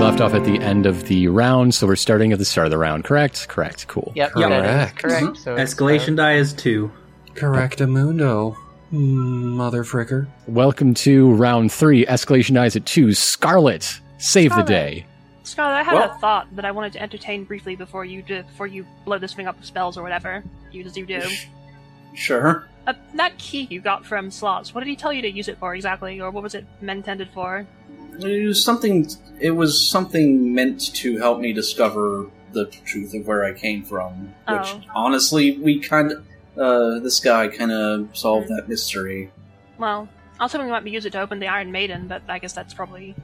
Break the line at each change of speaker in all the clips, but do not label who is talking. left off at the end of the round, so we're starting at the start of the round, correct? Correct, cool.
Yep.
Yep.
Correct.
Correct.
Mm-hmm.
Correct. So it's, uh,
Escalation die is two.
Correctamundo. Mother fricker.
Welcome to round three. Escalation dies at two. Scarlet, save
Scarlet.
the day.
Scarlet, I had
Well-
a thought that I wanted to entertain briefly before you do, before you blow this thing up with spells or whatever. You as you do.
Sh- Sure.
Uh, that key you got from slots. What did he tell you to use it for exactly, or what was it intended for?
It was something. It was something meant to help me discover the truth of where I came from. Which,
Oh.
honestly, we kind of. Uh, this guy kind of solved that mystery.
Well, I was hoping you might be use it to open the Iron Maiden, but I guess that's probably.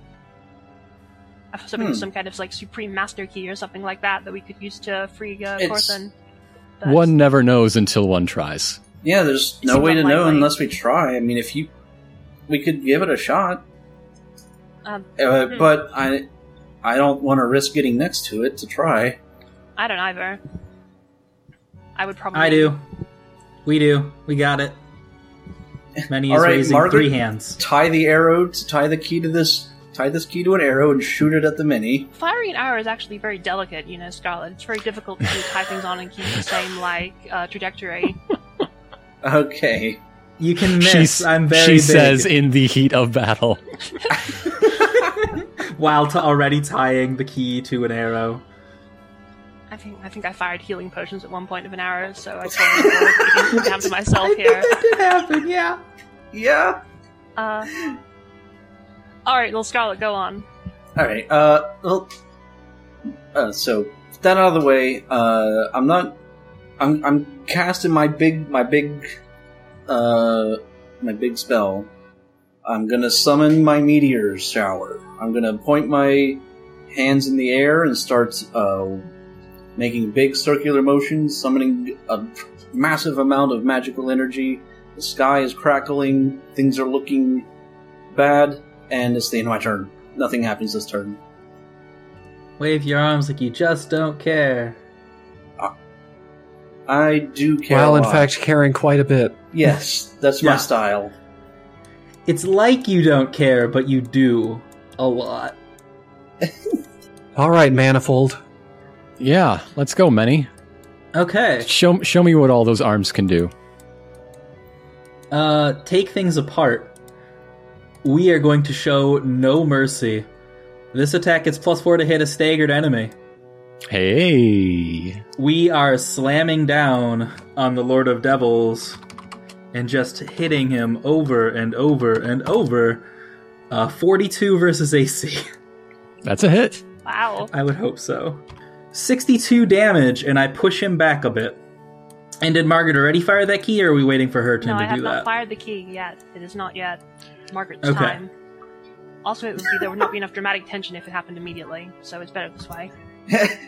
I was hoping it was
Hmm.
some kind of like supreme master key or something like that that we could use to free uh,
It's-
Corthin. But-
One never knows until one tries.
Yeah, there's no
seemed
way to know
unlikely.
unless we try. I mean, if you, we could give it a shot.
Um,
Uh,
hmm.
but I, I don't want to risk getting next to it to try.
I don't either. I would probably.
I
do.
We do.
We got it.
Many
is
All right,
raising
Margaret,
three hands.
Tie the arrow. To, tie the key to this. Tie this key to an arrow and shoot it at the mini.
Firing an arrow is actually very delicate, you know, Scarlet. It's very difficult to tie things on and keep the same like uh, trajectory.
Okay.
You can miss.
She s-
I'm very.
she
big.
says in the heat of battle.
while t- already tying the key to an arrow.
I think I think I fired healing potions at one point of an arrow, so I probably have to myself here.
did happen. Yeah.
Yeah.
Uh, all right, little Scarlet, go on.
All right. Uh. Well. Uh, so with that out of the way. Uh. I'm not. I'm. I'm casting my big. My big. Uh. My big spell. I'm gonna summon my meteor shower. I'm gonna point my hands in the air and start uh, making big circular motions, summoning a massive amount of magical energy. The sky is crackling. Things are looking bad, and it's the end of my turn. Nothing happens this turn.
Wave your arms like you just don't care.
I do care.
well,
a
in
lot.
fact, caring quite a bit.
yes, that's my
Yeah.
style.
It's like you don't care, but you do a lot.
All right, Manifold.
Yeah, let's go, Many.
Okay.
Show show me what all those arms can do.
Uh, take things apart. We are going to show no mercy. This attack gets plus four to hit a staggered enemy.
Hey,
We are slamming down on the Lord of Devils and just hitting him over and over and over. Uh, 42 versus AC.
that's a hit.
Wow.
I would hope so. 62 damage, and I push him back a bit. And did Margaret already fire that key, or are we waiting for her
No,
turn
I
to
have
do
not
that?
fired the key yet. It is not yet Margaret's
Okay.
time. Also, it would be there would not be enough dramatic tension if it happened immediately, so it's better this way.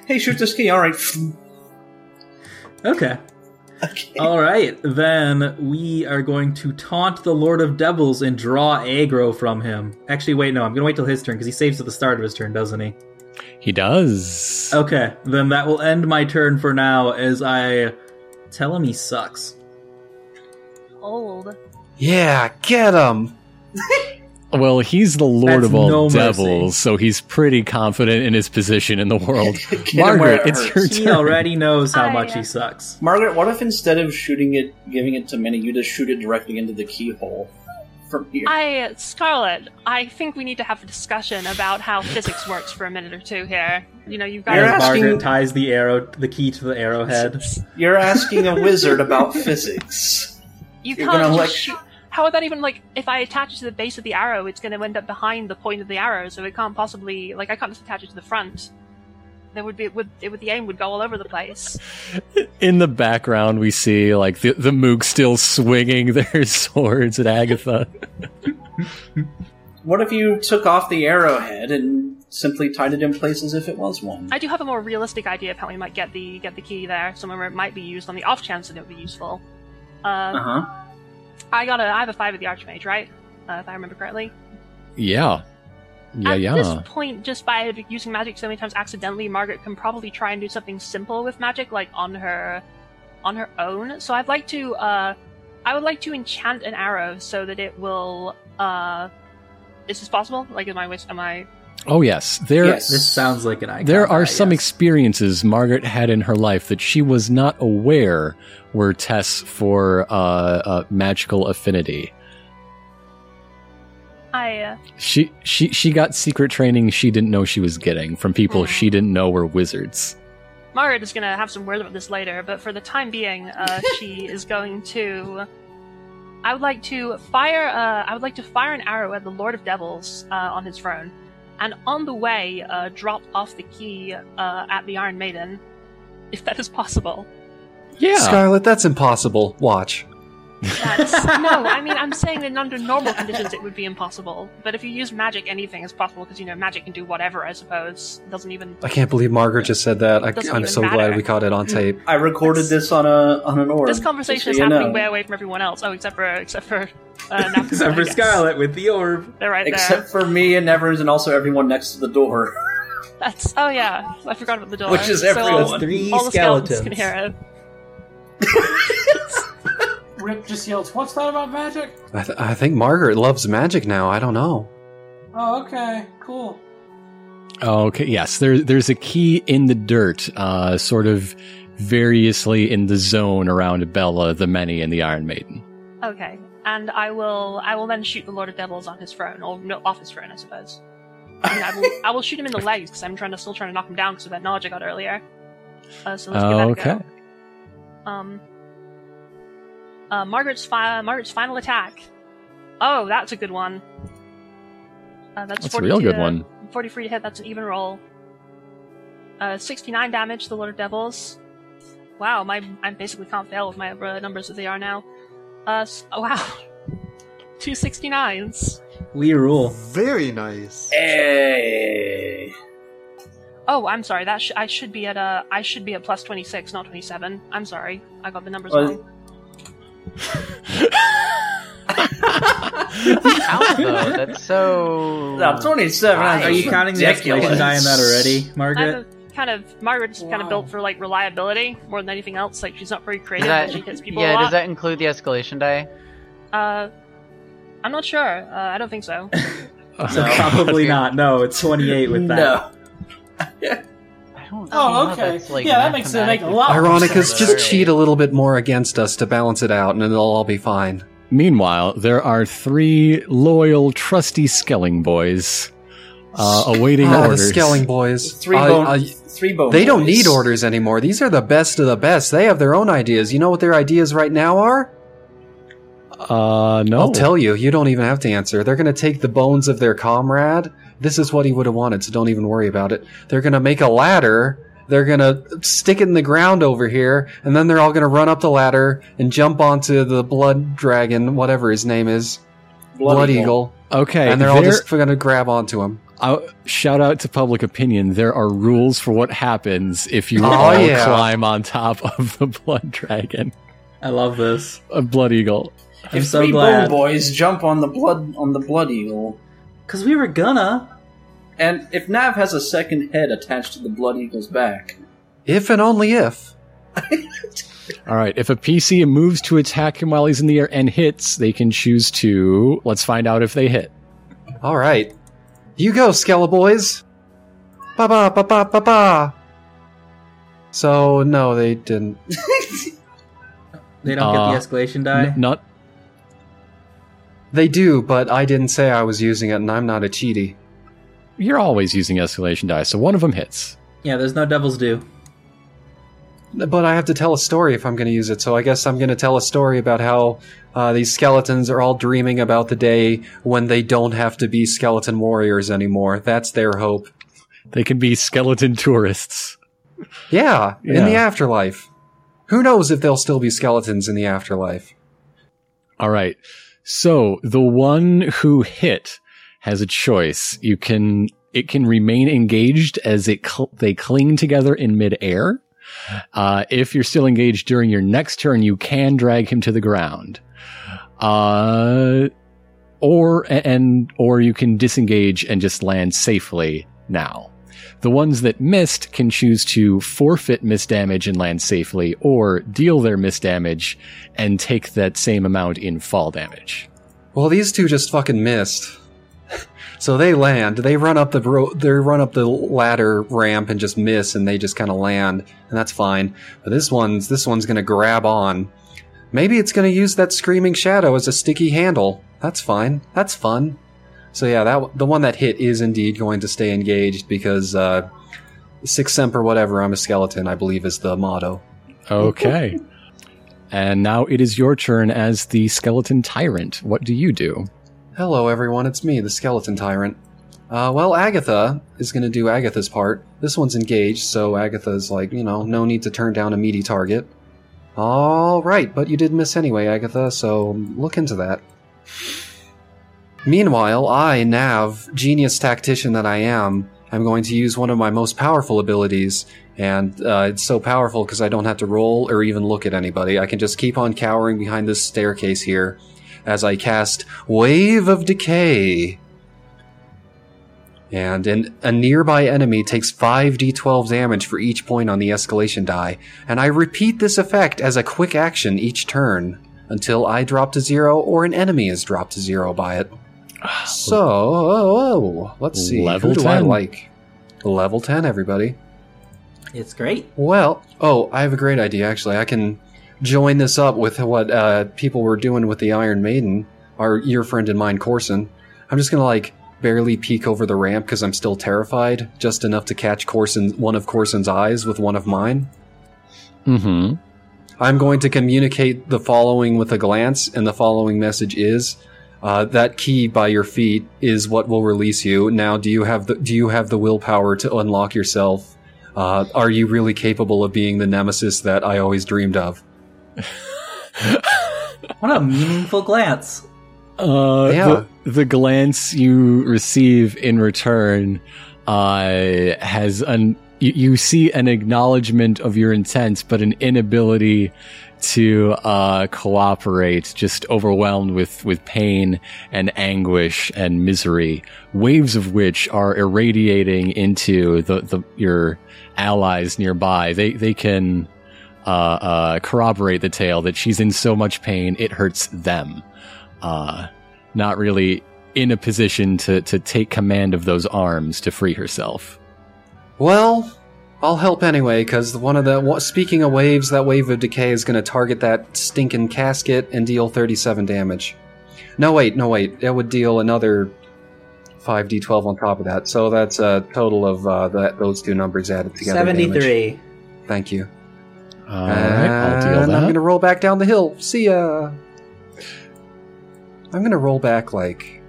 hey, shoot this key. All right.
Okay. All right, then we are going to taunt the Lord of Devils and draw aggro from him. Actually, wait, no, I'm going to wait till his turn because he saves at the start of his turn, doesn't he?
He does.
Okay, then that will end my turn for now as I tell him he sucks.
Old.
Yeah, get him.
Well, he's the Lord
That's
of all
no mercy.
devils, so he's pretty confident in his position in the world.
Get him where
Margaret,
it
it's your
hurts.
He
turn.
already knows how
I,
much
uh,
he sucks.
Margaret, what if instead of shooting it, giving it to Minnie, you just shoot it directly into the keyhole from here?
I, Scarlet, I think we need to have a discussion about how physics works for a minute or two here. You know, you've got
You're
As
to.
asking-
Margaret ties the arrow, the key to the arrowhead.
You're asking a wizard about physics.
You
You're
can't
gonna,
just
like-
shoot. How would that even like? If I attach it to the base of the arrow, it's going to end up behind the point of the arrow, so it can't possibly like I can't just attach it to the front. There would be it would, it would the aim would go all over the place.
In the background, we see like the, the Moog still swinging their swords at Agatha.
What if you took off the arrowhead and simply tied it in place as if it was one?
I do have a more realistic idea of how we might get the get the key there, somewhere where it might be used on the off chance that it would be useful. Uh,
Uh huh.
I got a I have a five of the archmage, right? Uh, if I remember correctly.
Yeah. Yeah,
At
yeah.
this point, just by using magic so many times accidentally, Margaret can probably try and do something simple with magic, like on her, on her own. So I'd like to, uh, I would like to enchant an arrow so that it will. Uh, is this possible? Like, am I, wis- am I
Oh yes, there
Yes.
This sounds like an icon.
there are
die,
some
yes.
experiences Margaret had in her life that she was not aware were tests for uh, uh, magical affinity.
I uh,
She she she got secret training she didn't know she was getting from people
Hmm.
she didn't know were wizards.
Margaret is going to have some words about this later, but for the time being, uh, she is going to. I would like to fire. Uh, I would like to fire an arrow at the Lord of Devils uh, on his throne, and on the way, uh, drop off the key uh, at the Iron Maiden, if that is possible.
Yeah.
Scarlet, that's impossible. Watch.
That's, no, I mean I'm saying that under normal conditions it would be impossible, but if you use magic, anything is possible because you know magic can do whatever. I suppose doesn't even.
I can't believe Margaret just said that. I,
Doesn't
I'm
even
so
matter.
glad we caught it on tape.
I recorded this on a on an orb.
This
just so
conversation is
you
happening
know.
way away from everyone else. Oh, except for except for uh, Naphtali,
Except for
I guess.
Scarlet with the orb.
They're right
Except for me and Nevers, and also everyone next to the door.
there. That's oh yeah, I forgot about the door.
Which is
So
everyone.
all-
That's
three
all the skeletons can hear it.
Rick just yells, "What's that about magic?"
I, th- I think Margaret loves magic now. I don't know.
Oh, okay, cool.
Okay. Yes. There, there's a key in the dirt, uh, sort of variously in the zone around Bella, the Many, and the Iron Maiden.
Okay, and I will I will then shoot the Lord of Devils on his throne, or no, off his throne, I suppose. And I will I will shoot him in the legs because I'm trying to still trying to knock him down because of that knowledge I got earlier. Uh, so let's give that a
Okay.
go. Um, uh, Margaret's fi- Margaret's final attack. Oh, that's a good one. Uh, that's,
That's a real
42
good
to-
one.
43 to hit, that's an even roll. Uh, 69 damage to the Lord of Devils. Wow, my I basically can't fail with my uh, numbers as they are now. Uh, s- oh, wow. Two 69s.
We rule.
Very nice.
Hey.
Oh, I'm sorry. That sh- I should be at uh, I should be at plus 26, not 27. I'm sorry. I got the numbers
Oh,
Well-
wrong.
Count though. That's so.
No, 27.
Are you counting the explanation
Ridiculous.
die in that already,
I'm
Margaret?
a, kind of Margaret's kind of
Wow.
built for like reliability more than anything else. Like she's not very
Does
creative.
that-
but she hits people
yeah,
a lot.
does that include the escalation die?
uh, I'm not sure. Uh, I don't think so.
So
No.
probably not. No, it's 28 with that.
No.
I don't.
Oh,
know,
okay.
That's like
Yeah, that makes it make a lot. more sense.
Ironicus, just
Oh, Sorry.
cheat a little bit more against us to balance it out, and it'll all be fine.
Meanwhile, there are three loyal, trusty Skelling boys uh, awaiting
Ah, the
orders.
Skelling boys.
Three
I-
bone.
I-
three bone.
they don't
boys.
need orders anymore. These are the best of the best. They have their own ideas. You know what their ideas right now are?
Uh, no.
I'll tell you. You don't even have to answer. They're going to take the bones of their comrade. This is what he would have wanted, so don't even worry about it. They're going to make a ladder. They're going to stick it in the ground over here, and then they're all going to run up the ladder and jump onto the blood dragon, whatever his name is, blood, eagle.
okay.
and they're all
there-
just going to grab onto him.
uh, shout out to public opinion. There are rules for what happens if you
Oh,
all
yeah.
climb on top of the blood dragon,
I love this.
a blood eagle.
I'm
if
so
three
glad.
bone boys jump on the blood on the blood eagle,
Because we were gonna.
and if Nav has a second head attached to the blood eagle's back,
If and only if.
All right. If a PC moves to attack him while he's in the air and hits, they can choose to. Let's find out if they hit.
All right. You go, Skelleboys. Ba ba ba ba ba ba. So no, they didn't.
They don't
Uh,
get the escalation die.
N- not.
They do, but I didn't say I was using it, and I'm not a cheaty.
You're always using escalation dice, so one of them hits.
Yeah, there's no devil's due.
But I have to tell a story if I'm going to use it. So I guess I'm going to tell a story about how uh, these skeletons are all dreaming about the day when they don't have to be skeleton warriors anymore. That's their hope.
They can be skeleton tourists.
Yeah, in
Yeah.
the afterlife. Who knows if they'll still be skeletons in the afterlife?
All right. So the one who hit has a choice. You can it can remain engaged as it cl- they cling together in midair. Uh, if you're still engaged during your next turn, you can drag him to the ground. Uh, or and or you can disengage and just land safely now. The ones that missed can choose to forfeit miss damage and land safely, or deal their miss damage and take that same amount in fall damage.
Well, these two just fucking missed. So they land. They run up the bro- they run up the ladder ramp and just miss, and they just kind of land, and that's fine. But this one's this one's gonna grab on. Maybe it's gonna use that screaming shadow as a sticky handle. That's fine. That's fun. So yeah, that the one that hit is indeed going to stay engaged because uh, six semper whatever. I'm a skeleton, I believe, is the motto.
Okay. and now it is your turn as the skeleton tyrant. What do you do?
Hello, everyone. It's me, the Skeleton Tyrant. Uh, well, Agatha is going to do Agatha's part. This one's engaged, so Agatha's like, you know, no need to turn down a meaty target. All right, but you did miss anyway, Agatha, so look into that. Meanwhile, I, Nav, genius tactician that I am, I'm going to use one of my most powerful abilities, and uh, it's so powerful because I don't have to roll or even look at anybody. I can just keep on cowering behind this staircase here as I cast Wave of Decay. And an, a nearby enemy takes 5d12 damage for each point on the escalation die, and I repeat this effect as a quick action each turn until I drop to zero or an enemy is dropped to zero by it. So, oh, let's see.
Level
Who do I
10.
like? Level 10, everybody.
It's great.
Well, oh, I have a great idea actually. I can join this up with what uh, people were doing with the Iron Maiden, our your friend and mine, Corson. I'm just gonna like barely peek over the ramp because I'm still terrified, just enough to catch Corson one of Corson's eyes with one of mine.
Mm-hmm.
I'm going to communicate the following with a glance, and the following message is. Uh, that key by your feet is what will release you. Now, do you have the do you have the willpower to unlock yourself? Uh, are you really capable of being the nemesis that I always dreamed of?
What a meaningful glance.
Uh,
Yeah.
the, the glance you receive in return uh, has an you, you see an acknowledgement of your intent, but an inability to uh, cooperate. Just overwhelmed with with pain and anguish and misery, waves of which are irradiating into the, the your allies nearby. They they can. Uh, uh, corroborate the tale that she's in so much pain it hurts them. Uh, not really in a position to, to take command of those arms to free herself.
Well, I'll help anyway, because one of the wa- speaking of waves, that wave of decay is going to target that stinking casket and deal 37 damage. No, wait, no, wait. That would deal another 5d12 on top of that. So that's a total of uh, that, those two numbers added together. damage.
73.
Thank you.
All right, I'll deal
and Uh, I'm
that.
going to roll back down the hill. See ya. I'm going to roll back like.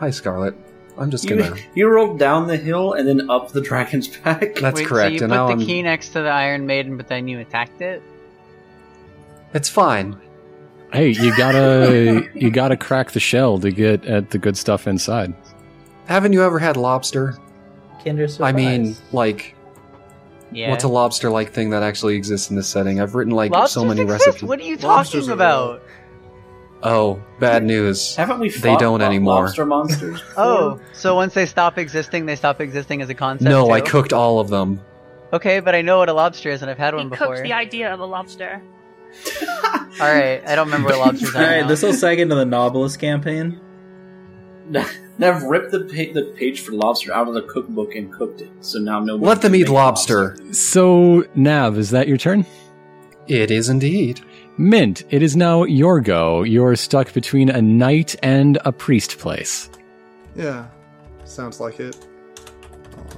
Hi, Scarlet. I'm just going
You,
to.
you rolled down the hill and then up the dragon's back.
That's
Wait, So
correct.
you
and now
put the
I'm-
key next to the Iron Maiden, but then you attacked it.
It's fine.
Hey, you gotta you gotta crack the shell to get at the good stuff inside.
Haven't you ever had lobster?
Kinder surprise.
I mean, like,
Yeah.
what's a lobster like thing that actually exists in this setting? I've written, like,
Lobsters
so many
exist?
recipes.
What are you
Lobsters
talking
are
about?
Oh, bad news.
Haven't we?
They
fought
don't
lo-
anymore.
Lobster monsters.
Oh, so once they stop existing, they stop existing as a concept.
No, I
too?
cooked all of them.
Okay, but I know what a lobster is, and I've had
He
one
cooked
before.
the idea of a lobster.
All right, I don't remember what lobsters are.
All right,
now.
this will seg into the Nautilus campaign.
Nev ripped the pa- the page for lobster out of the cookbook and cooked it. So now no. one
Let them
can
eat
make
lobster.
So, Nav, is that your turn?
It is indeed.
Mint, it is now your go. You're stuck between a knight and a priest place.
Yeah, sounds like it.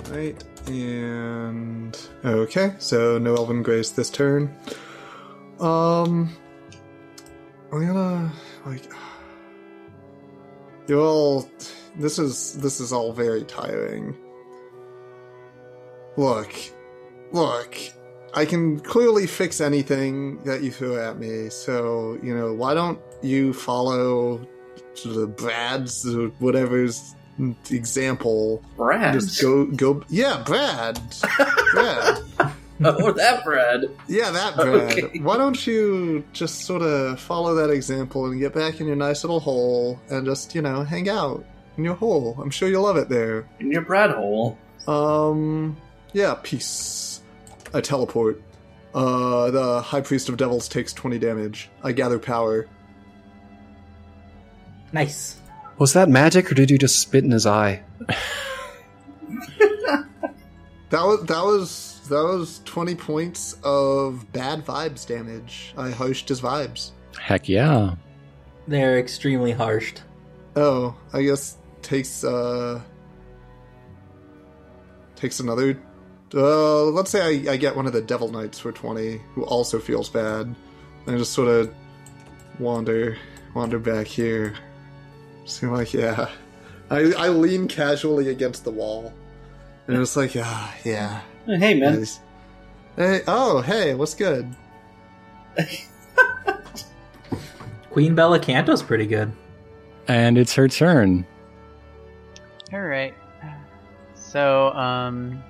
All right, and okay, so no Elven Grace this turn. Um, I'm gonna like you all. This is this is all very tiring. Look, look. I can clearly fix anything that you throw at me, so you know why don't you follow the Brad's or whatever's example.
Brad.
Just go, go. Yeah, Brad. Brad.
oh, that Brad.
Yeah, that Brad.
Okay.
Why don't you just sort of follow that example and get back in your nice little hole and just you know hang out in your hole? I'm sure you'll love it there.
In your Brad hole.
Um, yeah, peace. I teleport. Uh, the High Priest of Devils takes 20 damage. I gather power.
nice.
Was that magic, or did you just spit in his eye?
That was that was that was twenty points of bad vibes damage. I hoshed his vibes.
Heck yeah.
They're extremely harshed.
Oh, I guess takes uh takes another. Uh, let's say I, I get one of the devil knights for twenty, who also feels bad, and I just sort of wander wander back here. Seem like yeah, I I lean casually against the wall, and it's like ah yeah.
Hey, man.
Nice. Hey, oh hey, what's good?
Queen Bella Canto's pretty good.
And it's her turn.
All right. So, um,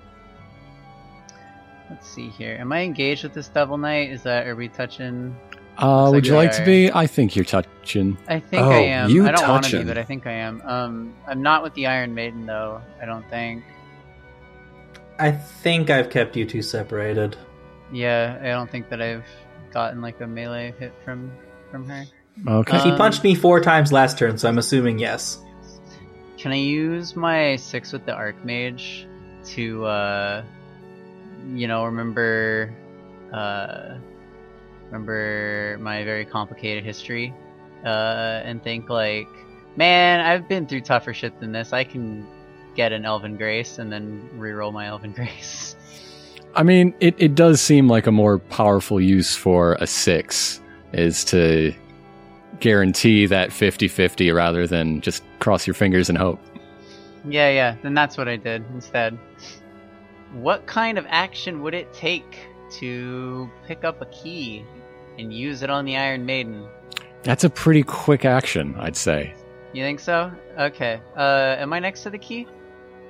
let's see here. Am I engaged with this devil knight? Is that are we touching?
Uh,
So
would you
you
like to
are-
be? I think you're touching.
I think
Oh,
I am.
you
I don't want to be,
touchin'.
but I think I am. Um, I'm not with the Iron Maiden though. I don't think.
I think I've kept you two separated.
Yeah, I don't think that I've gotten like a melee hit from from her.
Okay.
Uh,
he
Um,
punched me four times last turn, so I'm assuming yes.
Can I use my six with the Archmage to, uh, you know, remember, uh, remember my very complicated history, uh, and think like, man, I've been through tougher shit than this. I can get an Elven Grace and then reroll my Elven Grace.
I mean, it, it does seem like a more powerful use for a six is to guarantee that 50 50 rather than just cross your fingers and hope.
yeah, yeah. Then that's what I did instead. What kind of action would it take to pick up a key and use it on the Iron Maiden?
That's a pretty quick action, I'd say.
You think so? Okay. Uh, am I next to the key,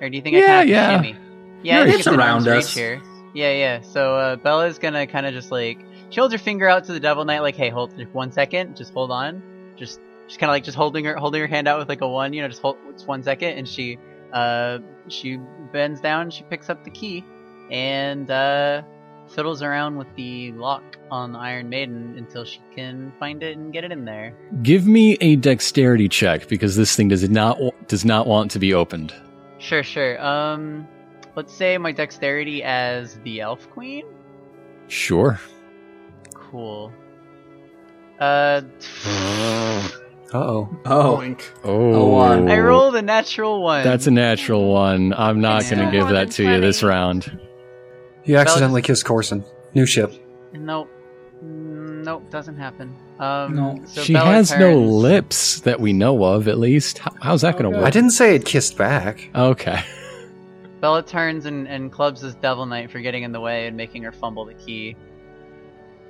or do you think I
Yeah,
can have to
yeah.
shimmy? Yeah,
You're-
I think
it's
it's an
around
arm's reach
us.
here. Yeah, yeah. So uh, Bella's gonna kind of just like she holds her finger out to the Devil Knight, like, "Hey, hold just one second, just hold on, just." She's kind of like just holding her holding her hand out with like a one, you know, just hold just one second, and she uh she bends down, she picks up the key, and uh fiddles around with the lock on the Iron Maiden until she can find it and get it in there.
Give me a dexterity check because this thing does not wa- does not want to be opened.
Sure, sure. Um, let's say my dexterity as the elf queen.
Sure.
Cool. Uh,
Uh oh.
Oh,
Boink.
Oh,
one.
I rolled a natural one.
That's a natural one. I'm not
Yeah.
going to give
More
that
than
to you this
20.
round.
You accidentally kissed Corson. New ship.
nope. Mm, Nope, doesn't happen. Um,
No.
so
she
Bella
has no
turns- Oh,
lips that we know of, at least. How, how's that going to
I
work?
didn't say it kissed back.
Okay.
Bella turns and, and clubs this devil knight for getting in the way and making her fumble the key.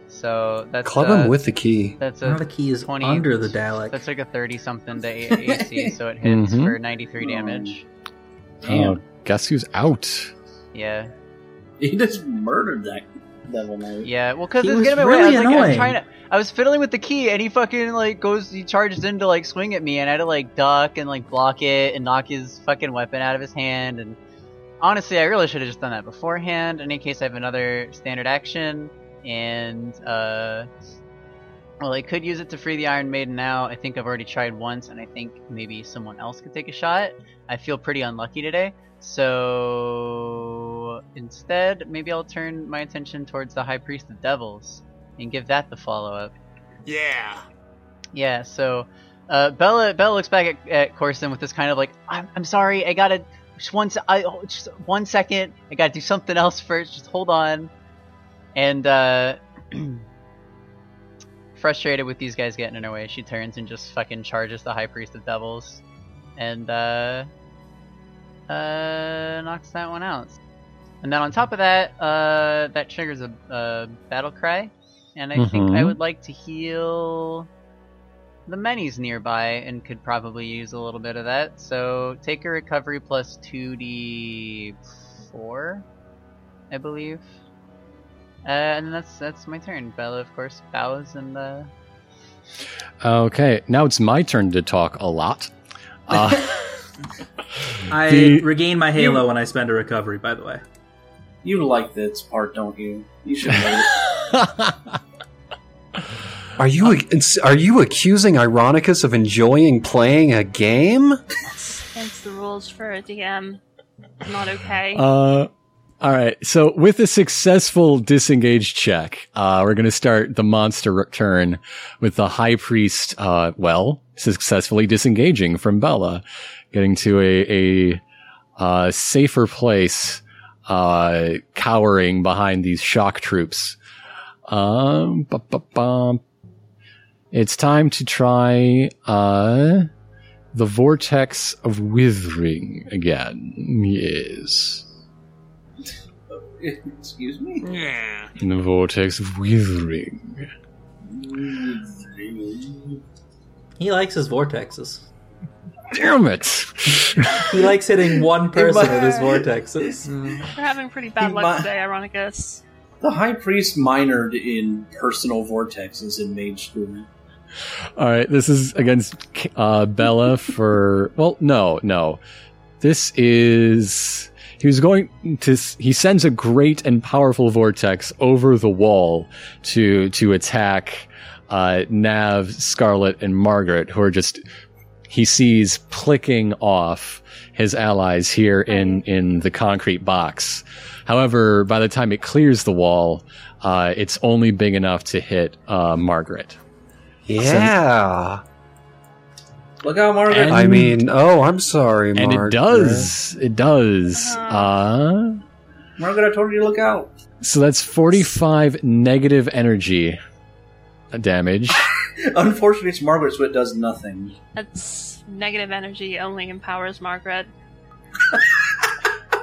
So that's
Club
uh,
him with the key.
That's
now
a
the key is
20
under the Dalek.
that's like a thirty something to A- AC, so it hits
Mhm.
for ninety three damage.
Oh, guess who's out?
Yeah.
He just murdered that devil knight.
Yeah, well, because
He
it's
was
getting away. I
really
was like, I'm
annoying.
trying to. I was fiddling with the key, and he fucking like goes. He charges in to like swing at me, and I had to like duck and like block it and knock his fucking weapon out of his hand. And honestly, I really should have just done that beforehand. In any case, I have another standard action, and uh, well, I could use it to free the Iron Maiden now. I think I've already tried once, and I think maybe someone else could take a shot. I feel pretty unlucky today. So instead, maybe I'll turn my attention towards the High Priest of Devils and give that the follow up.
Yeah.
Yeah, so uh, Bella Bella looks back at, at Corson with this kind of like, I'm, I'm sorry, I gotta just one se- I, oh, just one second, I gotta do something else first. Just hold on. And uh, frustrated with these guys getting in her way, she turns and just fucking charges the High Priest of Devils, and uh, uh, knocks that one out. And then on top of that, uh, that triggers a, a battle cry, and I think I
Mhm.
would like to heal the many's nearby and could probably use a little bit of that. So take a recovery plus 2d4, I believe. Uh, and that's that's my turn. Bella, of course, bows and uh,
Okay. Now it's my turn to talk a lot. Uh,
I
The-
regain my halo when I spend a recovery. By the way,
You like this part, don't you? You should. Like it.
Are you are you accusing Ironicus of enjoying playing a game?
Against the rules for a DM. Not okay.
Uh, all right. So with a successful disengage check, uh, we're going to start the monster return with the high priest, uh, well, successfully disengaging from Bella, getting to a, a, uh, safer place, uh, cowering behind these shock troops. Um, ba ba bum. It's time to try, uh, the vortex of withering again. Yes.
Excuse me?
Yeah.
In the vortex of withering.
He likes his vortexes.
Damn it!
He likes hitting one person with his
Mm.
vortexes.
We're having pretty bad
You
luck
mi-
today, Ironicus.
The high priest minored in personal vortexes in mage school.
All right, this is against uh, Bella for. Well, no, no. This is. He was going to. s- He sends a great and powerful vortex over the wall to to attack uh, Nav, Scarlet, and Margaret, who are just. He sees plicking off his allies here in in the concrete box. However, by the time it clears the wall, uh, it's only big enough to hit uh, Margaret.
Yeah.
Look out, Margaret!
And-
I mean, oh, I'm sorry,
and
Mark.
it does it does uh
Margaret, I told you to look out!
so that's 45 negative energy damage
Unfortunately, it's Margaret, so it does nothing.
That's negative energy only empowers Margaret.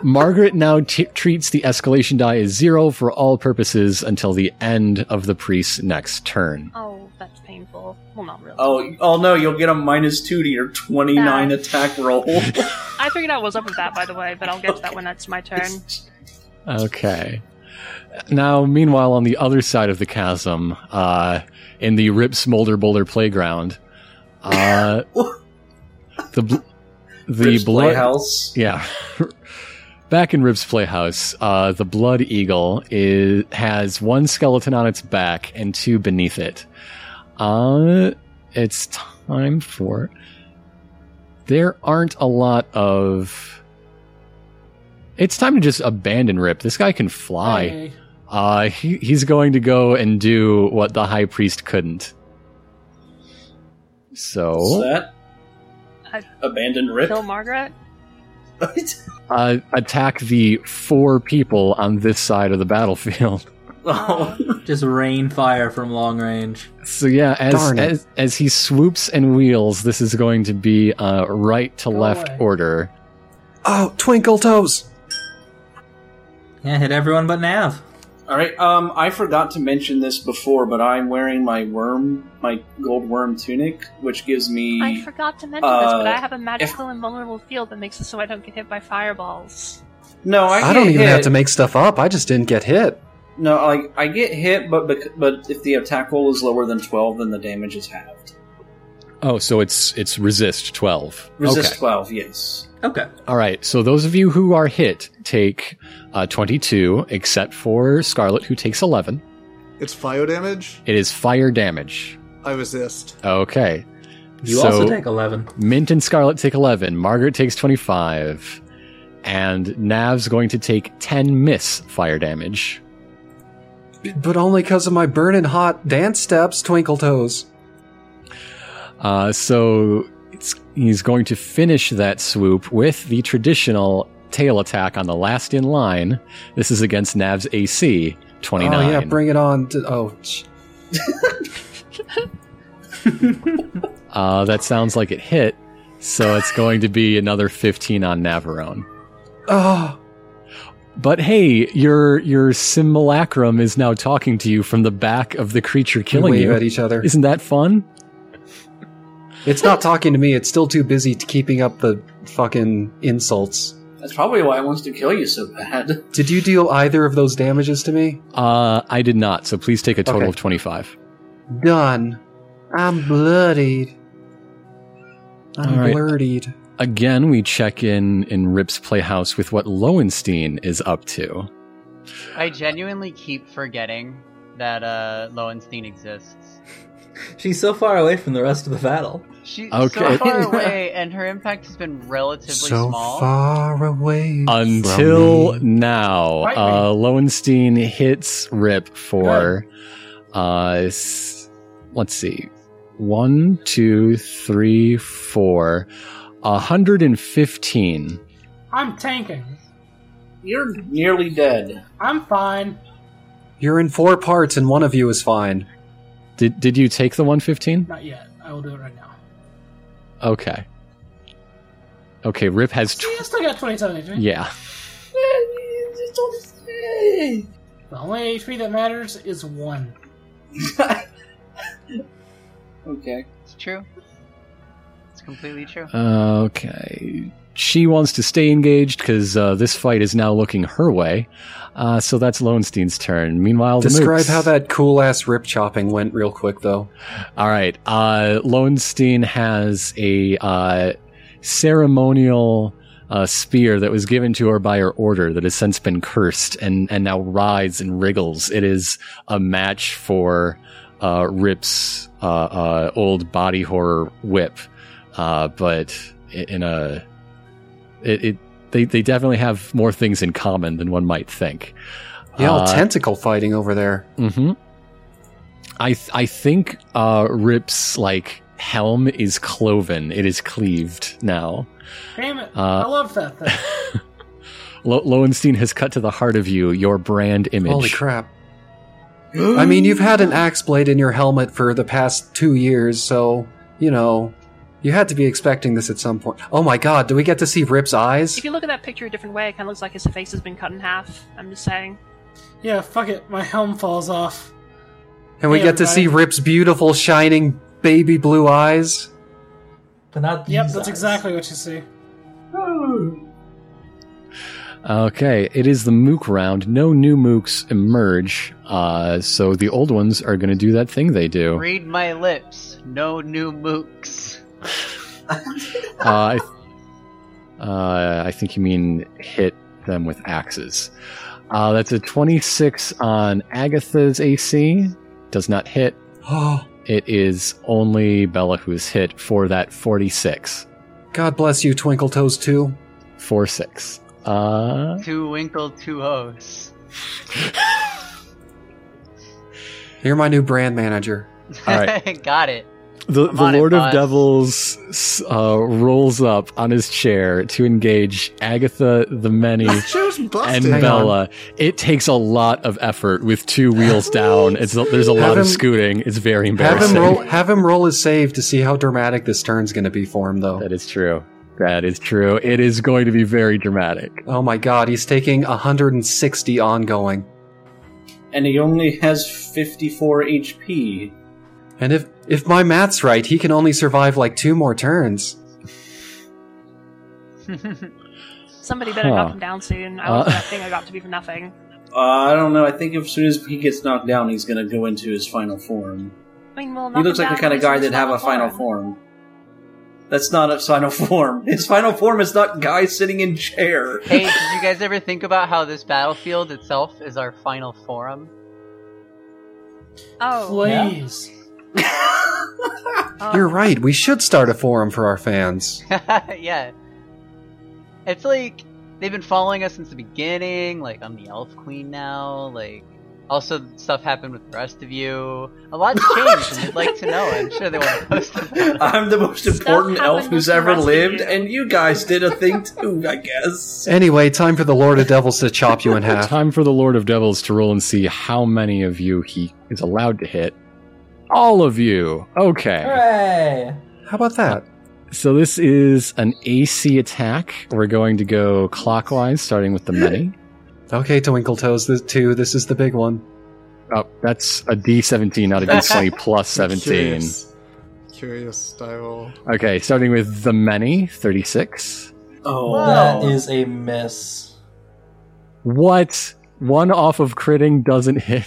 margaret now t- treats the escalation die as zero for all purposes until the end of the priest's next turn
Oh, that's painful. Well, not really.
Oh, oh no, you'll get a minus two to your 29
Ah.
attack roll.
I figured out what's up with that, by the way, but I'll get to that when that's my turn.
okay now meanwhile on the other side of the chasm uh in the rip smolder boulder playground uh the bl- the
Rich
blood
Playhouse.
Yeah. Back in Rib's Playhouse, uh, the Blood Eagle is, has one skeleton on its back and two beneath it. Uh, it's time for. There aren't a lot of. It's time to just abandon Rip. This guy can fly.
Hey.
Uh, he, he's going to go and do what the High Priest couldn't.
Oh.
What's
So,
that?
I-
Abandoned rip.
Kill Margaret?
uh, attack the four people on this side of the battlefield.
oh,
Just rain fire from long range.
So yeah, as
Darn it.
as, as he swoops and wheels, this is going to be uh, right to
Go
left
away.
order.
Oh, twinkle toes.
Yeah, hit everyone but Nav.
All right. Um, I forgot to mention this before, but I'm wearing my worm, my gold worm tunic, which gives me.
I forgot to mention this, but
Uh,
I have a magical invulnerable field that makes it so I don't get hit by fireballs.
no, I,
I
get
don't even
hit.
have to make stuff up. I just didn't get hit.
No, like I get hit, but bec- but if the attack roll is lower than twelve, then the damage is halved.
Oh, so it's it's resist twelve.
Resist
Okay.
twelve. Yes.
Okay.
All right. So those of you who are hit take uh, twenty two, except for Scarlet, who takes eleven.
It's fire damage.
It is fire damage.
I resist.
Okay.
You
So-
also take 11.
Mint and Scarlet take 11. Margaret takes 25. And Nav's going to take 10 miss fire damage.
But only because of my burning hot dance steps, twinkle toes.
Uh, so it's, he's going to finish that swoop with the traditional tail attack on the last in line. This is against Nav's AC 29.
Oh yeah, bring it on. To, oh, sh-
uh, that sounds like it hit. So it's going to be another 15 on Navarone.
oh,
But hey, your your simulacrum is now talking to you from the back of the creature killing
we wave
you.
at each other.
Isn't that fun?
It's not talking to me. It's still too busy to keeping up the fucking insults.
That's probably why it wants to kill you so bad.
Did you deal either of those damages to me?
Uh, I did not, so please take a total
Okay.
of 25.
Done. I'm bloodied. I'm
All right.
bloodied.
Again, we check in in Rip's Playhouse with what Lowenstein is up to.
I genuinely keep forgetting that uh, Lowenstein exists.
She's so far away from the rest of the battle.
She's
Okay.
so far away, and her impact has been relatively
so
small.
far away
Until
from me.
now,
Fight me.
uh, Lowenstein hits Rip for, uh, s- let's see, one, two, three, four, a hundred and fifteen.
I'm tanking.
You're nearly dead.
I'm fine.
You're in four parts, and one of you is fine.
Did did you take the one fifteen?
Not yet. I will do it right now.
Okay. Okay, Rip has.
See, I
Tw-
still got 27 HP.
yeah.
The only HP that matters is one.
Okay.
It's true. It's completely true.
Okay. She wants to stay engaged because uh, this fight is now looking her way. Uh, so that's Lowenstein's turn. Meanwhile, the
Describe
mooks-
how that cool ass rip chopping went, real quick, though.
All right. Uh, Lowenstein has a uh, ceremonial uh, spear that was given to her by her order that has since been cursed and, and now writhes and wriggles. It is a match for uh, Rip's uh, uh, old body horror whip, uh, but i- in a. It, it they, they definitely have more things in common than one might think.
Yeah, all
Uh,
tentacle fighting over there.
Mm-hmm. I th- I think uh, Rip's like helm is cloven. It is cleaved now.
Damn it. I
Uh,
love that thing.
Lo- Lowenstein has cut to the heart of you, your brand image.
Holy crap. I mean, you've had an axe blade in your helmet for the past two years, so, you know, you had to be expecting this at some point. Oh my god, do we get to see Rip's eyes?
If you look at that picture a different way, it kind of looks like his face has been cut in half. I'm just saying.
yeah, fuck it. My helm falls off.
And we
Hey,
get to see
everybody.
Rip's beautiful, shining, baby blue eyes?
But not these
Yep, that's
eyes.
exactly what you see.
Okay, it is the mook round. No new mooks emerge, uh, so the old ones are going to do that thing they do.
Read my lips. No new mooks.
uh, I, th- uh, I think you mean hit them with axes. Uh, that's a 26 on Agatha's AC. Does not hit.
Oh,
It is only Bella who's hit for that 46.
God bless you, Twinkle Toes 2.
4 6. Uh,
Two winkle, two hoes.
You're my new brand manager.
Alright.
Got it.
the the
I'm on it,
Lord of
boss.
Devils s- uh, rolls up on his chair to engage Agatha the Many
Chair's
and
busted.
Hang on.
Bella. It takes a lot lot of effort with two wheels down. It's, there's a lot
Have him-
of scooting. It's very
Have
embarrassing.
him roll have him roll his save to see how dramatic this turn's gonna be for him though.
That is true. That is true. It is going to be very dramatic.
Oh my god, he's taking 160 ongoing.
And he only has 54 HP.
And if if my math's right, he can only survive like two more turns.
Somebody better
Huh.
knock him down soon. I want
Uh,
that thing I got to be for nothing.
Uh, I don't know. I think as soon as he gets knocked down, he's going to go into his final form.
I mean, well,
He
knock
looks
him
like
down
the kind of
once in
guy
his
that'd have a final
form.
form. That's not a final form. His final form is not guy sitting in chair.
Hey, did you guys ever think about how this battlefield itself is our final forum?
Oh,
Please.
oh.
You're right, we should start a forum for our fans.
yeah. It's like they've been following us since the beginning. Like I'm the elf queen now. Like also stuff happened with the rest of you. A lot's changed, and they'd like to know. I'm sure they want to post about it.
I'm the most
Stuff
important elf
happened
who's
with the
ever
rest of
lived,
you.
and you guys did a thing too, I guess.
Anyway, time for the Lord of Devils to chop you in half.
Time for the Lord of Devils to roll and see how many of you he is allowed to hit. All of you. Okay.
Hooray!
How about that?
So this is an AC attack. We're going to go clockwise, starting with the many.
Okay, Twinkle Toes this two, this is the big one.
Oh, that's a D17, not a D20 plus 17.
Curious. Curious style.
Okay, starting with the many, 36.
Oh, that is a miss.
What? One off of critting doesn't hit.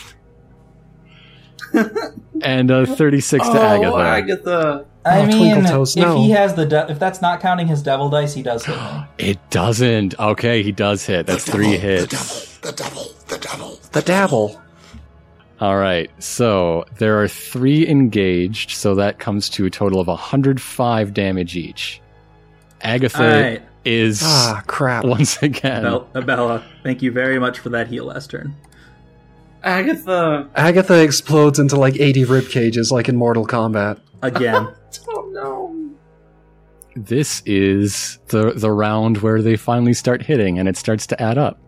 and uh, 36 to Agatha.
oh, Agatha.
I
Oh,
mean,
Twinkle Toes,
if
no.
he has the de- if that's not counting his devil dice, he does hit me.
It doesn't. Okay, he does hit. That's
The
three
devil,
hits.
The devil, the devil, the devil.
The dabble.
All right. So there are three engaged, so that comes to a total of 105 damage each. Agatha
All right,
is
Ah, crap.
once again.
Bel- Bella, thank you very much for that heal last turn.
Agatha.
Agatha explodes into like 80 rib cages, like in Mortal Kombat.
Again,
Oh no.
This is the the round where they finally start hitting, and it starts to add up.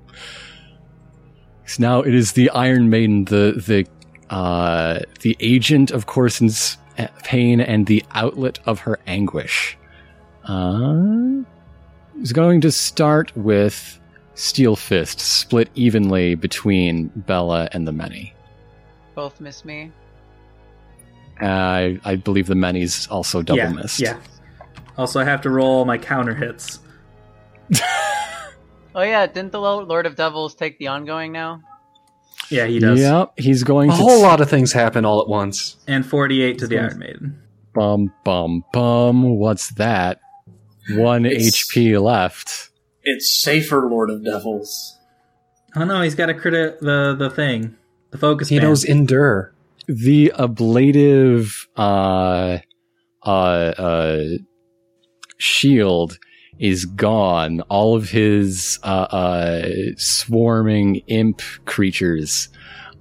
So now it is the Iron Maiden, the the uh, the agent of Corson's pain and the outlet of her anguish. Uh, is going to start with Steel Fist, split evenly between Bella and the Many.
Both miss me.
I I believe the Many's also double
yeah,
missed.
Yeah. Also, I have to roll my counter hits.
Oh yeah, didn't the Lo- Lord of Devils take the ongoing now?
Yeah, he does.
Yep, he's going
A
to
whole lot of things happen all at once.
And 48 to the Iron Maiden.
Bum bum bum. What's that? One
It's-
HP left.
It's safer, Lord of Devils.
Oh no, he's got a crit the the thing, the focus.
He
band.
knows endure.
The ablative uh, uh, uh, shield is gone. All of his uh, uh, swarming imp creatures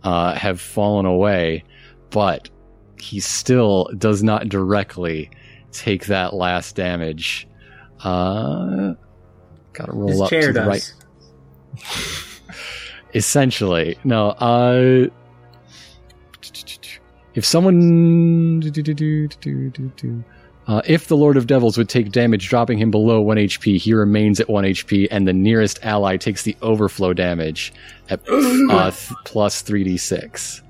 uh, have fallen away, but he still does not directly take that last damage. Uh, gotta roll
his
up
chair
to the
does.
right. essentially no uh if someone uh, if the lord of devils would take damage dropping him below 1 hp he remains at 1 hp and the nearest ally takes the overflow damage at uh, th- plus 3d6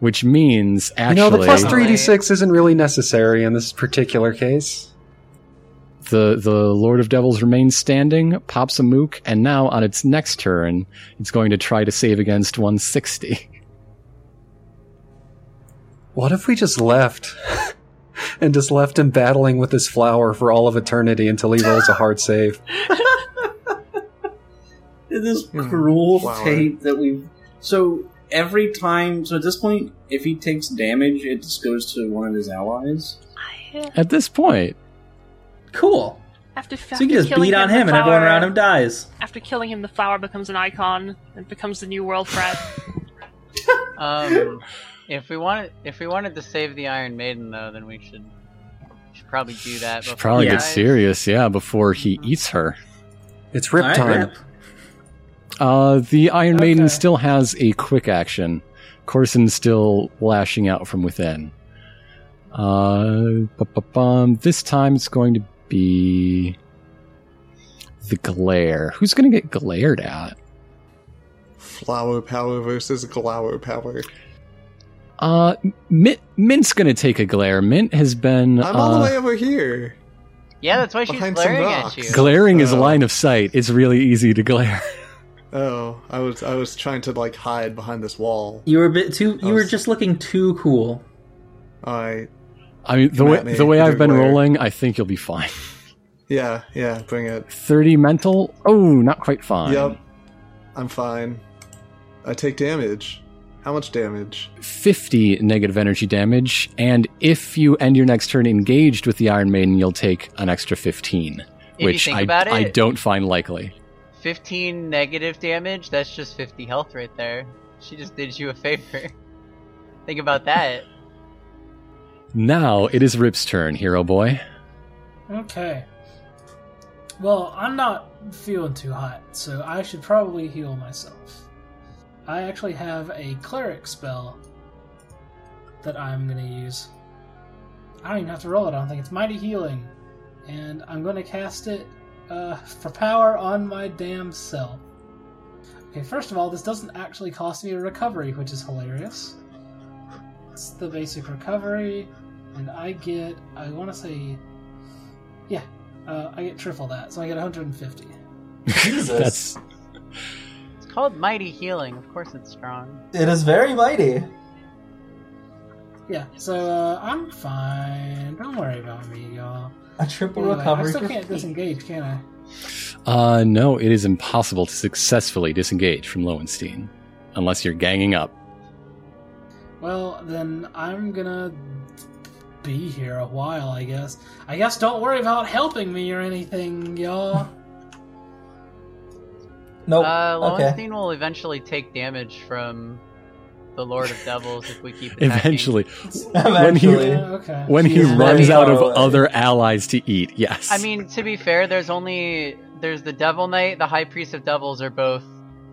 which means
You
actually
know, the plus 3d6 isn't really necessary in this particular case.
the the Lord of Devils remains standing, pops a mook, and now on its next turn, it's going to try to save against 160.
What if we just left? and just left him battling with this flower for all of eternity until he rolls a hard save.
This
Hmm,
cruel
flower.
fate that we. So every time, so at this point, if he takes damage, it just goes to one of his allies.
I
At this point,
Cool.
after, after
So you can just
killing
beat on
the
him, and
flower-
everyone around him dies.
After killing him, the flower becomes an icon and becomes the new world threat.
Um, if we wanted, if we wanted to save the Iron Maiden though, then we should should probably do that.
should
before
probably
he
get
dies.
serious, yeah, before he eats her.
It's rip
All right,
time.
rip.
Uh, the Iron Maiden
Okay.
still has a quick action. Corson still lashing out from within. Uh, ba-ba-bum. this time it's going to be the glare. Who's going to get glared at?
Flower power versus glower power.
Uh, Mint, Mint's gonna take a glare. Mint has been
I'm all the
uh,
way over here.
Yeah, that's why she's
Behind some
glaring at
rocks.
you.
glaring is
Uh,
line of sight. It's really easy to glare.
Oh, I was I was trying to like hide behind this wall.
You were a bit too. You were
Nice.
just looking too cool.
I
I mean, the
Come
way
at me,
the way
either
I've been
glare.
rolling, I think you'll be fine.
yeah yeah bring it.
Thirty mental. Oh, not quite fine.
Yep, I'm fine. I take damage. How much damage?
50 negative energy damage, and if you end your next turn engaged with the Iron Maiden, you'll take an extra 15,
If
which
you think
I,
about it,
I don't find likely.
15 negative damage, that's just 50 health right there. She just did you a favor. Think about that.
Now it is Rip's turn, hero boy.
Okay. Well, I'm not feeling too hot, so I should probably heal myself. I actually have a cleric spell that I'm going to use. I don't even have to roll it, I don't think it's mighty healing. And I'm going to cast it uh, for power on my damn self. Okay, first of all, this doesn't actually cost me a recovery, which is hilarious. It's the basic recovery, and I get, I want to say, uh, I get triple that, so I get 150.
That's
It's called Mighty Healing. Of course it's strong.
It is very mighty.
Yeah, so uh, I'm fine. Don't worry about me, y'all.
A triple
Anyway, I
recovery.
still
for
can't
free.
disengage, can I?
Uh, no, it is impossible to successfully disengage from Lowenstein unless you're ganging up.
Well, then I'm gonna be here a while, I guess. I guess don't worry about helping me or anything, y'all. Uh,
Oh,
Nope.
uh,
okay.
Lowenstein will eventually take damage from the Lord of Devils if we keep attacking.
Eventually, when he-
Yeah,
Eventually.
okay.
when he
She's
runs
very
out of
far away.
other allies to eat. Yes.
I mean, to be fair, there's only there's the Devil Knight, the High Priest of Devils are both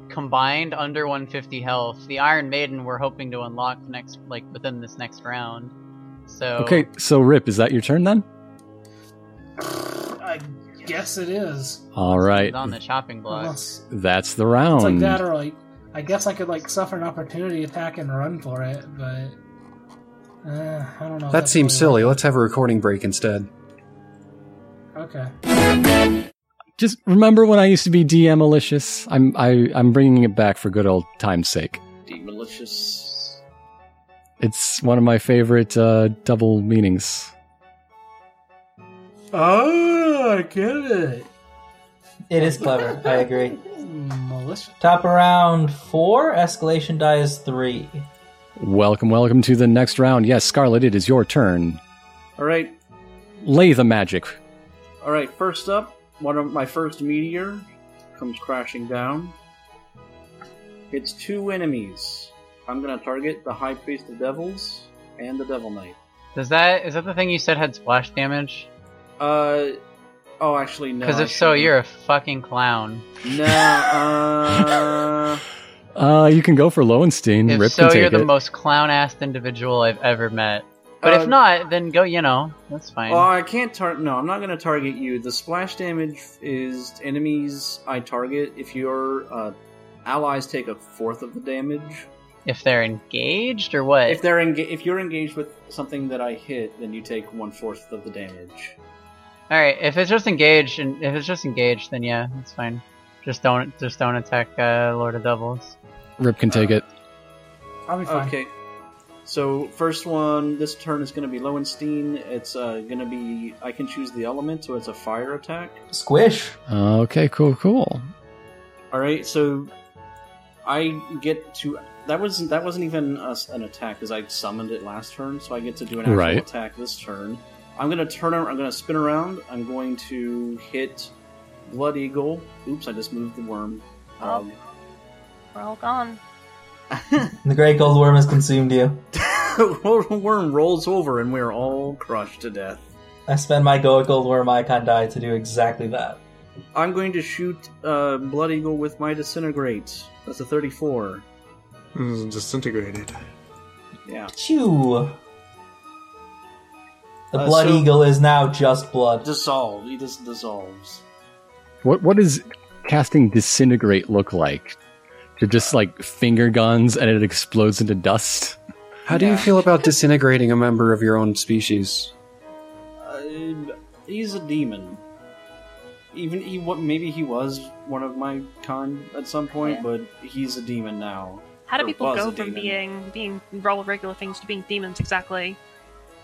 combined under 150 health. The Iron Maiden we're hoping to unlock next, like within this next round. So
Okay, so Rip, is that your turn then?
I guess it is.
All right,
it's on the chopping block.
Unless-
that's the round.
It's like that, or like I guess I could like suffer an opportunity attack and run for it, but uh, I don't know.
That
if that's
seems
really-
silly. Let's have a recording break instead.
Okay.
Just remember when I used to be DM malicious. I'm I, I'm bringing it back for good old time's sake.
Demalicious.
It's one of my favorite uh, double meanings.
Oh, I get it.
It is clever. I agree.
Hmm, Malicious.
Top around four. Escalation die is three.
Welcome, welcome to the next round. Yes, Scarlet, it is your turn.
All right,
Lay the magic.
all right. First up, one of my first meteor comes crashing down. It's two enemies. I'm gonna target the High Priest of Devils and the Devil Knight.
Does that is that the thing you said had splash damage?
Uh, oh, actually no.
Because
I
if so,
shouldn't.
you're a fucking clown.
no. Uh,
Uh, you can go for Lowenstein.
If
Mm, Rip
so,
can take
you're the
it.
most clown-assed individual I've ever met. But
Uh,
if not, then go. You know, that's fine.
Oh, I can't target. No, I'm not going to target you. The splash damage is enemies I target. If your uh, allies take a fourth of the damage,
if they're engaged or what?
if they're enga- if you're engaged with something that I hit, then you take one fourth of the damage.
All right, if it's just engaged, and if it's just engaged, then yeah, that's fine. Just don't, just don't attack uh, Lord of Devils.
Rip can take it.
I'll be fine.
Okay. So first one, this turn is going to be Lowenstein. It's uh, going to be I can choose the element, so it's a fire attack.
Squish.
Okay, cool, cool.
All right, so I get to that wasn't that wasn't even a, an attack because I summoned it last turn, so I get to do an actual
Right.
attack this turn. I'm gonna turn. ar- I'm gonna spin around. I'm going to hit Blood Eagle. Oops, I just moved the worm. Um,
We're all gone.
The great gold worm has consumed you.
Um, worm rolls over, and we're all crushed to death.
I spend my go gold worm icon die to do exactly that.
I'm going to shoot uh, Blood Eagle with my disintegrate. That's a 34.
Mm, disintegrated.
Yeah,
Chew. The
Uh,
blood
so-
eagle is now just blood.
dissolve. He just dissolves.
What what does casting disintegrate look like? You're just like finger guns and it explodes into dust.
How do you
Yeah.
feel about disintegrating a member of your own species?
Uh, he's a demon. Even he, wa- maybe he was one of my kind at some point,
Yeah.
but he's a demon now.
How do
Or
people
was
go
a
from
demon.
being being roll regular things to being demons exactly?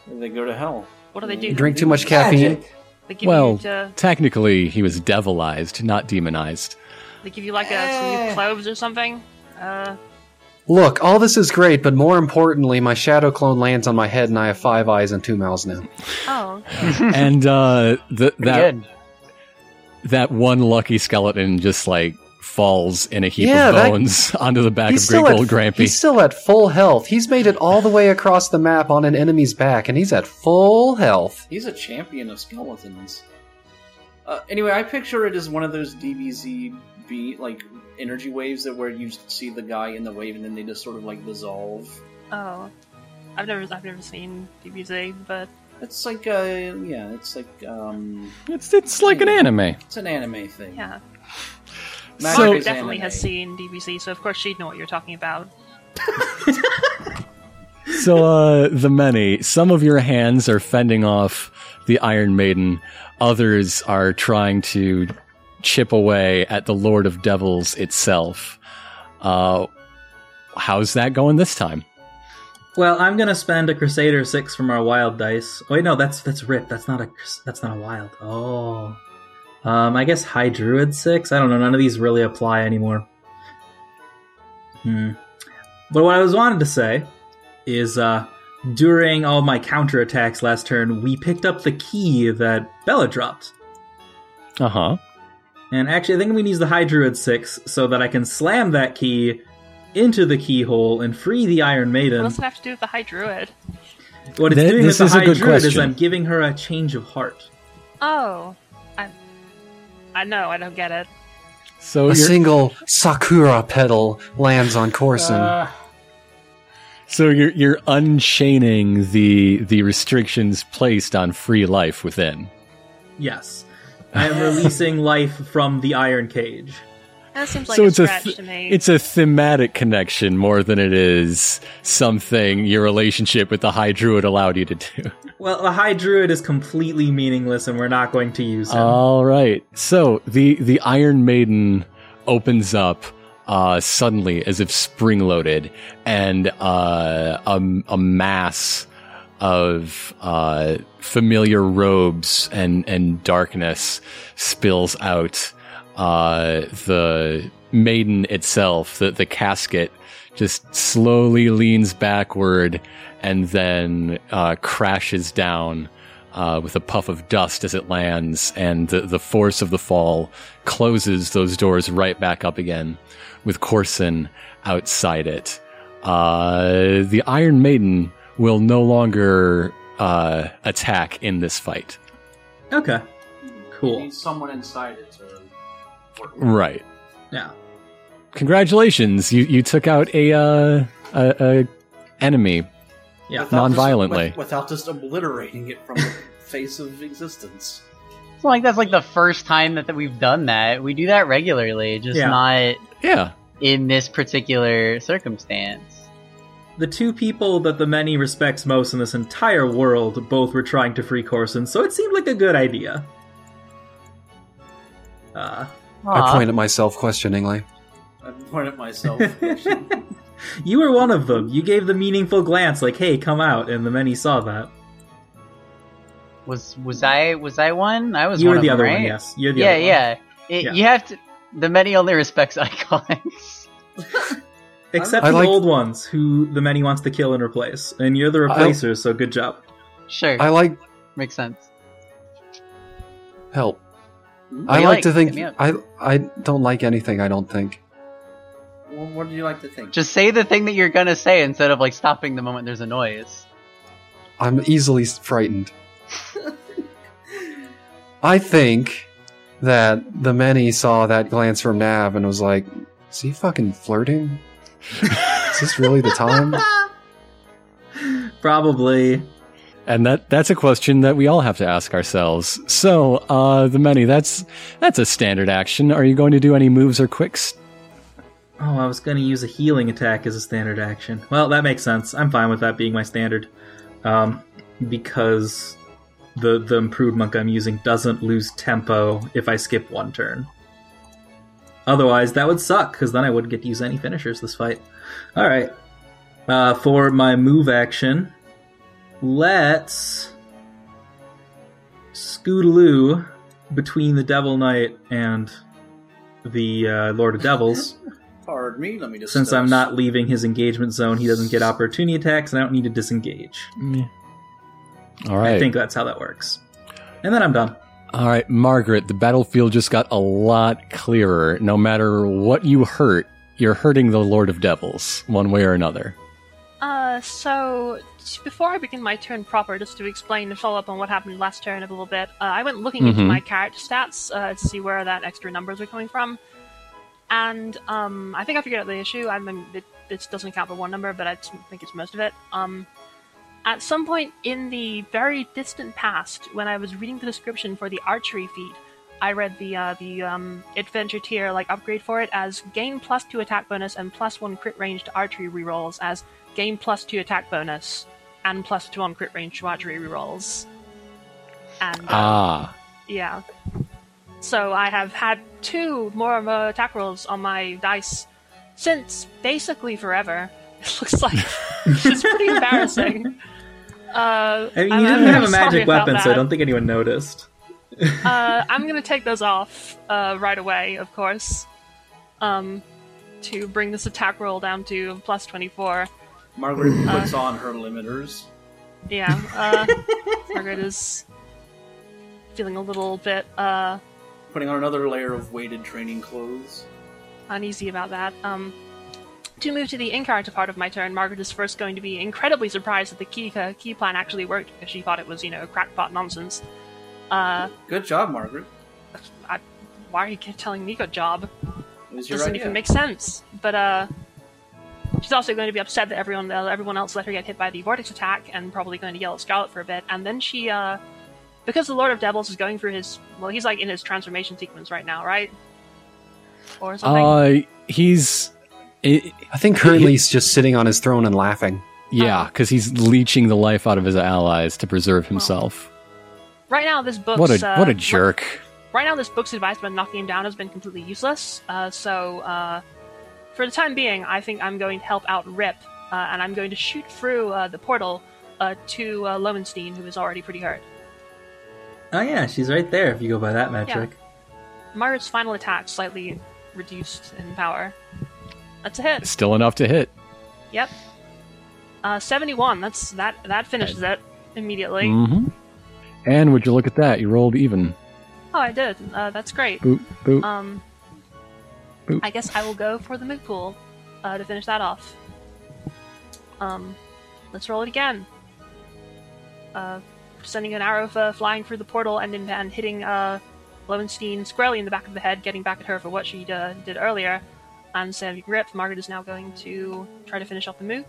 They go to hell.
What do they
You
do?
Drink too much caffeine?
Magic.
They give
Well-
you to,
Technically, he was devilized, not demonized.
they give you like a, some
Eh.
new clothes or something. Uh,
Look, all this is great, but more importantly, my shadow clone lands on my head and I have five eyes and two mouths now.
oh,
and uh, th-
Pretty
that
good.
that one lucky skeleton just like falls in a heap
Yeah,
of
that-
bones onto the back
He's
of Great
still,
Gold
at,
Grampy.
he's still at full health. He's made it all the way across the map on an enemy's back, and he's at full health.
He's a champion of skeletons. Uh, anyway, I picture it as one of those DBZ be like energy waves that where you see the guy in the wave and then they just sort of like dissolve.
oh. I've never I've never seen DBZ, but
It's like uh yeah, it's like um
It's it's like an anime.
it's an anime thing.
yeah,
Magic
So-
Margaret
is
definitely
anime.
has seen DBZ, so of course she'd know what you're talking about.
So uh, the many, some of your hands are fending off the Iron Maiden. Others are trying to chip away at the Lord of Devils itself. Uh, how's that going this time?
Well, I'm gonna spend a Crusader six from our wild dice. Wait, no, that's that's rip. That's not a Crus- that's not a wild. Oh, um, I guess High Druid six. I don't know. None of these really apply anymore. Hmm. But what I was wanted to say is uh, during all my counterattacks last turn, we picked up the key that Bella dropped.
Uh huh.
And actually, I think I'm going to use the High Druid 6 so that I can slam that key into the keyhole and free the Iron
What
Maiden.
does it have to do with the High Druid?
What it's
Th-
doing
this
with
is
the
a
High
good
Druid is
question.
I'm giving her a change of heart.
Oh, I, I know, I don't get it.
So
A
you're,
single sakura petal lands on Corson.
Uh,
so you're you're unchaining the the restrictions placed on free life within.
Yes. I am releasing life from the Iron Cage.
That seems like
so
a
it's a
stretch
th-
to me.
it's a thematic connection more than it is something your relationship with the High Druid allowed you to do.
Well, the High Druid is completely meaningless and we're not going to use him.
All right. So the the Iron Maiden opens up uh, suddenly, as if spring loaded, and uh, a, a mass of uh, familiar robes and and darkness spills out. Uh, the maiden itself, the the casket, just slowly leans backward and then uh, crashes down uh, with a puff of dust as it lands, and the, the force of the fall closes those doors right back up again, with Corson outside it. Uh, the Iron Maiden will no longer uh, attack in this fight.
Okay. Cool.
Need someone inside it to work.
Right.
Yeah.
Congratulations, you you took out a uh, a, a enemy.
Yeah.
Without just-
Non-violently.
with- without just obliterating it from the face of existence.
It's not like that's like the first time that, that we've done that. We do that regularly, just
Yeah.
not
Yeah.
in this particular circumstance.
The two people that the many respects most in this entire world both were trying to free Corson, so it seemed like a good idea. Uh,
I
Aw.
point at myself questioningly.
I pointed at myself.
you were one of them. You gave the meaningful glance, like, hey, come out, and the many saw that.
Was was I was I one? I was
you
one
were
of
the
them,
other one,
right?
yes. You're the
yeah,
other one.
yeah. It-
Yeah.
You have to. The many only respects icons.
Except
I
for
like-
the old ones, who the many wants to kill and replace. And you're the replacer, so good job.
sure,
I like
makes sense.
help.
Hmm?
I
What do you
like to
like?
think
Hit me up.
I I don't like anything. I don't think.
well, what do you like to think?
Just say the thing that you're gonna say instead of like stopping the moment there's a noise.
I'm easily s- frightened. I think that the many saw that glance from Nav and was like, "Is he fucking flirting? Is this really the time?"
Probably.
And that that's a question that we all have to ask ourselves. So, uh, the many that's that's a standard action. Are you going to do any moves or quicks?
Oh, I was going to use a healing attack as a standard action. Well, that makes sense. I'm fine with that being my standard. Um, because the the improved monk I'm using doesn't lose tempo if I skip one turn. Otherwise, that would suck, because then I wouldn't get to use any finishers this fight. Alright. Uh, for my move action, let's. Scootaloo between the Devil Knight and the uh, Lord of Devils.
Pardon me. Let me just.
Since
uh,
I'm not leaving his engagement zone, he doesn't get opportunity attacks, and I don't need to disengage.
All right.
I think that's how that works. And then I'm done.
All right, Margaret, the battlefield just got a lot clearer. No matter what you hurt, you're hurting the Lord of Devils, one way or another.
Uh, so t- before I begin my turn proper, just to explain and follow up on what happened last turn a little bit, uh, I went looking into
Mhm.
my character stats uh, to see where that extra numbers were coming from, and um, I think I figured out the issue. I mean, it, it doesn't account for one number, but I just think it's most of it. Um, at some point in the very distant past, when I was reading the description for the archery feat, I read the uh, the um, adventure tier like upgrade for it as gain plus two attack bonus and plus one crit range to archery rerolls as gain plus two attack bonus and plus two on crit range to archery rerolls. And uh,
Ah,
yeah. So I have had two more of, uh, attack rolls on my dice since basically forever. It looks like which is pretty embarrassing. Uh,
I mean,
I'm-
you
I'm
didn't have a
sorry
magic
about
weapon, so I
that.
don't think anyone noticed.
uh, I'm gonna take those off uh, right away, of course, um, to bring this attack roll down to plus 24.
Margaret
Uh.
puts on her limiters.
Yeah. Uh, Margaret is feeling a little bit uh,
Putting on another layer of weighted training clothes.
uneasy about that. Um, to move to the incorrect part of my turn, Margaret is first going to be incredibly surprised that the key uh, key plan actually worked because she thought it was you know crackpot nonsense. Uh,
Good job, Margaret.
I, why are you keep telling me good job?
It was your
Doesn't
idea.
even make sense. But uh, she's also going to be upset that everyone uh, everyone else let her get hit by the vortex attack, and probably going to yell at Scarlet for a bit. And then she, uh, because the Lord of Devils is going through his well, he's like in his transformation sequence right now, right? Or something.
Uh, he's. It,
I think currently he's just sitting on his throne and laughing.
yeah, because he's leeching the life out of his allies to preserve himself.
right now, this book's
What a
uh,
what a jerk!
right now this book's advice about knocking him down has been completely useless. Uh, so uh, for the time being, I think I'm going to help out Rip, uh, and I'm going to shoot through uh, the portal uh, to uh, Lowenstein, who is already pretty hurt.
Oh yeah, she's right there. If you go by that metric,
Margaret's final attack slightly reduced in power. That's a hit.
Still enough to hit.
Yep. Uh, 71. That's that. That finishes it immediately.
hmm And would you look at that? You rolled even.
Oh, I did. Uh, that's great.
Boop boop.
Um,
Boop.
I guess I will go for the moot pool uh, to finish that off. Um, let's roll it again. Uh, sending an arrow uh, flying through the portal and in, and hitting uh, Lowenstein squarely in the back of the head, getting back at her for what she uh, did earlier. And saving rip, Margaret is now going to try to finish off the mook.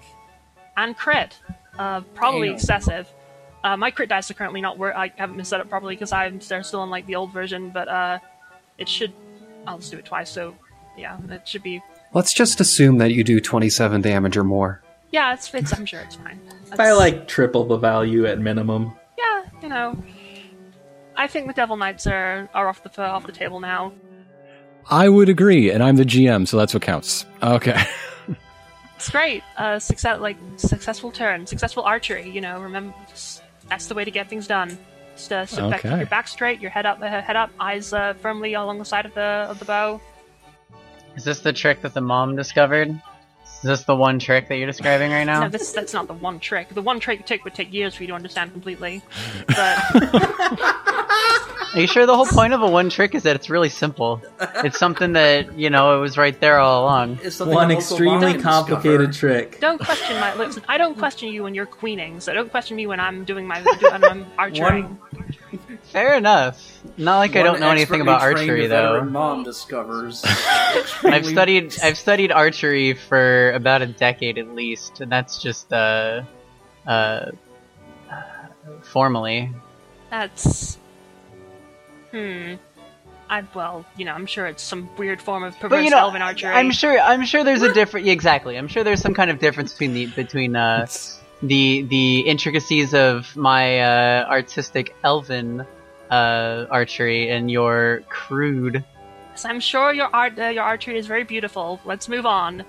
And crit, uh, probably
Damn.
excessive. Uh, my crit dice are currently not work. I haven't been set up properly because I'm they're still on like the old version, but uh, it should. I'll just do it twice. So yeah, it should be.
Let's just assume that you do 27 damage or more.
Yeah, it's. it's I'm sure it's fine.
by
It's-
like triple the value at minimum.
Yeah, you know. I think the Devil Knights are are off the off the table now.
I would agree, and I'm the GM, so that's what counts. Okay.
It's great. Uh, success like successful turn, successful archery. You know, remember just, that's the way to get things done. Just uh, sit back, keep
Okay.
your back straight, your head up, uh, head up, eyes uh, firmly along the side of the of the bow.
Is this the trick that the mom discovered? Is this the one trick that you're describing right
No,
now?
this, that's not the one trick. The one trick trick would take years for you to understand completely. But
Are you sure the whole point of a one trick is that it's really simple? It's something that, you know, it was right there all along.
It's something
One
that local
extremely
vines
complicated
discover.
trick.
don't question my listen. I don't question you when you're queening, so don't question me when I'm doing my when I'm archery.
Fair enough. Not like I
One
don't know anything
expertly
about
trained
archery
veteran
though.
Mom discovers.
I've studied I've studied archery for about a decade at least, and that's just uh uh, uh formally.
That's hmm. I well, you know, I'm sure it's some weird form of perverse
But you know,
elven archery.
I'm sure I'm sure there's a different yeah, exactly. I'm sure there's some kind of difference between the between uh the the intricacies of my uh, artistic elven uh, archery and your crude.
So I'm sure your art, uh, your archery is very beautiful. Let's move on.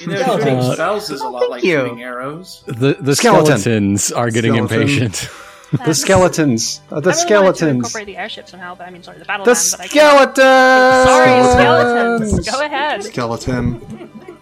You know, shooting
Uh,
spells is a lot
thank
like
you.
shooting arrows.
The the
Skeleton.
skeletons are getting
Skeleton.
impatient.
Um,
The skeletons. Uh, the
I really wanted to
skeletons.
incorporate the airship somehow, but I mean, sorry, the battle.
The
band, but I can't.
skeletons.
Sorry, skeletons. Go ahead.
Skeleton.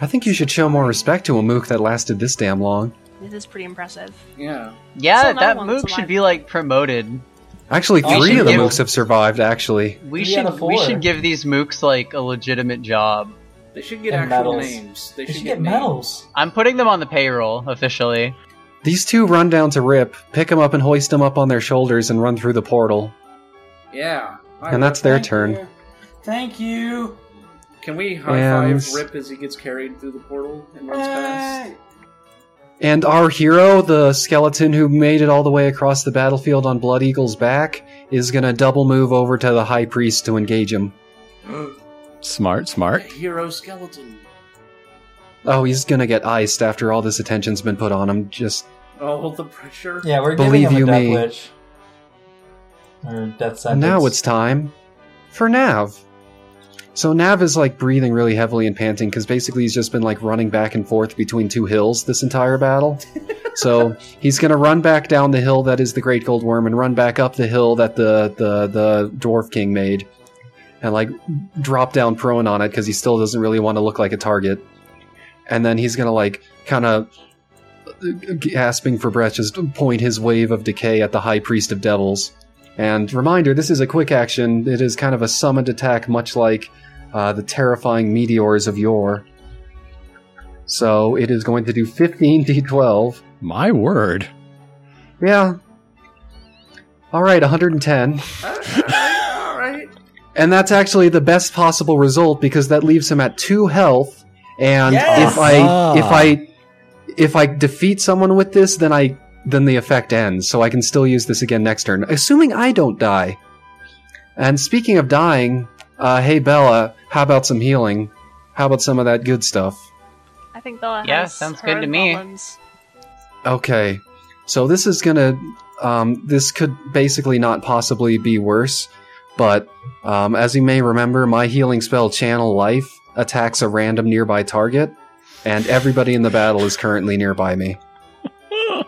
I think you should show more respect to a mook that lasted this damn long.
This is pretty impressive.
Yeah.
Yeah,
Still another
that
one
mook
that's
should
alive.
be like promoted.
Actually,
We
three
should
of the
give-
mooks have survived. Actually,
We
Three out
should
of
we
four.
should give these mooks like a legitimate job.
They should get
And
actual
medals.
names. They
You
should,
should get
names.
medals.
I'm putting them on the payroll officially.
these two run down to Rip, pick him up and hoist him up on their shoulders, and run through the portal.
Yeah. Hi,
And
Rip.
that's their
Thank
turn.
you. Thank you.
Can we high
And-
five Rip as he gets carried through the portal and runs past?
And our hero, the skeleton who made it all the way across the battlefield on Blood Eagle's back, is gonna double move over to the High Priest to engage him.
Smart, smart.
Hero skeleton.
Oh, he's gonna get iced after all this attention's been put on him. Just
Oh, the pressure.
Yeah, we're
Believe
giving him
you
a death
me.
wish. Or death sentence.
now it's time for Nav. So Nav is like breathing really heavily and panting because basically he's just been like running back and forth between two hills this entire battle. so he's gonna run back down the hill that is the Great Gold Worm and run back up the hill that the the the Dwarf King made, and like drop down prone on it because he still doesn't really want to look like a target. and then he's gonna like kind of gasping for breath, just point his wave of decay at the High Priest of Devils. And reminder, this is a quick action. It is kind of a summoned attack, much like uh, the terrifying meteors of yore. So it is going to do 15 d12.
My word.
Yeah. All right, 110.
All right.
And that's actually the best possible result because that leaves him at 2 health and
Yes!
if I
Ah.
if I if I defeat someone with this then I then the effect ends so I can still use this again next turn assuming I don't die. And speaking of dying, uh, hey Bella, how about some healing? How about some of that good stuff?
I think Bella
Yeah,
has
sounds
her
good
own
to me.
Problems.
Okay. So this is gonna. Um, this could basically not possibly be worse, but um, as you may remember, my healing spell Channel Life attacks a random nearby target, and everybody in the battle is currently nearby me.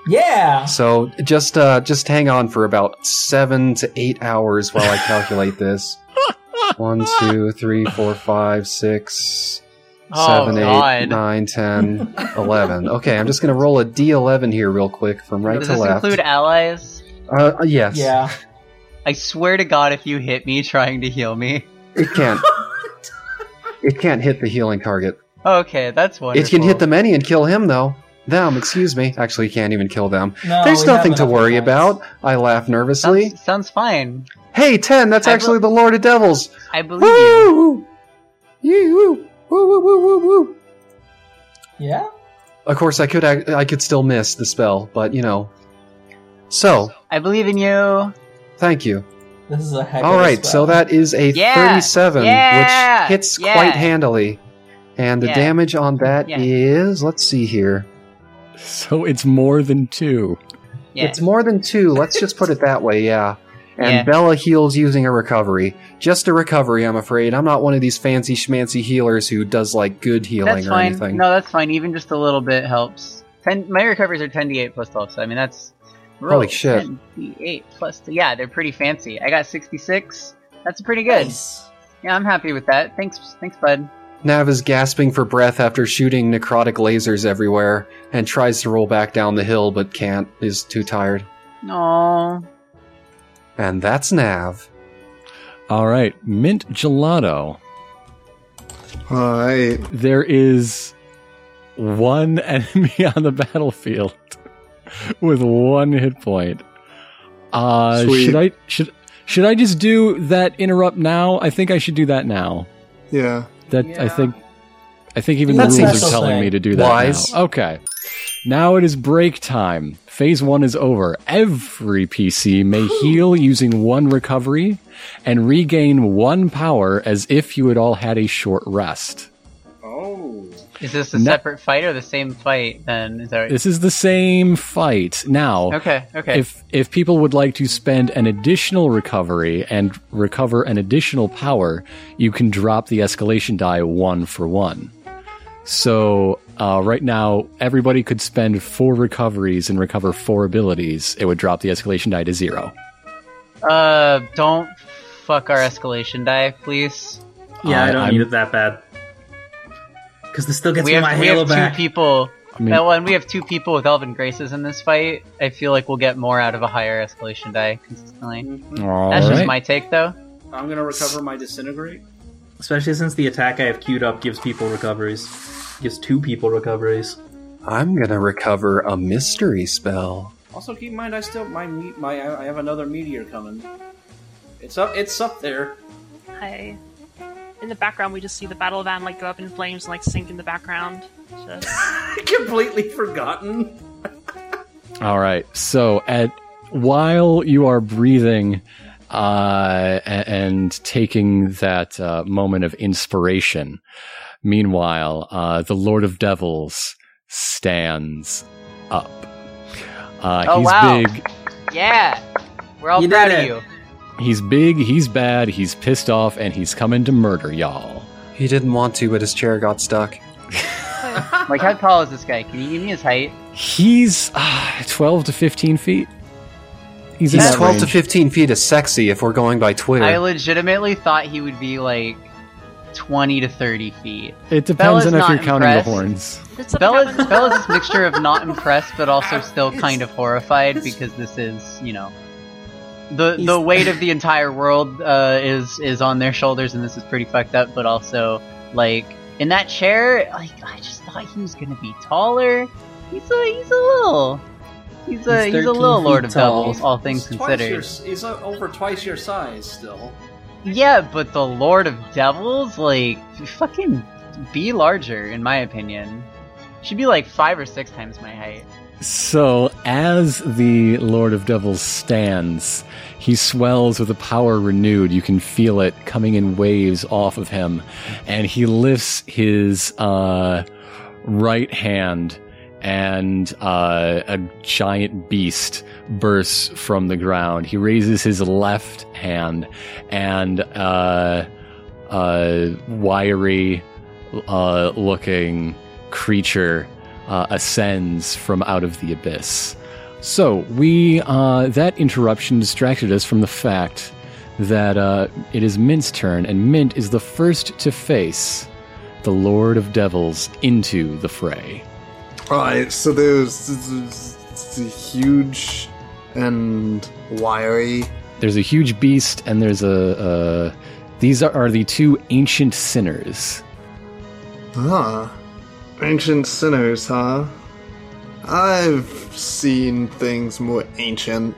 Yeah.
So just uh, just hang on for about seven to eight hours while I calculate this. One, two, three, four, five, six,
Oh,
seven, eight,
God.
nine, ten, eleven. Okay, I'm just gonna roll a d11 here real quick from right
Does
to
this
left.
include allies?
Uh, yes.
Yeah.
I swear to God, if you hit me trying to heal me.
It can't. it can't hit the healing target.
Okay, that's wonderful.
It can hit the many and kill him though. Them, excuse me. Actually, you can't even kill them.
No,
There's
Oh, we have
nothing to
enough
worry
attacks.
about. I laugh nervously.
Sounds, sounds fine.
Hey, ten. That's
I
actually the Lord of Devils.
I believe you.
Woo! Yee, woo! Woo! Woo! Woo! Woo! Woo!
Yeah.
Of course, I could. Act, I could still miss the spell, but you know. So,
I believe in you.
thank you.
This is a heck.
All
of a
right,
spell.
so that is a
Yeah,
37,
yeah,
which hits
yeah.
quite handily. And the
Yeah.
damage on that
Yeah.
is- let's see here.
So it's more than two.
Yeah.
It's more than two, let's just put it that way, yeah. And
Yeah.
Bella heals using a recovery. Just a recovery, I'm afraid. I'm not one of these fancy schmancy healers who does, like, good healing
that's
or
fine.
anything.
No, that's fine. Even just a little bit helps. Ten, my recoveries are 10d8 plus 12, so I mean, that's.
Holy shit.
10d8 plus. Yeah, they're pretty fancy. I got 66. That's pretty good.
Nice.
Yeah, I'm happy with that. Thanks, thanks, bud.
Nav is gasping for breath after shooting necrotic lasers everywhere and tries to roll back down the hill but can't, is too tired.
No.
And that's Nav.
All right, mint gelato.
All right.
There is one enemy on the battlefield with one hit point. Uh,
Sweet.
should I should should I just do that interrupt now? I think I should do that now.
Yeah.
That I think I think even
That
the rules
seems
are telling me to do that
wise.
now. Okay. Now it is break time. Phase one is over. Every PC may heal using one recovery and regain one power as if you had all had a short rest.
Oh.
Is this a
No.
separate fight or the same fight? Then is that
This is the same fight. Now,
okay? Okay.
if if people would like to spend an additional recovery and recover an additional power, you can drop the escalation die one for one. So uh, right now, everybody could spend four recoveries and recover four abilities. It would drop the escalation die to zero.
uh, don't fuck our escalation die, please.
Yeah, I don't
I'm-
need it that bad. Because this still gets
we
me
have,
my
we
halo
have two
back.
people.
I mean,
uh, well, and we have two people with Elven Graces in this fight. I feel like we'll get more out of a higher escalation die consistently.
all
That's just
right.
my take, though.
I'm gonna recover my disintegrate.
Especially since the attack I have queued up gives people recoveries. Gives two people recoveries.
I'm gonna recover a mystery spell.
Also, keep in mind, I still my me- my I I have another meteor coming. It's up. It's up there.
I, in the background, we just see the battle van like go up in flames and like sink in the background. Just-
Completely forgotten.
All right. So at while you are breathing uh, a- and taking that uh, moment of inspiration, meanwhile, uh, the Lord of Devils stands up. Uh,
Oh,
he's
wow.
big.
Yeah, we're all
You
proud
did
of
it.
you.
He's big. He's bad. He's pissed off, and he's coming to murder y'all.
He didn't want to, but his chair got stuck.
Like, how tall is this guy? Can you give me his height?
He's uh, twelve to fifteen feet. He's, in
He's
that
12 to
range.
15 feet is sexy if we're going by Twitter.
I legitimately thought he would be like twenty to thirty feet.
It depends
Bella's
on if
not
you're counting
impressed.
the horns.
Did something
Bella's
happen?
Bella's this mixture of not impressed but also still kind of horrified because this is you know the the weight of the entire world uh, is is on their shoulders and this is pretty fucked up. But also like in that chair, like I just thought he was gonna be taller. He's a he's a little he's a
He's
he's, a
13
little
feet
Lord of
tall.
Devils, all things
He's
considered.
Twice your, he's uh, over twice your size still.
Yeah, but the Lord of Devils, like, fucking be larger, in my opinion. Should be like five or six times my height.
So, as the Lord of Devils stands, he swells with a power renewed. You can feel it coming in waves off of him. And he lifts his uh, right hand, and uh, a giant beast bursts from the ground. He raises his left hand, and uh, a wiry uh, looking creature uh, ascends from out of the abyss. So we uh, that interruption distracted us from the fact that uh, it is Mint's turn, and Mint is the first to face the Lord of Devils into the fray.
Alright, so there's the huge and wiry.
There's a huge beast, and there's a. a these are, are the two ancient sinners.
Ah. Ancient sinners, huh? I've seen things more ancient.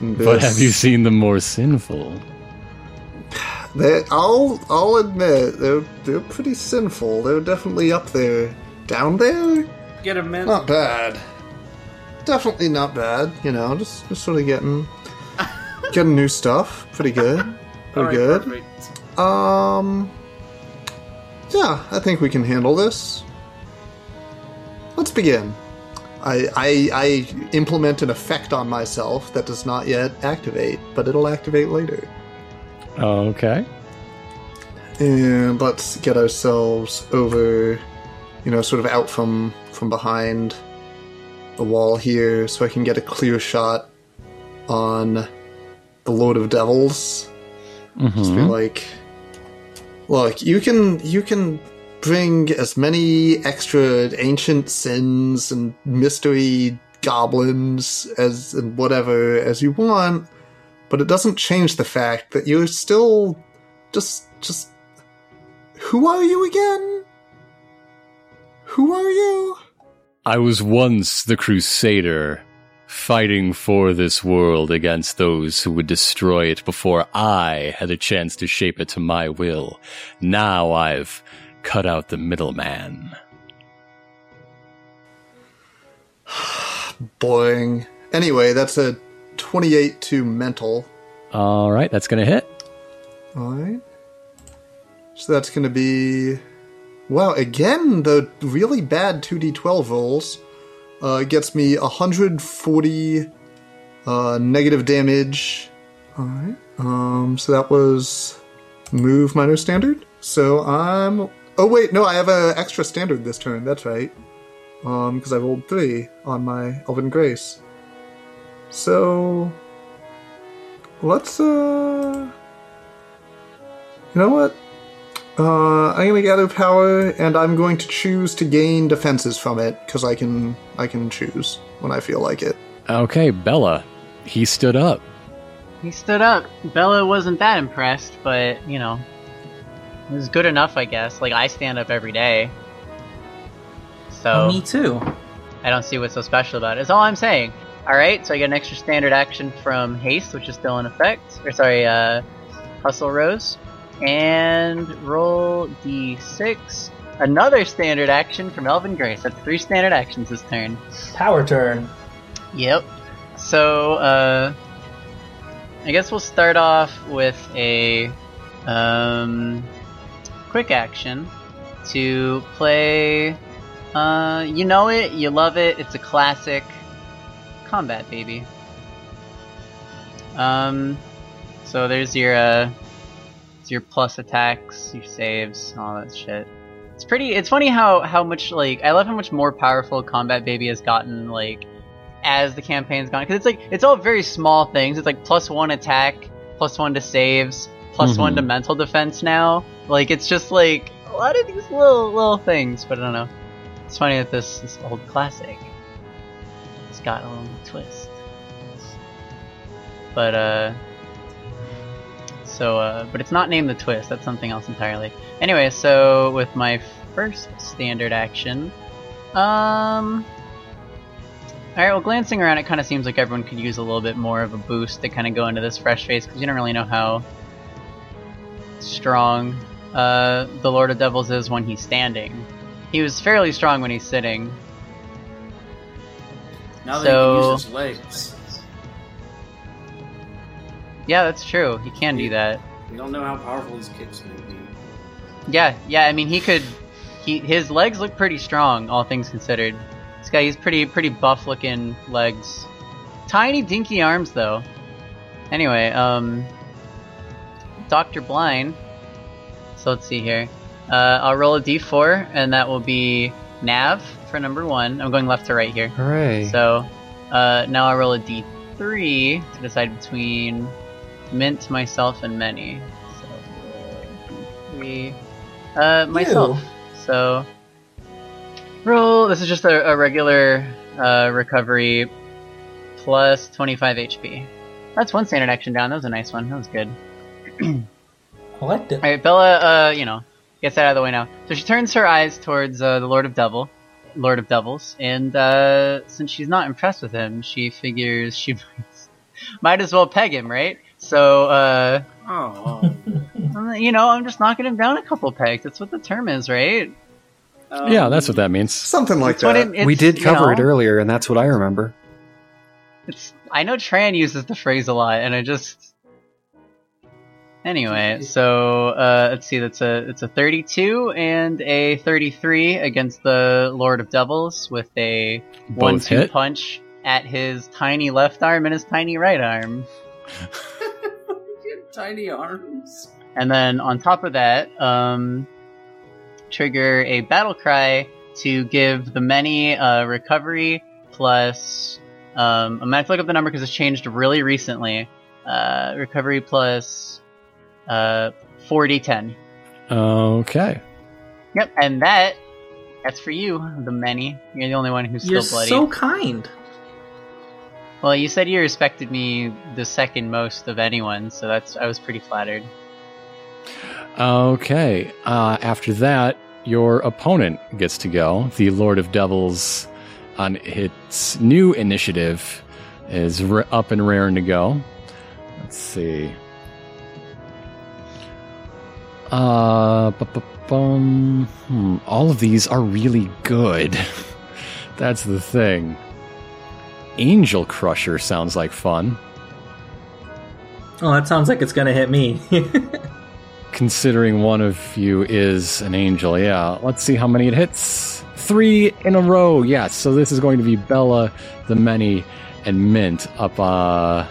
But have you
This-
seen them more sinful?
They, I'll I'll admit they're they're pretty sinful. They're definitely up there, down there.
Get him, man.
Not bad. Definitely not bad. You know, just just sort of getting getting new stuff. Pretty good.
Alright,
Pretty good.
perfect.
Um. Yeah, I think we can handle this. Let's begin. I, I I implement an effect on myself that does not yet activate, but it'll activate later.
Okay.
and let's get ourselves over you know sort of out from from behind the wall here so i can get a clear shot on the lord of devils just
Hmm.
be like look you can you can bring as many extra ancient sins and mystery goblins as and whatever as you want but it doesn't change the fact that you're still just just who are you again? Who are you?
I was once the crusader, fighting for this world against those who would destroy it before I had a chance to shape it to my will. Now I've cut out the middleman.
Boring. Anyway, that's a 28 to mental.
All right, that's going to hit.
Alright. So that's going to be. Wow, again, the really bad 2d12 rolls uh, gets me 140 uh, negative damage. Alright. Um, so that was move minor standard. So I'm. Oh, wait, no, I have an extra standard this turn. That's right. Because I rolled 3 on my Elven Grace. So. Let's. uh... You know what? Uh, I'm gonna gather power, and I'm going to choose to gain defenses from it because I can I can choose when I feel like it.
Okay, Bella, he stood up.
He stood up. Bella wasn't that impressed, but, you know, it was good enough, I guess. Like, I stand up every day. So,
Me too.
I don't see what's so special about it, is all I'm saying. Alright, so I get an extra standard action from Haste, which is still in effect. Or, sorry, uh, Hustle Rose. And roll d6. Another standard action from Elven Grace. That's three standard actions this turn.
Power turn.
Yep. So, uh, I guess we'll start off with a um, quick action to play. Uh, you know it, you love it. It's a classic combat, baby. Um, so there's your uh, it's your plus attacks, your saves, and all that shit. It's pretty. It's funny how how much like I love how much more powerful combat baby has gotten like as the campaign's gone because it's like it's all very small things. It's like plus one attack, plus one to saves, plus one
Mhm.
to mental defense now. Like it's just like a lot of these little little things, but I don't know. It's funny that this this old classic it's got a little twist. But uh so uh but it's not named the twist, that's something else entirely. Anyway, so with my first standard action, um all right. Well, glancing around, it kind of seems like everyone could use a little bit more of a boost to kind of go into this fresh phase because you don't really know how strong uh, the Lord of Devils is when he's standing. He was fairly strong when he's sitting.
Now that he
So-
can use his legs,
Yeah, that's true. He can do that.
we don't know how powerful his kicks may be.
Yeah, yeah. I mean, he could. He his legs look pretty strong, all things considered. This guy, he's pretty pretty buff looking legs. Tiny dinky arms though. Anyway, um, Doctor Blind. So let's see here. Uh, I'll roll a d4, and that will be Nav for number one. I'm going left to right here.
Hooray.
So uh, now I roll a d3 to decide between mint, myself, and many. So d3, uh, myself. So roll. This is just a, a regular uh, recovery plus 25 HP. That's one standard action down. That was a nice one. That was good.
I liked it.
All right, Bella. Uh, you know, gets that out of the way now. So she turns her eyes towards uh, the Lord of Devil, Lord of Devils, and uh, since she's not impressed with him, she figures she might, might as well peg him, right? So, uh,
Oh,
you know, I'm just knocking him down a couple pegs. That's what the term is, right?
um,
yeah, that's what that means.
Something like
That's what
that.
it- it's,
we did
you
cover it
know,
earlier, and that's what I remember.
It's, I know Tran uses the phrase a lot, and I just. Anyway, so uh, let's see. That's a it's a 32 and a 33 against the Lord of Devils with a
Both
one-two
hit.
punch at his tiny left arm and his tiny right arm.
You have tiny arms.
And then on top of that, um, trigger a battle cry to give the many uh, recovery plus. Um, I'm gonna have to look up the number because it's changed really recently. Uh, recovery plus uh, 4d10.
Okay.
Yep, and that that's for you, the many. You're the only one who's
You're
still bloody.
so kind.
Well, you said you respected me the second most of anyone, so that's I was pretty flattered.
Okay. Uh, after that, your opponent gets to go. The Lord of Devils, on its new initiative, is re- up and raring to go. Let's see. Uh, bu- bu- bum. Hmm, all of these are really good. That's the thing. Angel Crusher sounds like fun,
Oh, that sounds like it's gonna hit me.
considering one of you is an angel. Yeah, let's see how many it hits. Three in a row. Yes, so this is going to be Bella, the many, and Mint up. Uh,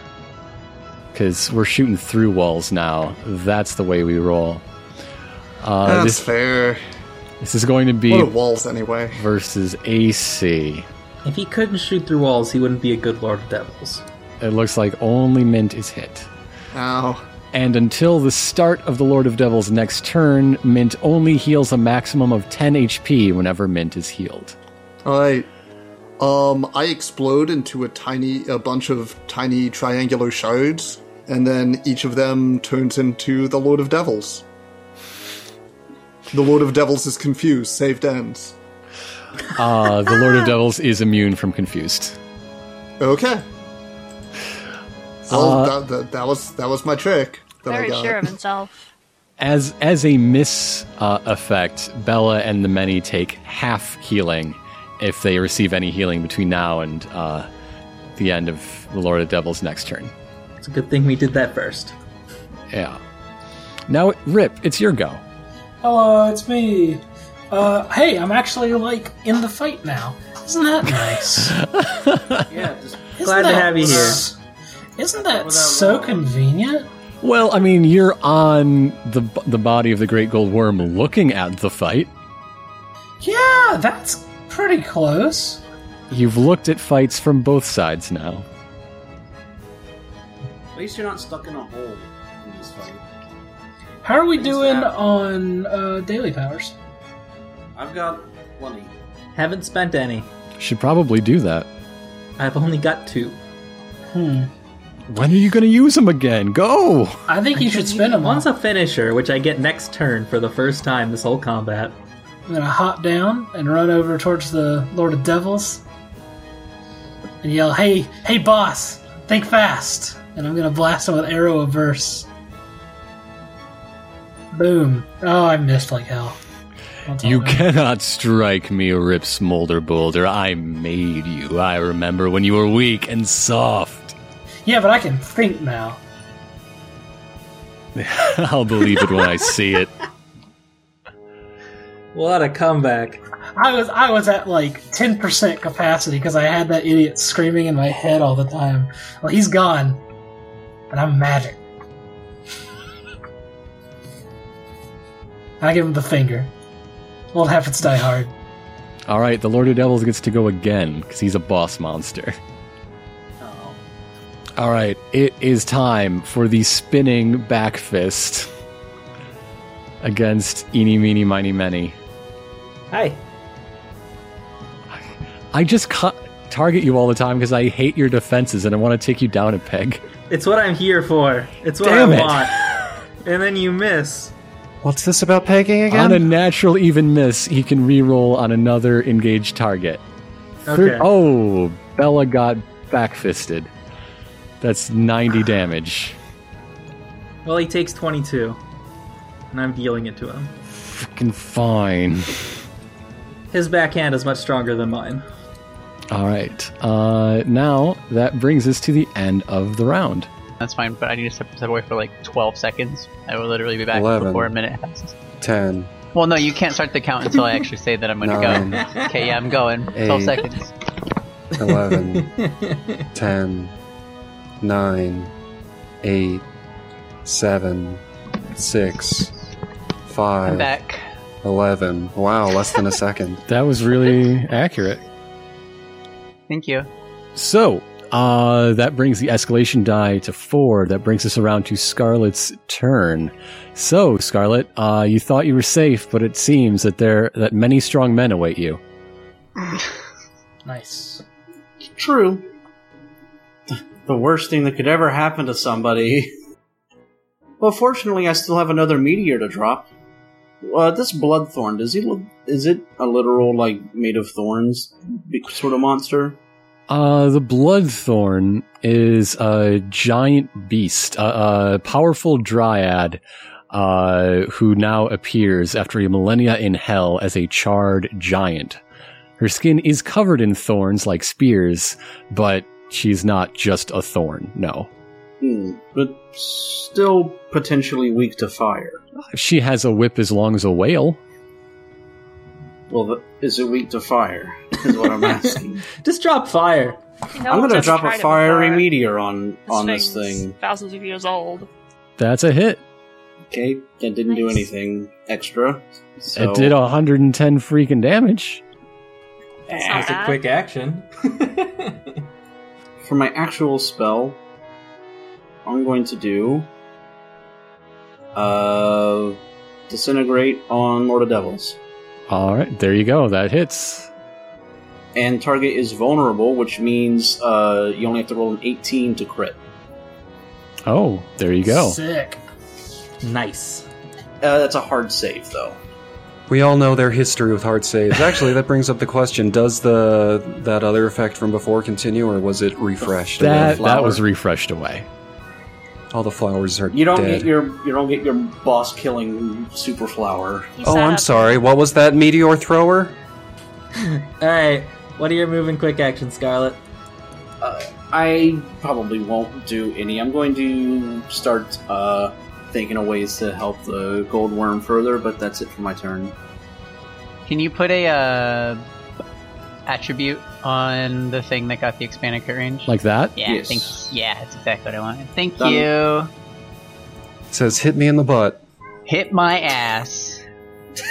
because we're shooting through walls now. That's the way we roll. Uh,
that's
this
fair.
this is going to be
Ah, What are walls anyway?
versus AC.
if he couldn't shoot through walls, he wouldn't be a good Lord of Devils.
It looks like only Mint is hit.
Ow.
And until the start of the Lord of Devil's next turn, Mint only heals a maximum of 10 HP whenever Mint is healed.
All right. Um, I explode into a tiny, a bunch of tiny triangular shards, and then each of them turns into the Lord of Devils. The Lord of Devils is confused. Saved ends.
Uh, the Lord of Devils is immune from confused.
Okay. So
Uh,
that, that, that was that was my trick. That I
Very
got.
sure of himself.
As as a miss uh, effect, Bella and the many take half healing if they receive any healing between now and uh, the end of the Lord of Devil's next turn.
It's a good thing we did that first.
Yeah. Now, Rip, it's your go.
Hello, it's me. Uh, hey, I'm actually like in the fight now. Isn't that nice?
Yeah, just
Isn't
Glad to
that
have you here.
s- Isn't that so convenient?
Well, I mean, you're on the b- the body of the Great Gold Worm, looking at the fight.
Yeah, that's pretty close.
You've looked at fights from both sides now.
at least you're not stuck in a hole in this fight.
How are we
Things
doing
happen.
on uh, daily powers?
I've got plenty.
Haven't spent any.
Should probably do that.
I've only got two.
Hmm.
When are you going to use them again? Go!
I think you should spend them
One's
once,
a finisher, which I get next turn for the first time this whole combat.
and then I hop down and run over towards the Lord of Devils and yell, "Hey, hey, boss! Think fast!" And I'm gonna blast him with arrow averse. Boom! Oh, I missed like hell. Don't tell
You
me.
cannot strike me, Rip Smolder Boulder. I made you. I remember when you were weak and soft.
Yeah, but I can think now.
I'll believe it when I see it.
What a comeback.
I was I was at like ten percent capacity because I had that idiot screaming in my head all the time. Well, he's gone, and I'm magic. I give him the finger. Old habits die hard.
All right, the Lord of Devils gets to go again because he's a boss monster. All right, it is time for the spinning back fist against Eeny, Meeny, Miny, Many.
Hi.
I just ca- target you all the time because I hate your defenses and I want to take you down a peg.
It's what I'm here for. It's what
Damn
I
it.
want. and then you miss.
What's this about pegging
On
again?
a natural even miss, he can reroll on another engaged target. Thir-
Okay.
oh, Bella got backfisted. That's 90 damage.
Well, he takes 22. And I'm dealing it to him.
Freaking fine.
His backhand is much stronger than mine.
All right. Uh, now that brings us to the end of the round.
That's fine, but I need to step, step away for like 12 seconds. I will literally be back
Eleven.
before a minute passes.
Ten.
Well, no, you can't start the count until I actually say that I'm going to
Nine.
go. Okay, yeah, I'm going. 12
Eight.
seconds.
11, 10, 9, 8, 7, 6,
I'm
5,
back.
11. Wow, less than a second.
That was really accurate.
Thank you.
So uh, that brings the escalation die to four. That brings us around to Scarlet's turn. So Scarlet, uh, you thought you were safe, but it seems that there that many strong men await you.
Nice.
True. The worst thing that could ever happen to somebody. Well, fortunately, I still have another meteor to drop. Uh, this bloodthorn does he look? Is it a literal like made of thorns be- sort of monster?
Uh, the Bloodthorn is a giant beast, a, a powerful dryad, uh, who now appears after a millennia in hell as a charred giant. Her skin is covered in thorns like spears, but she's not just a thorn, no.
Hmm, but still potentially weak to fire.
She has a whip as long as a whale.
Well, th- is it weak to fire? Is what I'm asking.
Just drop fire.
You know,
I'm gonna
just
drop
tried
a
it
fiery
before.
meteor on
This
on this
thing's
thing.
Thousands of years old.
That's a hit.
Okay, that didn't do
Nice.
anything extra. So.
It did 110 freaking damage.
That's
It's
a
not bad.
quick action.
for my actual spell, I'm going to do uh, disintegrate on Lord of Devils,
All right, there you go. That hits.
and target is vulnerable, which means uh, you only have to roll an 18 to crit.
Oh, there you go.
Sick.
nice.
Uh, that's a hard save, though.
We all know their history with hard saves. Actually, that brings up the question: Does the that other effect from before continue, or was it refreshed?
That that
flower.
was refreshed away.
all the flowers are
You don't
dead.
get your you don't get your boss killing super flower.
He
oh,
sat
I'm
up.
sorry. What was that meteor thrower?
Alright, what are your moving quick actions, Scarlet?
I probably won't do any. I'm going to start uh, thinking of ways to help the gold worm further, but that's it for my turn.
Can you put a uh, attribute on the thing that got the expanded crit range?
Like that?
yeah,
Yes.
thank yeah, that's exactly what I wanted. Thank
Done.
you.
It says hit me in the butt.
Hit my ass. It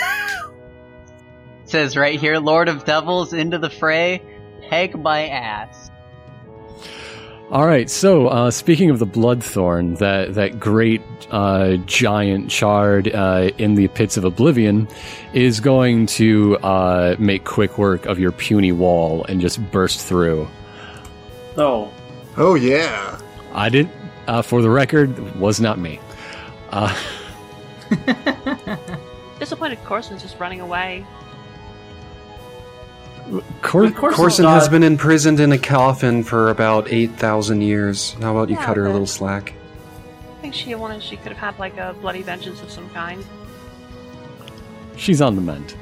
says right here, Lord of Devils into the fray, peg my ass.
All right. So, uh, speaking of the Bloodthorn, that that great uh, giant shard uh, in the pits of oblivion is going to uh, make quick work of your puny wall and just burst through.
Oh,
Oh yeah.
I didn't. Uh, for the record, was not me. Uh,
Disappointed Corson's just running away.
Cor-
Of course
Corson
not.
has been imprisoned in a coffin for about 8,000 years. How about you
Yeah,
cut her a
but-
little slack?
I think she wanted she could have had like a bloody vengeance of some kind.
she's on the mend.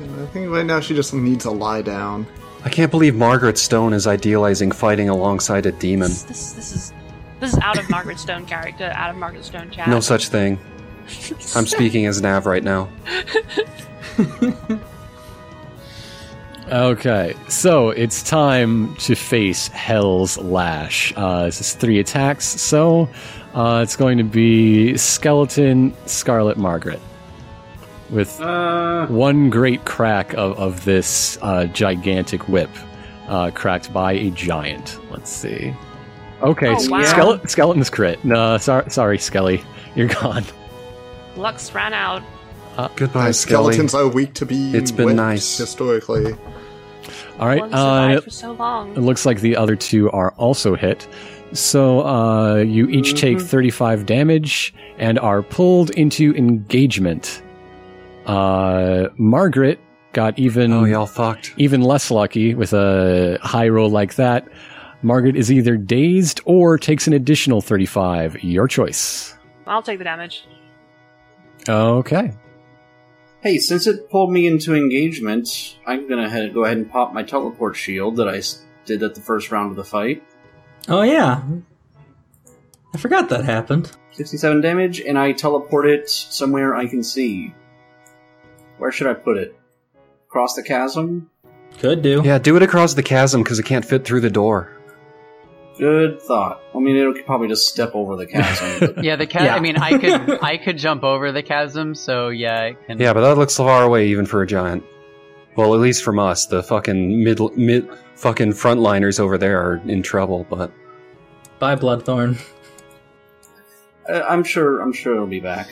Yeah, I think right now she just needs to lie down.
I can't believe Margaret Stone is idealizing fighting alongside a demon.
This, this this is this is out of Margaret Stone character, out of Margaret Stone chat.
No such thing. I'm speaking as Nav right now.
Okay, so it's time to face Hell's Lash. Uh, this is three attacks, so uh, it's going to be Skeleton Scarlet Margaret with
uh,
one great crack of, of this uh, gigantic whip, uh, cracked by a giant. Let's see. Okay,
Oh, wow.
skeleton, skeleton's crit. No, sorry, sorry, Skelly, you're gone.
Lux ran out.
Goodbye, Skelly.
Skeletons are weak to be.
It's been
whipped
nice.
historically.
All right,
One
uh,
survived for so long.
It looks like the other two are also hit. So uh, you each take 35 damage and are pulled into engagement. Uh, Margaret got even
Oh, y'all fucked.
even less lucky with a high roll like that. Margaret is either dazed or takes an additional 35. Your choice.
I'll take the damage.
Okay.
hey, since it pulled me into engagement, I'm gonna head, go ahead and pop my teleport shield that I s- did at the first round of the fight.
Oh yeah, I forgot that happened.
67 damage, and I teleport it somewhere I can see. Where should I put it? Across the chasm?
Could do.
Yeah, do it across the chasm because it can't fit through the door.
Good thought. I mean, it'll probably just step over the chasm. but-
Yeah, the chasm.
Yeah.
I mean, I could I could jump over the chasm, so yeah, I can.
Yeah, but that looks far away even for a giant. Well, at least from us, the fucking mid mid fucking frontliners over there are in trouble. But
Bye, Bloodthorn.
Uh, I'm sure. I'm sure it'll be back.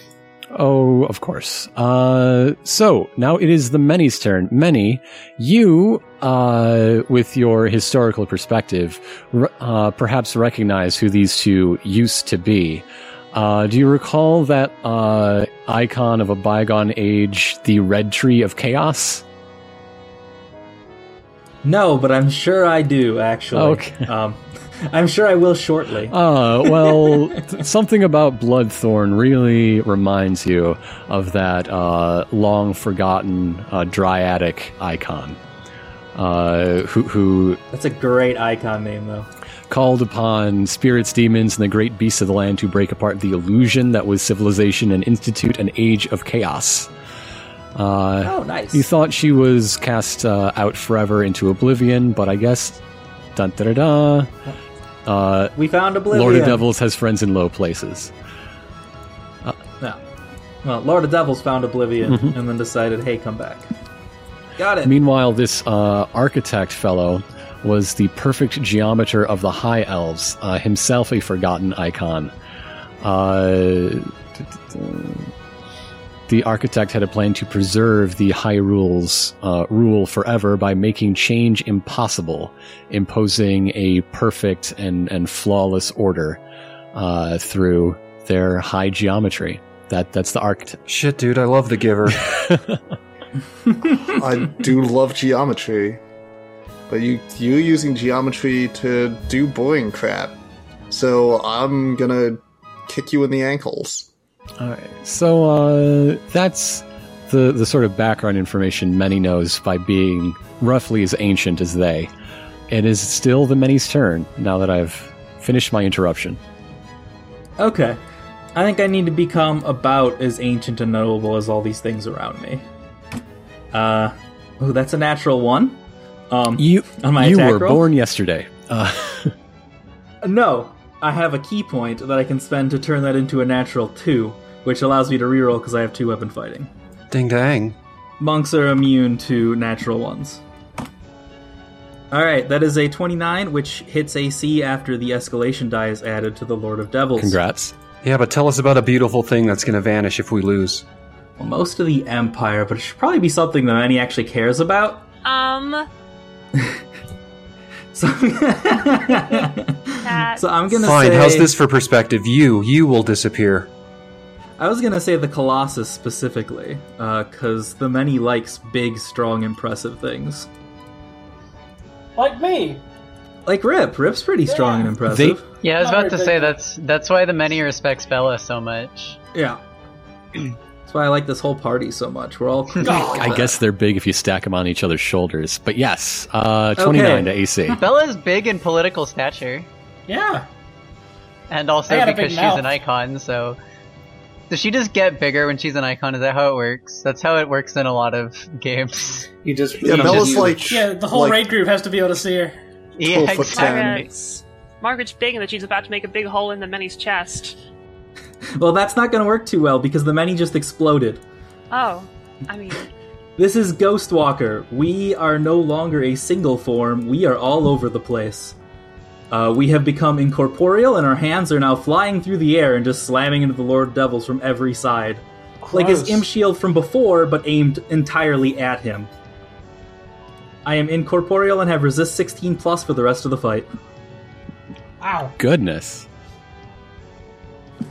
Oh, of course. Uh, so now it is the many's turn. Many, you, uh, with your historical perspective, r- uh, perhaps recognize who these two used to be. Uh, do you recall that uh, icon of a bygone age, the Red Tree of Chaos?
No, but I'm sure I do actually.
Okay.
Um, I'm sure I will shortly.
Uh, well, th- something about Bloodthorn really reminds you of that uh, long forgotten uh, dryadic icon. Uh, who, who
That's a great icon name though.
called upon spirits, demons, and the great beasts of the land to break apart the illusion that was civilization and institute an age of chaos. Uh,
Oh, nice.
you thought she was cast uh, out forever into oblivion, but I guess, dun da da da, uh,
we found Oblivion.
Lord of Devils has friends in low places.
No. Well, Lord of Devils found Oblivion
Mhm.
and then decided, hey, come back. Got it.
Meanwhile, this uh, architect fellow was the perfect geometer of the High Elves, uh, himself a forgotten icon. Uh, the architect had a plan to preserve the High Rules uh, rule forever by making change impossible, imposing a perfect and, and flawless order uh, through their high geometry. That that's the architect.
shit, dude, I love the Giver.
I do love geometry, but you you using geometry to do boring crap. So I'm gonna kick you in the ankles.
All right. So uh, that's the the sort of background information many knows by being roughly as ancient as they. It is still the many's turn now that I've finished my interruption.
Okay. I think I need to become about as ancient and knowable as all these things around me. Uh, oh, that's a natural one. Um,
You
on my
you
attack
were
roll?
born yesterday. Uh,
No, I have a key point that I can spend to turn that into a natural two, which allows me to reroll because I have two weapon fighting.
Ding dang.
Monks are immune to natural ones.
All right, that is a 29, which hits AC after the escalation die is added to the Lord of Devils.
Congrats.
Yeah, but tell us about a beautiful thing that's going to vanish if we lose.
Well, most of the Empire, but it should probably be something that any actually cares about.
Um,
So,
That-
so I'm gonna
Fine,
say.
how's this for perspective? You, you will disappear.
I was gonna say the Colossus specifically, because the many likes big, strong, impressive things.
Like me.
Like Rip. Rip's pretty strong and
Yeah.
impressive.
Yeah, I was
Not
about to
very
say
big.
that's that's why the many respects Bella so much.
Yeah. That's why I like this whole party so much. We're all.
I guess they're big if you stack them on each other's shoulders. But yes, uh, 29 to AC.
Bella's big in political stature,
Yeah.
and
I
also
got a
because
big
she's
mouth.
an icon. So, does she just get bigger when she's an icon? Is that how it works? That's how it works in a lot of games.
You just
Yeah,
you
Bella's
just-
like
Yeah, the whole
like,
raid group has to be able to see her.
Yeah,
12 foot
exactly.
Margaret's, Margaret's big and that she's about to make a big hole in the many's chest.
well, that's not gonna work too well because the many just exploded.
Oh, I mean,
This is Ghostwalker. We are no longer a single form. We are all over the place. Uh, we have become incorporeal, and our hands are now flying through the air and just slamming into the Lord Devils from every side. Like his
Gross.
imp shield from before, but aimed entirely at him. I am incorporeal and have resist 16 plus for the rest of the fight.
Wow.
Goodness.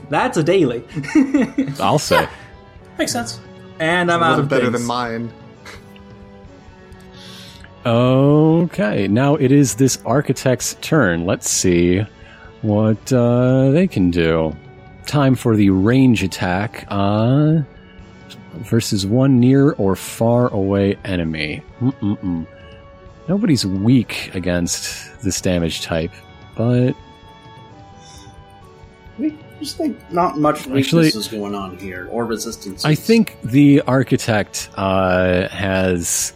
That's a daily.
I'll say.
Makes sense.
and I'm
a
out
little
of
better
things.
than mine.
Okay, now it is this architect's turn. Let's see what uh, they can do. Time for the range attack on versus one near or far away enemy. Mm-mm-mm. Nobody's weak against this damage type, but
We just think not much weakness
Actually-
is going on here or resistance.
I think the architect uh, has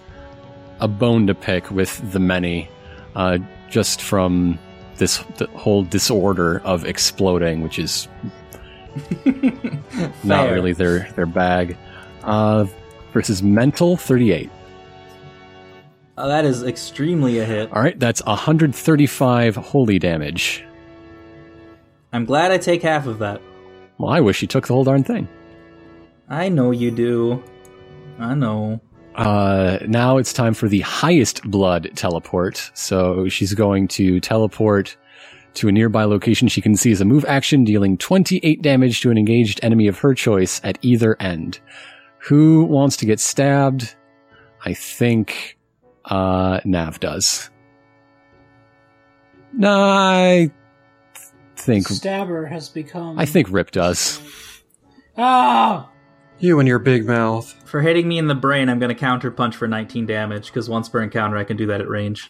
a bone to pick with the many, uh, just from this the whole disorder of exploding, which is not
Fair.
really their their bag. Uh, versus mental thirty eight.
Uh, that is extremely a hit.
All right, that's hundred thirty five holy damage.
I'm glad I take half of that.
Well, I wish you took the whole darn thing.
I know you do. I know.
Uh, now it's time for the highest blood teleport. So she's going to teleport to a nearby location she can see as a move action, dealing 28 damage to an engaged enemy of her choice at either end. Who wants to get stabbed? I think, uh, Nav does. No, I think,
Stabber has become.
I think Rip does.
Ah!
You and your big mouth.
For hitting me in the brain, I'm going to counter punch for 19 damage because once per encounter, I can do that at range.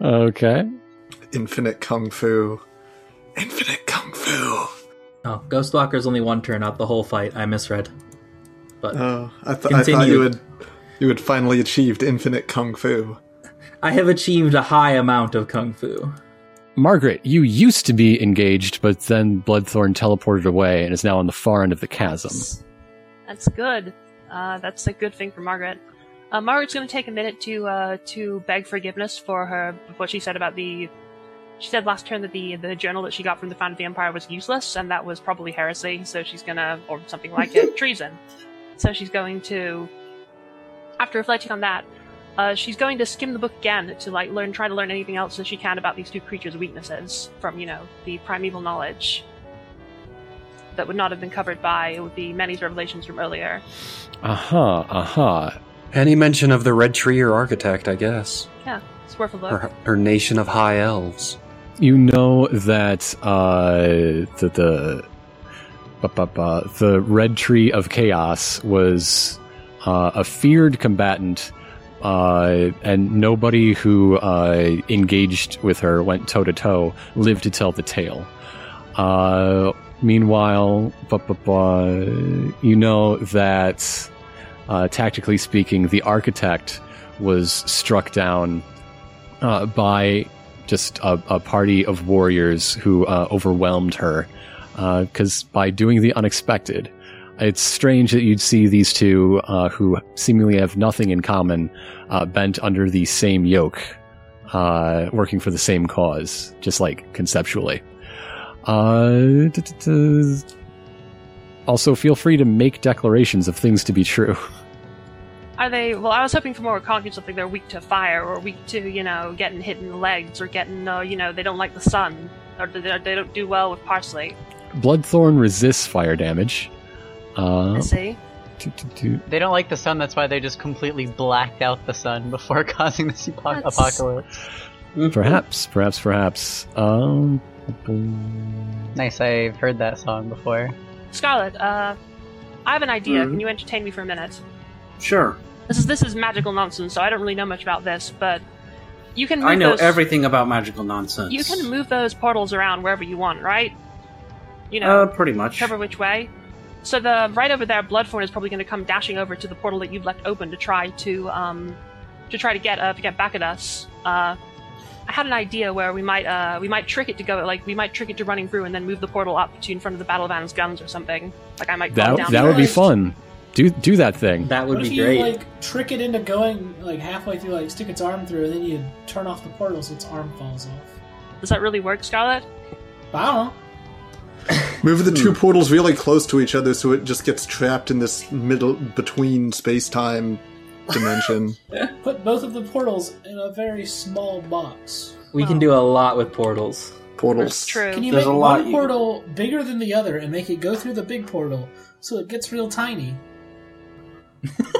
okay.
Infinite kung fu. Infinite kung fu.
Oh, Ghostwalker's only one turn, not the whole fight. I misread. But
Uh.
Oh, I, th- I thought
Continue.
you had you had finally achieved infinite kung fu.
I have achieved a high amount of kung fu.
Margaret, you used to be engaged, but then Bloodthorn teleported away and is now on the far end of the chasm.
that's good. Uh, that's a good thing for Margaret. Uh, Margaret's going to take a minute to uh, to beg forgiveness for her what she said about the. She said last turn that the the journal that she got from the founder of the empire was useless, and that was probably heresy. So she's gonna, or something like it, treason. So she's going to, after reflecting on that, uh, she's going to skim the book again to like learn, try to learn anything else that she can about these two creatures' weaknesses from you know the primeval knowledge that would not have been covered by the many's revelations from earlier.
Aha, aha.
Any mention of the Red Tree or Architect, I guess.
It's worth a look.
Or, or Nation of High Elves.
You know that uh, the the ba, ba, ba, the red tree of chaos was uh, a feared combatant, uh, and nobody who uh, engaged with her went toe to toe lived to tell the tale. Uh, meanwhile, ba, ba, ba, you know that uh, tactically speaking, the architect was struck down uh, by just a, a party of uh, warriors who uh, overwhelmed her because by doing the unexpected, It's strange that you'd see these two, uh, who seemingly have nothing in common, uh, bent under the same yoke, uh, working for the same cause, just like conceptually. Uh, t- t- t- also, feel free to make declarations of things to be true.
Are they? Well, I was hoping for more concrete stuff, like they're weak to fire or weak to, you know, getting hit in the legs or getting, uh, you know, they don't like the sun or they don't they don't do well with parsley.
Bloodthorn resists fire damage.
I
Uh,
see.
t- t- t-
They don't like the sun, that's why they just completely blacked out the sun before causing this apo-
That's-
apocalypse.
Perhaps, perhaps, perhaps. Um,
Nice, I've heard that song before.
Scarlet, uh, I have an idea.
Mm-hmm.
Can you entertain me for a minute?
Sure.
This is this is magical nonsense, so I don't really know much about this, but you can. Move
I know
those,
everything about magical nonsense.
You can move those portals around wherever you want, right? You know,
Uh, pretty much.
cover which way. So the right over there, Bloodthorn is probably going to come dashing over to the portal that you've left open to try to um, to try to get uh, to get back at us. Uh, I had an idea where we might uh, we might trick it to go like we might trick it to running through and then move the portal up to in front of the battle van's guns or something. Like I might call
that
down.
that would be
first.
fun. Do do that thing.
That would
what if
be
you
great.
like trick it into going like halfway through, like stick its arm through, and then you turn off the portal so its arm falls off?
Does that really work, Scarlet?
But I don't know.
Move the two
Hmm.
portals really close to each other so it just gets trapped in this middle between space time dimension.
Put both of the portals in a very small box.
we can do a lot with portals.
portals.
That's true.
Can you
There's
make
a lot you can-
one portal bigger than the other and make it go through the big portal so it gets real tiny?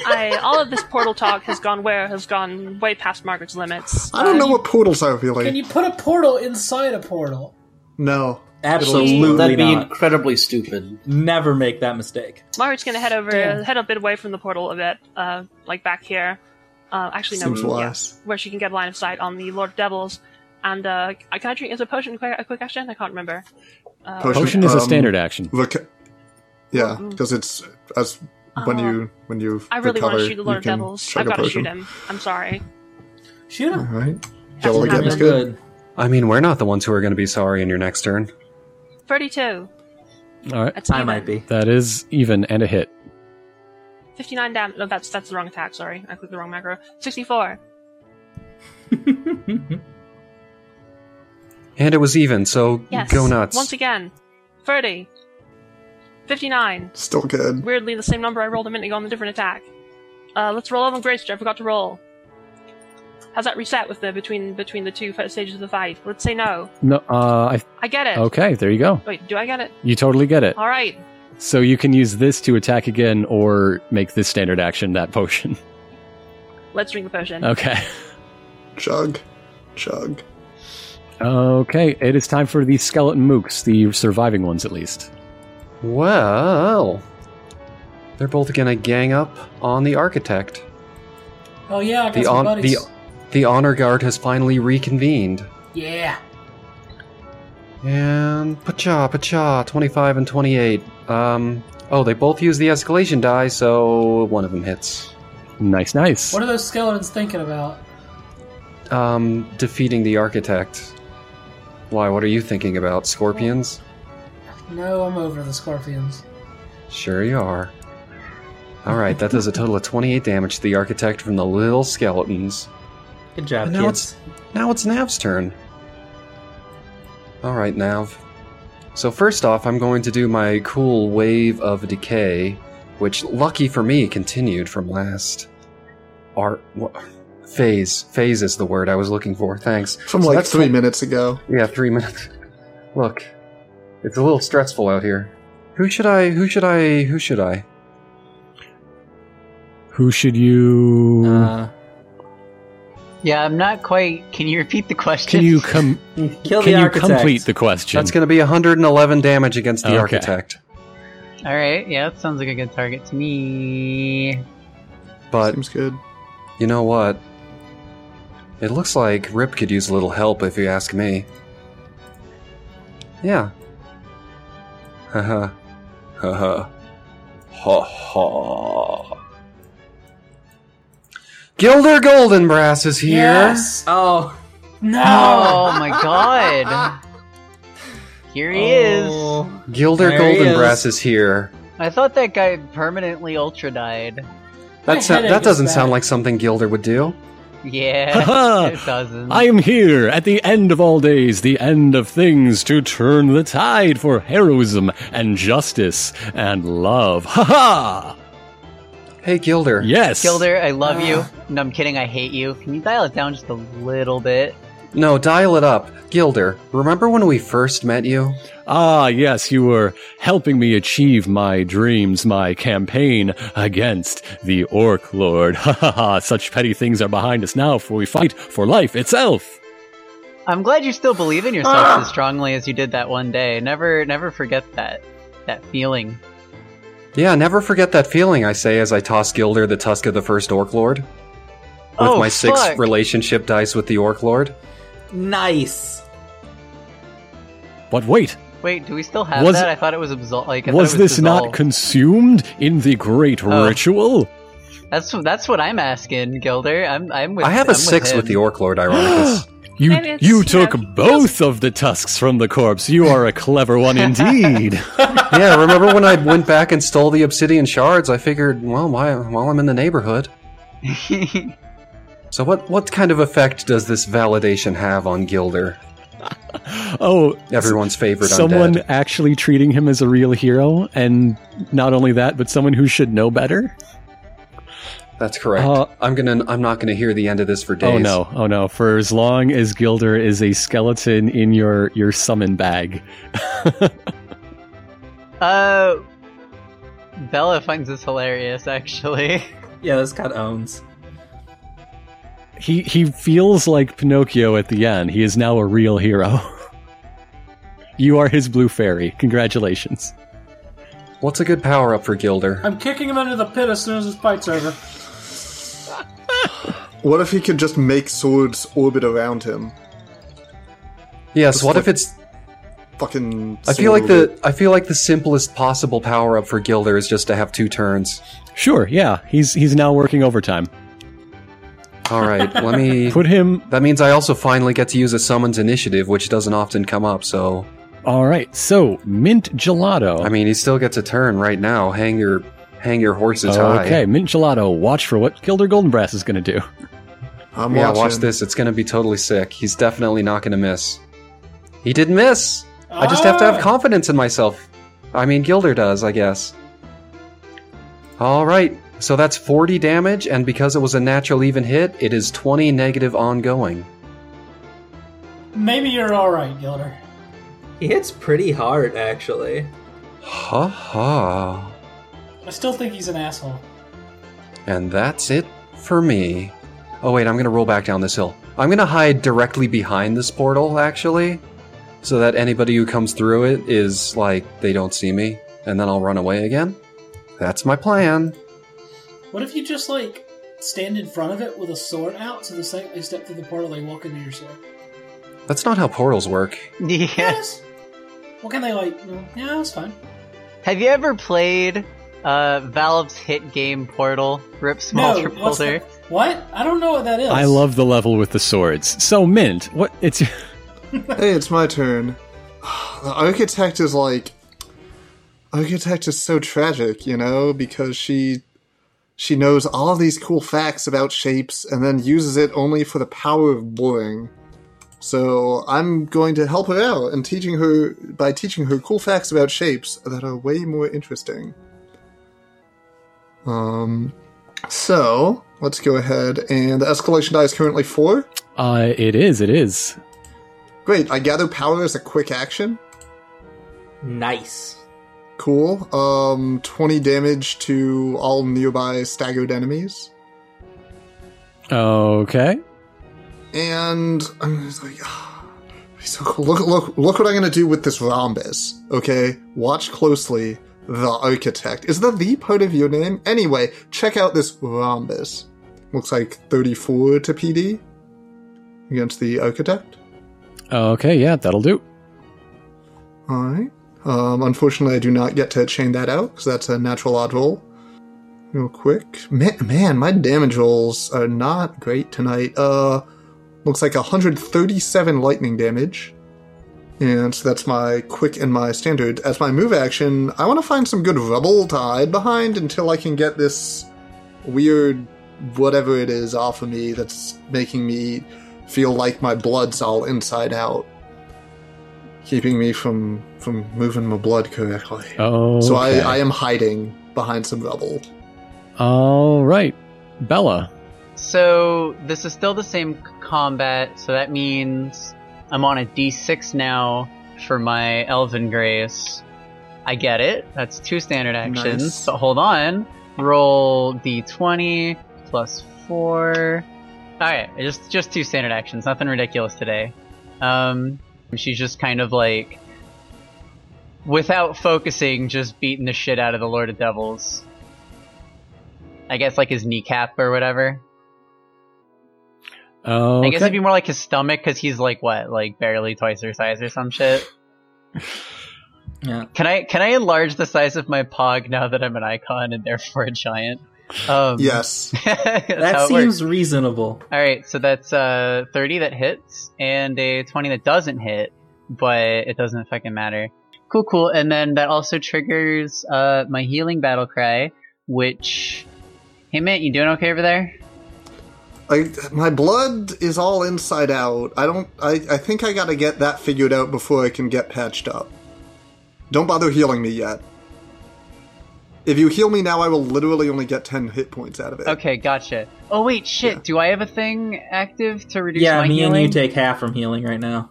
I, all of this portal talk has gone where has gone way past Margaret's limits.
I don't
Uh,
know what portals are really.
Can you put a portal inside a portal?
no.
Absolutely
That'd be
not.
incredibly stupid.
Never make that mistake.
Margaret's going to head over,
Damn.
head a bit away from the portal a bit, uh, like back here. Uh, actually, no,
Seems
yeah,
wise.
where she can get a line of sight on the Lord of Devils. And uh, I- can I drink as a potion? Quick, a quick action? I can't remember. Uh,
Potion is a
um,
standard action.
Look, yeah, because it's as when
Uh,
you when you
I really
recover,
want to shoot the Lord
you
of
can
Devils.
chug
I've
a
got to
potion.
shoot him. I'm sorry.
Shoot
All
him.
right,
That's
Yellow
what
again is
happened.
good.
I mean, we're not the ones who are going to be sorry in your next turn.
Thirty-two.
All right,
That's
I
even.
might be.
that is even and a hit.
Fifty-nine damage. No, that's that's the wrong attack. Sorry, I clicked the wrong macro. Sixty-four.
And it was even, so
Yes.
go nuts.
Once again. 30. 59.
Still good.
Weirdly, the same number I rolled a minute ago on the different attack. Uh, let's roll over Grace, which I forgot to roll. How's that reset with the between between the two fi- stages of the fight? Let's say no.
No, uh,
I get it.
I, okay, there you go.
Wait, do I get it?
You totally get it.
All right.
So you can use this to attack again, or make this standard action that potion.
Let's drink the potion.
Okay.
Chug, chug.
Okay, it is time for the skeleton mooks, the surviving ones at least.
Well, they're both going to gang up on the architect.
Oh yeah, I got
The
some
on-
buddies.
the- The honor guard has finally reconvened.
Yeah.
And pacha, pacha, 25 and 28. Um, oh, they both use the escalation die, so one of them hits.
Nice, nice.
What are those skeletons thinking about?
Um, defeating the architect. Why, what are you thinking about? Scorpions?
No, I'm over the scorpions.
Sure you are. Alright, that does a total of 28 damage to the architect from the little skeletons.
Good job,
And now
kids.
it's now it's Nav's turn. All right, Nav. So first off, I'm going to do my cool wave of decay, which lucky for me continued from last art what, phase. Phase is the word I was looking for. Thanks.
From
So
like
that's
three
tw-
minutes ago.
Yeah, three minutes. Look, it's a little stressful out here. Who should I? Who should I? Who should I?
Who should you?
Uh,
Yeah, I'm not quite. Can you repeat the question?
can you com-
kill the
Can you
architect.
complete the question?
That's going to be 111 damage against the
Okay.
architect.
All right, yeah, that sounds like a good target to me.
But
Seems good.
You know what? It looks like Rip could use a little help if you ask me. Yeah. Haha. Haha. Ha ha. Gilder Goldenbrass is here.
Yes.
Oh,
No.
Oh my god! Here he
Oh.
Gilder
There he
Oh.
Goldenbrass
is.
is. here.
I thought that guy permanently ultra died.
My
That sou-
headache
that
is
doesn't
bad.
sound like something Gilder would do.
Yeah, it doesn't.
I am here at the end of all days, the end of things, to turn the tide for heroism and justice and love. Ha ha!
Hey, Gilder.
Yes.
Gilder, I love you. No, I'm kidding. I hate you. Can you dial it down just a little bit?
No, dial it up, Gilder. Remember when we first met you?
Ah, yes, you were helping me achieve my dreams, my campaign against the Orc Lord. Ha ha ha! Such petty things are behind us now, for we fight for life itself.
I'm glad you still believe in yourself as strongly as you did that one day. Never, never forget that that feeling.
Yeah, never forget that feeling. I say as I toss Gilder the tusk of the first Orc Lord with
oh,
my six
fuck.
relationship dice with the Orc Lord.
Nice.
But wait,
Wait, do we still have
Was-
that? I thought it was absolved. Like, I thought
was,
it
this not
dissolved.
consumed in the great
Oh.
ritual?
that's that's what I'm asking, Gilder. I'm I'm with.
I have
a
a six with the Orc Lord, Ironicus.
You
Maybe it's-
you
yeah,
took
he
both of the tusks from the corpse. You are a clever one indeed.
yeah, remember when I went back and stole the obsidian shards? I figured, well, why, while I'm in the neighborhood.
the.
So what what kind of effect does this validation have on Gilder?
oh,
Everyone's favorite
someone
undead.
actually treating him as a real hero, and not only that, but someone who should know better.
That's correct.
Uh,
I'm gonna I'm not gonna hear the end of this for days.
Oh no, oh no! For as long as Gilder is a skeleton in your your summon bag,
uh, Bella finds this hilarious, actually.
Yeah, this cat owns.
he he feels like Pinocchio at the end. He is now a real hero. you are his blue fairy. Congratulations.
What's a good power up for Gilder?
I'm kicking him under the pit as soon as this fight's over.
What if he could just make swords orbit around him?
Yes,
Just
what
like-
if it's
Fucking.
I feel like
sword
the I feel like the simplest possible power up for Gilder is just to have two turns.
Sure, yeah, he's he's now working overtime.
Alright, let me
Put him
That means I also finally get to use a summons initiative, which doesn't often come up, so
All right, so mint gelato.
I mean he still gets a turn right now. Hang your hang your horses high.
Oh, okay, mint gelato. Watch for what Gilder Goldenbrass is going to do.
over- I'm
yeah,
watching.
watch this. It's going to be totally sick. He's definitely not going to miss. He did miss. I just have to
Ah.
have confidence in myself. I mean, Gilder does, I guess. All right. So that's 40 damage, and because it was a natural even hit, it is 20 negative ongoing.
Maybe you're all right, Gilder.
He hits pretty hard, actually.
Ha ha.
I still think he's an asshole.
And that's it for me. Oh, wait, I'm going to roll back down this hill. I'm going to hide directly behind this portal, actually, so that anybody who comes through it is like, they don't see me, and then I'll run away again. That's my plan.
What if you just like stand in front of it with a sword out, so the second they step through the portal, they walk into your sword?
That's not how portals work.
yeah.
What can they like? you know, Yeah, that's fine.
Have you ever played uh Valve's hit game Portal? Rip small
no,
triple
what's
there.
that- what? I don't know what that is.
I love the level with the swords. So mint, what it's
Hey, it's my turn. The architect is like architect is so tragic, you know, because she she knows all these cool facts about shapes and then uses it only for the power of boring. So I'm going to help her out and teaching her by teaching her cool facts about shapes that are way more interesting. Um so let's go ahead and the escalation die is currently four.
uh it is, it is.
Great, I gather power is a quick action.
Nice.
Cool. Um, 20 damage to all nearby staggered enemies.
Okay.
And I'm just like, ah, so cool. Look, look, look what I'm going to do with this rhombus, okay? Watch closely. The Architect. Is that the part of your name? Anyway, check out this rhombus. Looks like 34 to PD against the Architect.
Okay, yeah, that'll do.
Alright. Um, unfortunately, I do not get to chain that out because that's a natural odd roll. Real quick. Man, man, my damage rolls are not great tonight. Uh, looks like 137 lightning damage. And so that's my quick and my standard. As my move action, I want to find some good rubble to hide behind until I can get this weird whatever it is off of me that's making me feel like my blood's all inside out, keeping me from from moving my blood correctly.
Oh,
So
okay.
I, I am hiding behind some rubble.
All right, Bella.
So this is still the same c- combat, so that means I'm on a d6 now for my Elven Grace. I get it. That's two standard actions.
Nice.
But hold on. Roll d20 plus 4. Alright, just just two standard actions. Nothing ridiculous today. Um, she's just kind of like, without focusing, just beating the shit out of the Lord of Devils. I guess like his kneecap or whatever.
Oh,
I guess it'd be more like his stomach because he's like what, like barely twice her size or some shit.
Yeah.
Can I can I enlarge the size of my pog now that I'm an icon and therefore a giant? Um,
Yes.
that's how
That
it works.
seems reasonable.
All right, so that's uh, 30 that hits and a 20 that doesn't hit, but it doesn't fucking matter. Cool, cool. And then that also triggers uh, my healing battle cry, which. Hey, Mint, you doing okay over there?
I, my blood is all inside out. I don't. I, I think I gotta get that figured out before I can get patched up. Don't bother healing me yet. If you heal me now, I will literally only get 10 hit points out of it.
Okay, gotcha. Oh wait, shit. Do I have a thing active to reduce
Yeah,
my
me
healing?
and you take half from healing right now.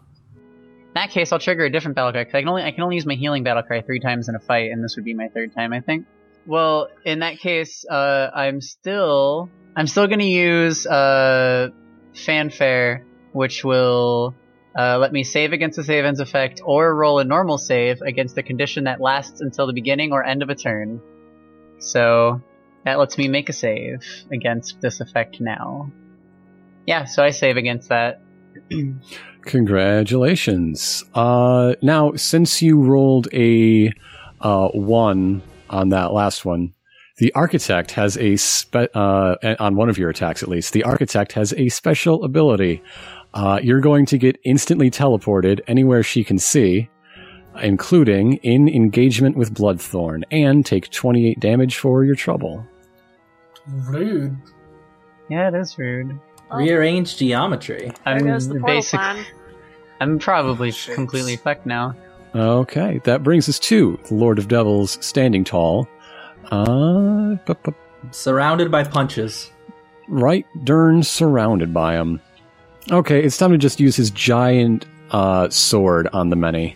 In that case, I'll trigger a different battle cry. 'cause I can only I can only use my healing battle cry three times in a fight, and this would be my third time, I think. Well, in that case, uh, I'm still I'm still gonna use uh, fanfare, which will uh, let me save against the save ends effect or roll a normal save against the condition that lasts until the beginning or end of a turn. So that lets me make a save against this effect now. Yeah, so I save against that.
Congratulations. Uh, now, since you rolled a uh, one on that last one, the architect has a spe- uh, on one of your attacks at least. The architect has a special ability. Uh, you're going to get instantly teleported anywhere she can see, including in engagement with Bloodthorn, and take 28 damage for your trouble.
Rude.
Yeah, it is rude.
Oh,
Rearrange geometry.
there
I'm
goes the portal
um, basic-
plan.
I'm probably
Shit.
completely fucked now.
Okay, that brings us to the Lord of Devils standing tall. Uh, bu- bu-
Surrounded by punches.
right dern surrounded by him. Okay, it's time to just use his giant uh, sword on the many.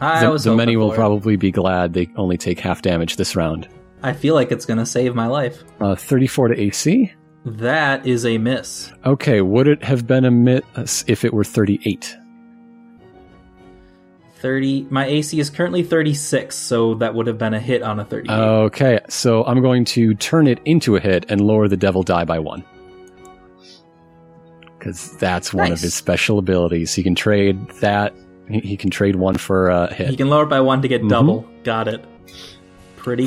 I
The,
was
the
hoping
many will
for it.
probably be glad they only take half damage this round.
I feel like it's gonna save my life.
Uh, 34 to AC.
That is a miss.
Okay, would it have been a miss if it were 38?
Thirty. My AC is currently thirty-six, so that would have been a hit on a thirty-eight.
Okay, so I'm going to turn it into a hit and lower the devil die by one. Because that's one of
Nice.
his special abilities. He can trade that. He, he can trade one for a hit.
He can lower it by one to get
Mhm.
double. Got it. Pretty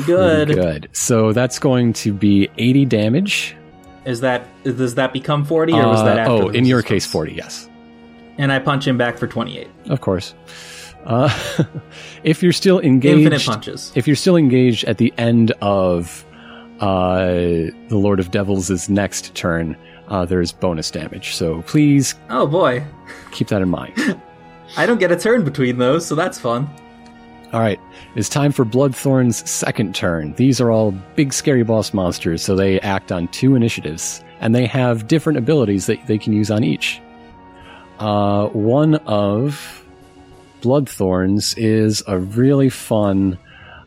Pretty
good.
good. So that's going to be 80 damage.
Is that does that become forty or was
Uh,
that after
oh,
the
in your case,
resistance?
40, yes.
And I punch him back for twenty-eight.
Of course. Uh, if you're still engaged.
Infinite punches.
If you're still engaged at the end of uh, the Lord of Devils' next turn, uh, there's bonus damage. So please
Oh boy,
keep that in mind.
I don't get a turn between those, so that's fun.
All right, it's time for Bloodthorn's second turn. These are all big, scary boss monsters, so they act on two initiatives, and they have different abilities that they can use on each. Uh, one of Bloodthorn's is a really fun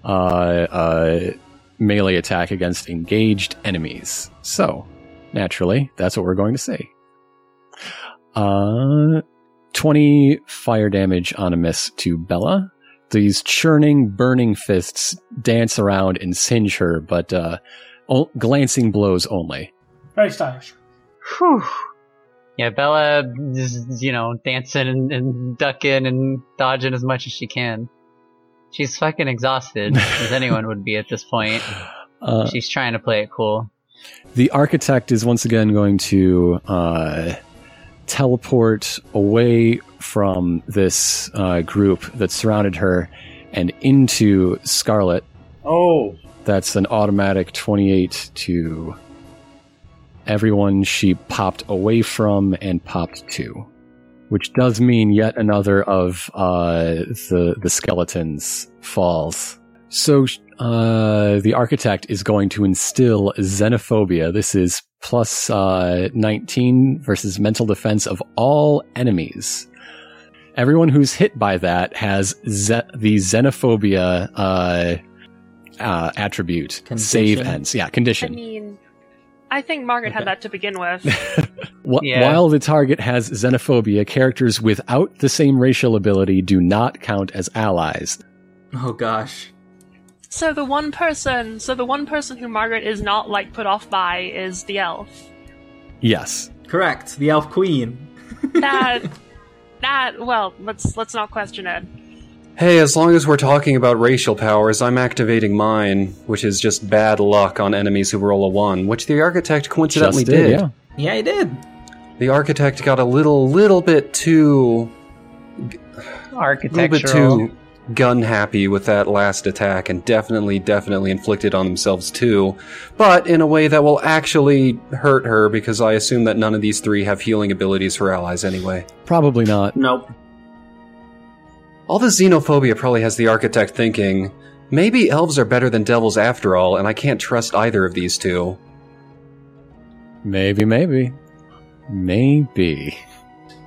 uh, uh, melee attack against engaged enemies. So, naturally, that's what we're going to see. Uh, 20 fire damage on a miss to Bella these churning, burning fists dance around and singe her, but uh, o- glancing blows only.
Very stylish.
Whew. Yeah, Bella is, you know, dancing and, and ducking and dodging as much as she can. She's fucking exhausted, as anyone would be at this point.
Uh,
She's trying to play it cool.
the architect is once again going to uh, teleport away from this uh, group that surrounded her and into Scarlet.
Oh,
That's an automatic 28 to everyone she popped away from and popped to, which does mean yet another of uh, the the skeletons falls. So uh, the architect is going to instill xenophobia. This is plus uh, 19 versus mental defense of all enemies. Everyone who's hit by that has ze- the xenophobia uh, uh, attribute. Save
Condition?
ends. Yeah, condition.
I mean, I think Margaret had
Okay.
that to begin with.
Wh-
Yeah.
While the target has xenophobia, characters without the same racial ability do not count as allies.
Oh gosh.
so the one person, so the one person who Margaret is not like put off by is the elf.
Yes.
Correct. The elf queen.
That, that. Well, let's let's not question it.
Hey, as long as we're talking about racial powers, I'm activating mine, which is just bad luck on enemies who roll a 1, which the architect coincidentally
Just did, yeah.
Yeah, he did.
The architect got a little little bit too a little bit
Architectural.
too gun happy with that last attack and definitely definitely inflicted on themselves too, but in a way that will actually hurt her because I assume that none of these 3 have healing abilities for allies anyway.
Probably not.
nope.
All the xenophobia probably has the architect thinking, maybe elves are better than devils after all, and I can't trust either of these two.
Maybe, maybe. Maybe.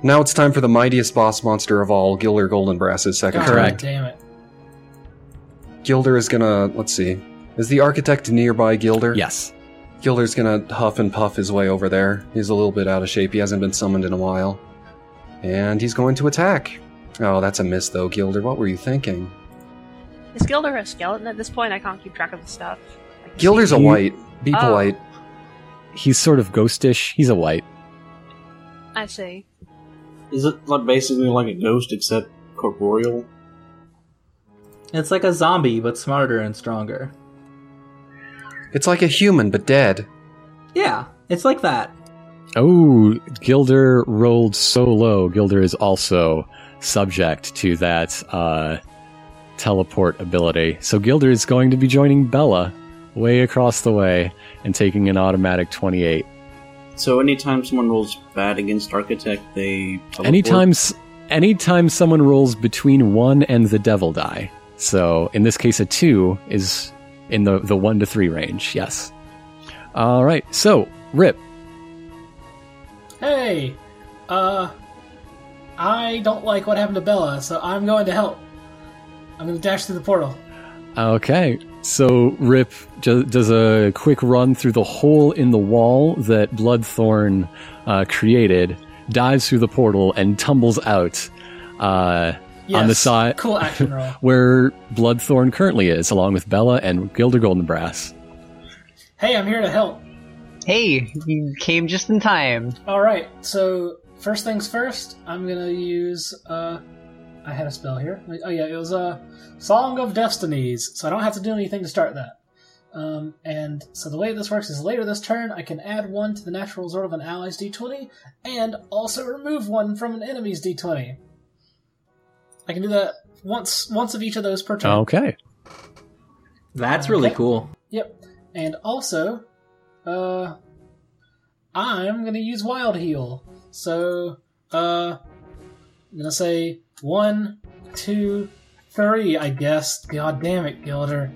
Now it's time for the mightiest boss monster of all, Gilder Goldenbrass's second
God
turn.
Correct.
Damn it.
Gilder is gonna, let's see. Is the architect nearby Gilder?
Yes.
Gilder's gonna huff and puff his way over there. He's a little bit out of shape. He hasn't been summoned in a while. And he's going to attack. Oh, that's a miss though, Gilder. What were you thinking?
Is Gilder a skeleton at this point? I can't keep track of the stuff. I can
Gilder's a
You-
white. Be
Oh.
polite.
He's sort of ghostish. He's a white.
see- I see.
Is it like basically like a ghost except corporeal?
It's like a zombie, but smarter and stronger.
It's like a human, but dead.
Yeah, it's like that.
Oh, Gilder rolled so low. Gilder is also subject to that uh, teleport ability. So Gilder is going to be joining Bella way across the way and taking an automatic 28.
So anytime someone rolls bad against Architect, they teleport.
Anytime, s- anytime someone rolls between one and the devil die. So in this case, a two is in the the one to three range. Yes. All right. So rip.
Hey, uh, I don't like what happened to Bella, so I'm going to help. I'm going to dash through the portal.
Okay. So rip ju- does a quick run through the hole in the wall that Bloodthorn uh, created, dives through the portal, and tumbles out. Uh,
Yes.
On the side-
Cool action roll.
where Bloodthorn currently is, along with Bella and Gilder Goldenbrass.
hey, I'm here to help.
Hey, you came just in time.
All right. So first things first, I'm gonna use. Uh, I had a spell here. Oh yeah, it was a uh, Song of Destinies. So I don't have to do anything to start that. Um, and so the way this works is later this turn, I can add one to the natural result of an ally's d20, and also remove one from an enemy's d20. I can do that once, once of each of those per turn.
Okay.
That's really
Okay.
cool.
Yep. And also, uh, I'm gonna use Wild Heal. So, uh, I'm gonna say one, two, three, I guess. God damn it, Gilder.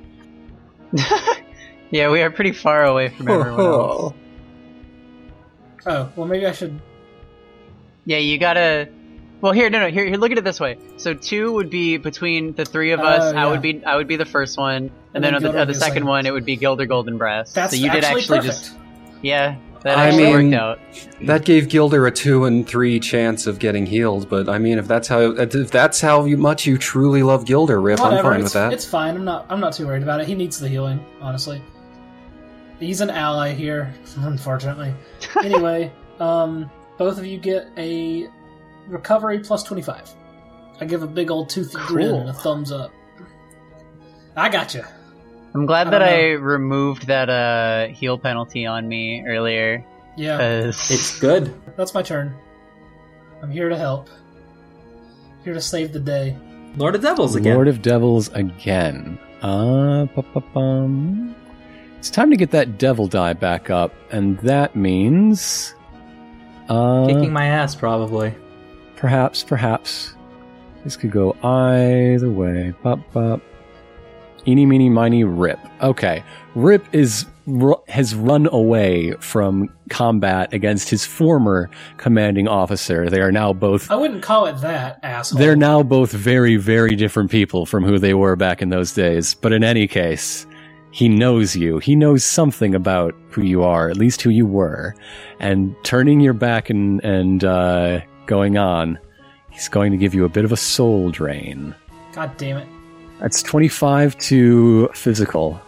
Yeah, we are pretty far away from
Oh,
everyone else.
Oh, well, maybe I should.
Yeah, you gotta. Well, here, no, no, here, here. Look at it this way. So two would be between the three of us.
Oh,
I
yeah.
would be, I would be the first one, and, then,
And then
on the,
Gilder
on the
would be the
second
second.
one, it would be Gilder Goldenbrass.
That's
so you did
actually,
actually
perfect.
just, yeah, that
I
actually
mean-
worked out.
That gave Gilder a two and three chance of getting healed, but I mean, if that's how if that's how you, much you truly love Gilder, Rip, I'm
Whatever,
fine
it's,
with that.
It's fine. I'm not. I'm not too worried about it. He needs the healing, honestly. He's an ally here, unfortunately. anyway, um, both of you get a recovery plus twenty five. I give a big old toothy grin and a thumbs up. I got you.
I'm glad
I
that
don't know.
I removed that uh heal penalty on me earlier
Yeah,
Uh,
because
It's good.
that's my turn. I'm here to help. Here to save the day.
Lord of Devils again.
Lord of Devils again. Uh, bum. It's time to get that devil die back up, and that means. Uh,
Kicking my ass, probably.
Perhaps, perhaps. This could go either way. Bop, bop. Eeny, meeny, miny, rip. Okay. Rip is ru- has run away from combat against his former commanding officer. They are now both
I wouldn't call it that, asshole.
they're now both very, very different people from who they were back in those days. But in any case, he knows you. He knows something about who you are, at least who you were. And turning your back and and uh, going on, he's going to give you a bit of a soul drain.
God damn it.
That's twenty five to physical,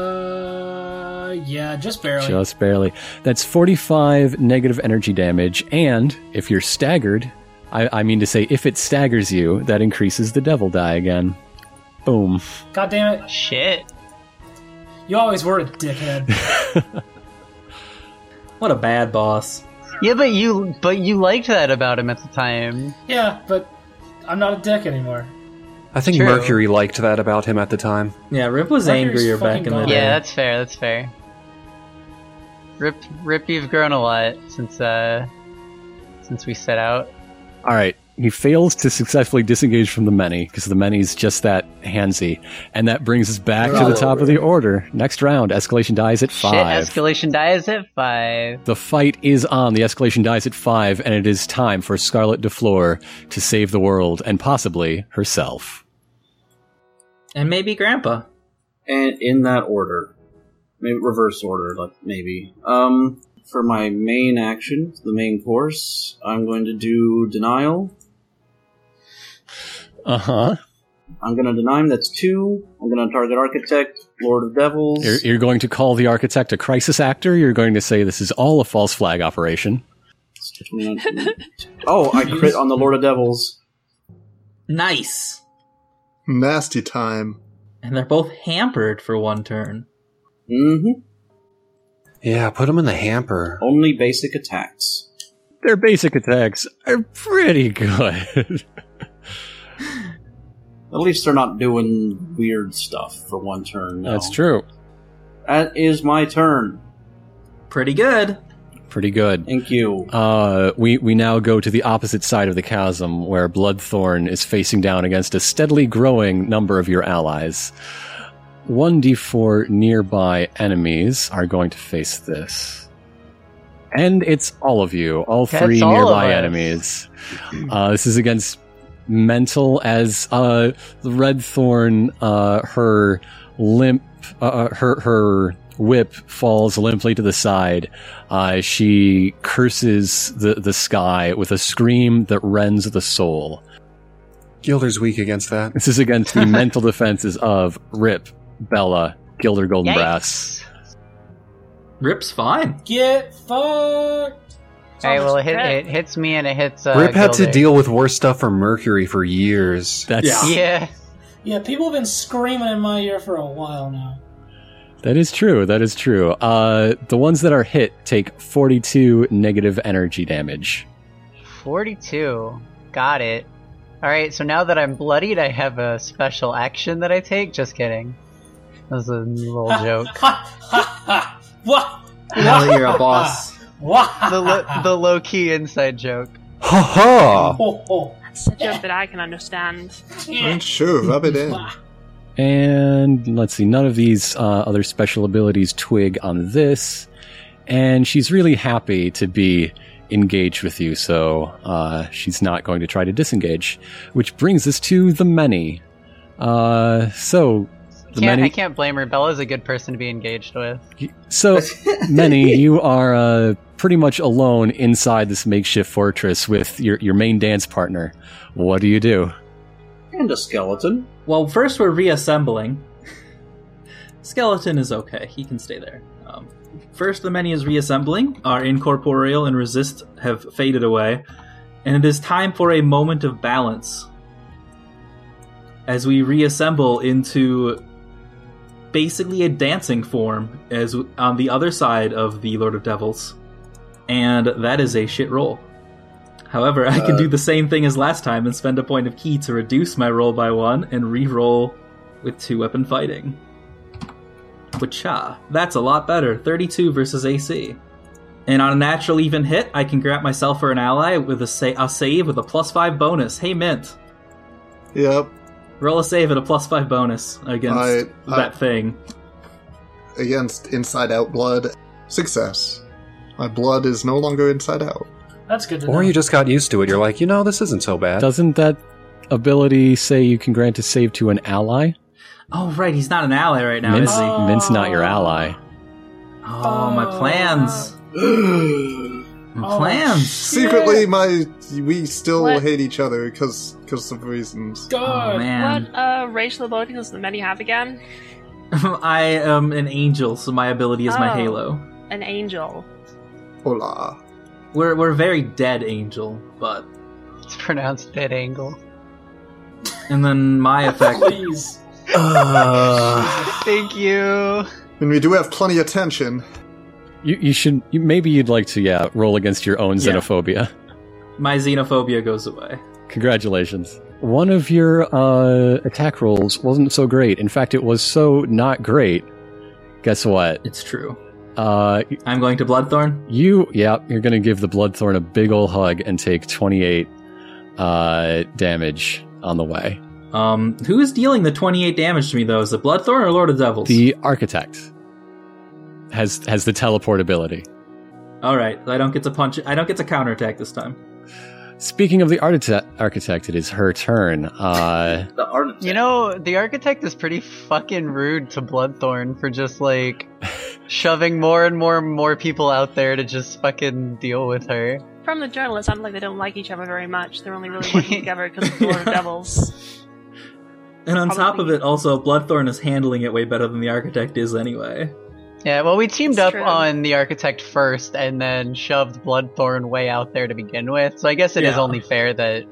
Uh, yeah, just barely.
just barely. That's forty five negative energy damage. And if you're staggered, I, I mean to say, if it staggers you, that increases the devil die again. Boom.
God damn it.
Shit.
You always were a dickhead.
What a bad boss.
Yeah, but you but you liked that about him at the time.
yeah, but I'm not a dick anymore.
I think
True.
Mercury liked that about him at the time.
Yeah, Rip was
Mercury's
angrier back
fucking
in the
gone.
day.
Yeah, that's fair. That's fair. Rip, Rip, you've grown a lot since uh since we set out.
All right. He fails to successfully disengage from the many because the many's just that handsy, and that brings us back to the top of the order. Next round, escalation dies at five.
Shit, escalation dies at five.
the fight is on. The escalation dies at five, and it is time for Scarlet Defleur to save the world and possibly herself.
And maybe Grandpa.
and in that order, maybe reverse order, like maybe. Um, for my main action, the main course, I'm going to do denial.
Uh huh.
I'm going to deny him. That's two. I'm going to target architect, Lord of Devils.
You're, you're going to call the architect a crisis actor. You're going to say this is all a false flag operation.
I'm gonna- oh, I crit on the Lord of Devils.
Nice.
Nasty time.
And they're both hampered for one turn.
hmm
Yeah, put him in the hamper.
Only basic attacks.
Their basic attacks are pretty good.
At least they're not doing weird stuff for one turn. no.
That's true.
That is my turn.
Pretty good.
Pretty good.
Thank you.
Uh, we, we now go to the opposite side of the chasm where Bloodthorn is facing down against a steadily growing number of your allies. 1d4 nearby enemies are going to face this. And it's all of you, all
That's
three
all of
nearby
us.
enemies. Uh, this is against mental as uh, Red Thorn, uh, her limp, uh, her her whip falls limply to the side. Uh, she curses the the sky with a scream that rends the soul.
Gilder's weak against that.
This is against the mental defenses of Rip, Bella, Gilder Goldenbrass.
Yikes.
Rip's fine.
Get fucked!
All right, well it, hit,
Okay.
it hits me and it hits. Uh,
Rip had to
Gilder.
deal with worse stuff from Mercury for years.
That's
Yeah,
Yeah, people have been screaming in my ear for a while now.
That is true. That is true. Uh, the ones that are hit take 42 negative energy damage.
forty-two. Got it. All right, so now that I'm bloodied, I have a special action that I take. Just kidding. That was a little joke.
Ha ha ha! What?
Now that you're a boss.
What?
The lo- the low key inside joke.
Ha ha!
Ho, ho.
That's a joke that I can understand.
Sure, rub it in.
And let's see, none of these uh, other special abilities twig on this. And she's really happy to be engaged with you, so uh, she's not going to try to disengage. Which brings us to the many. Uh, so, the
Can't- I
many.
can't blame her. Bella's a good person to be engaged with.
So, Many, you are uh, pretty much alone inside this makeshift fortress with your, your main dance partner. What do you do?
and a skeleton.
Well, first we're reassembling. Skeleton is okay. He can stay there. Um, first, the many is reassembling. Our incorporeal and resist have faded away. And it is time for a moment of balance. As we reassemble into basically a dancing form as w- on the other side of the Lord of Devils. And that is a shit roll. However, I can
Uh,
do the same thing as last time and spend a point of key to reduce my roll by one and re-roll with two weapon fighting. Wacha. That's a lot better. 32 versus AC. And on a natural even hit, I can grab myself or an ally with a, sa- a save with a plus five bonus. Hey, Mint,
Yep.
roll a save at a plus five bonus against
I- I-
that thing.
Against inside out blood. Success. My blood is no longer inside out.
That's good to know.
Or you just got used to it. You're like, you know, this isn't so bad.
Doesn't that ability say you can grant a save to an ally?
Oh, right, he's not an ally right now,
Mint's,
is he?
Oh.
Mint's not your ally.
Oh, my plans. My
Oh,
plans.
Secretly, my we still
What?
hate each other because because of reasons.
God.
Oh, man.
What uh, racial ability does the many have again?
I am an angel, so my ability is my
Oh.
halo.
An angel.
Hola.
We're we're a very dead angel, but
It's pronounced dead angle.
and then my effect. uh,
Please.
Thank you.
And we do have plenty of tension.
You, you should you, maybe you'd like to yeah roll against your own
Yeah.
xenophobia.
my xenophobia goes away.
Congratulations. One of your uh, attack rolls wasn't so great. In fact, it was so not great. Guess what?
It's true.
Uh,
I'm going to Bloodthorn.
You, yeah, you're going to give the Bloodthorn a big ol' hug and take 28 uh, damage on the way.
Um, who is dealing the 28 damage to me though? Is it Bloodthorn or Lord of Devils?
The Architect has has the teleport ability.
All right, I don't get to punch. I don't get to counterattack this time.
Speaking of the architect, architect it is her turn. Uh,
The artist.
You know, the architect is pretty fucking rude to Bloodthorn for just like shoving more and more and more people out there to just fucking deal with her.
From the journal, it sounded like they don't like each other very much. They're only really working together because of the Lord of Devils.
And on top of
Probably.
it, also Bloodthorn is handling it way better than the Architect is anyway.
Yeah, well, we teamed
That's
up
true.
on the architect first, and then shoved Bloodthorn way out there to begin with. So I guess it is
Yeah.
only fair that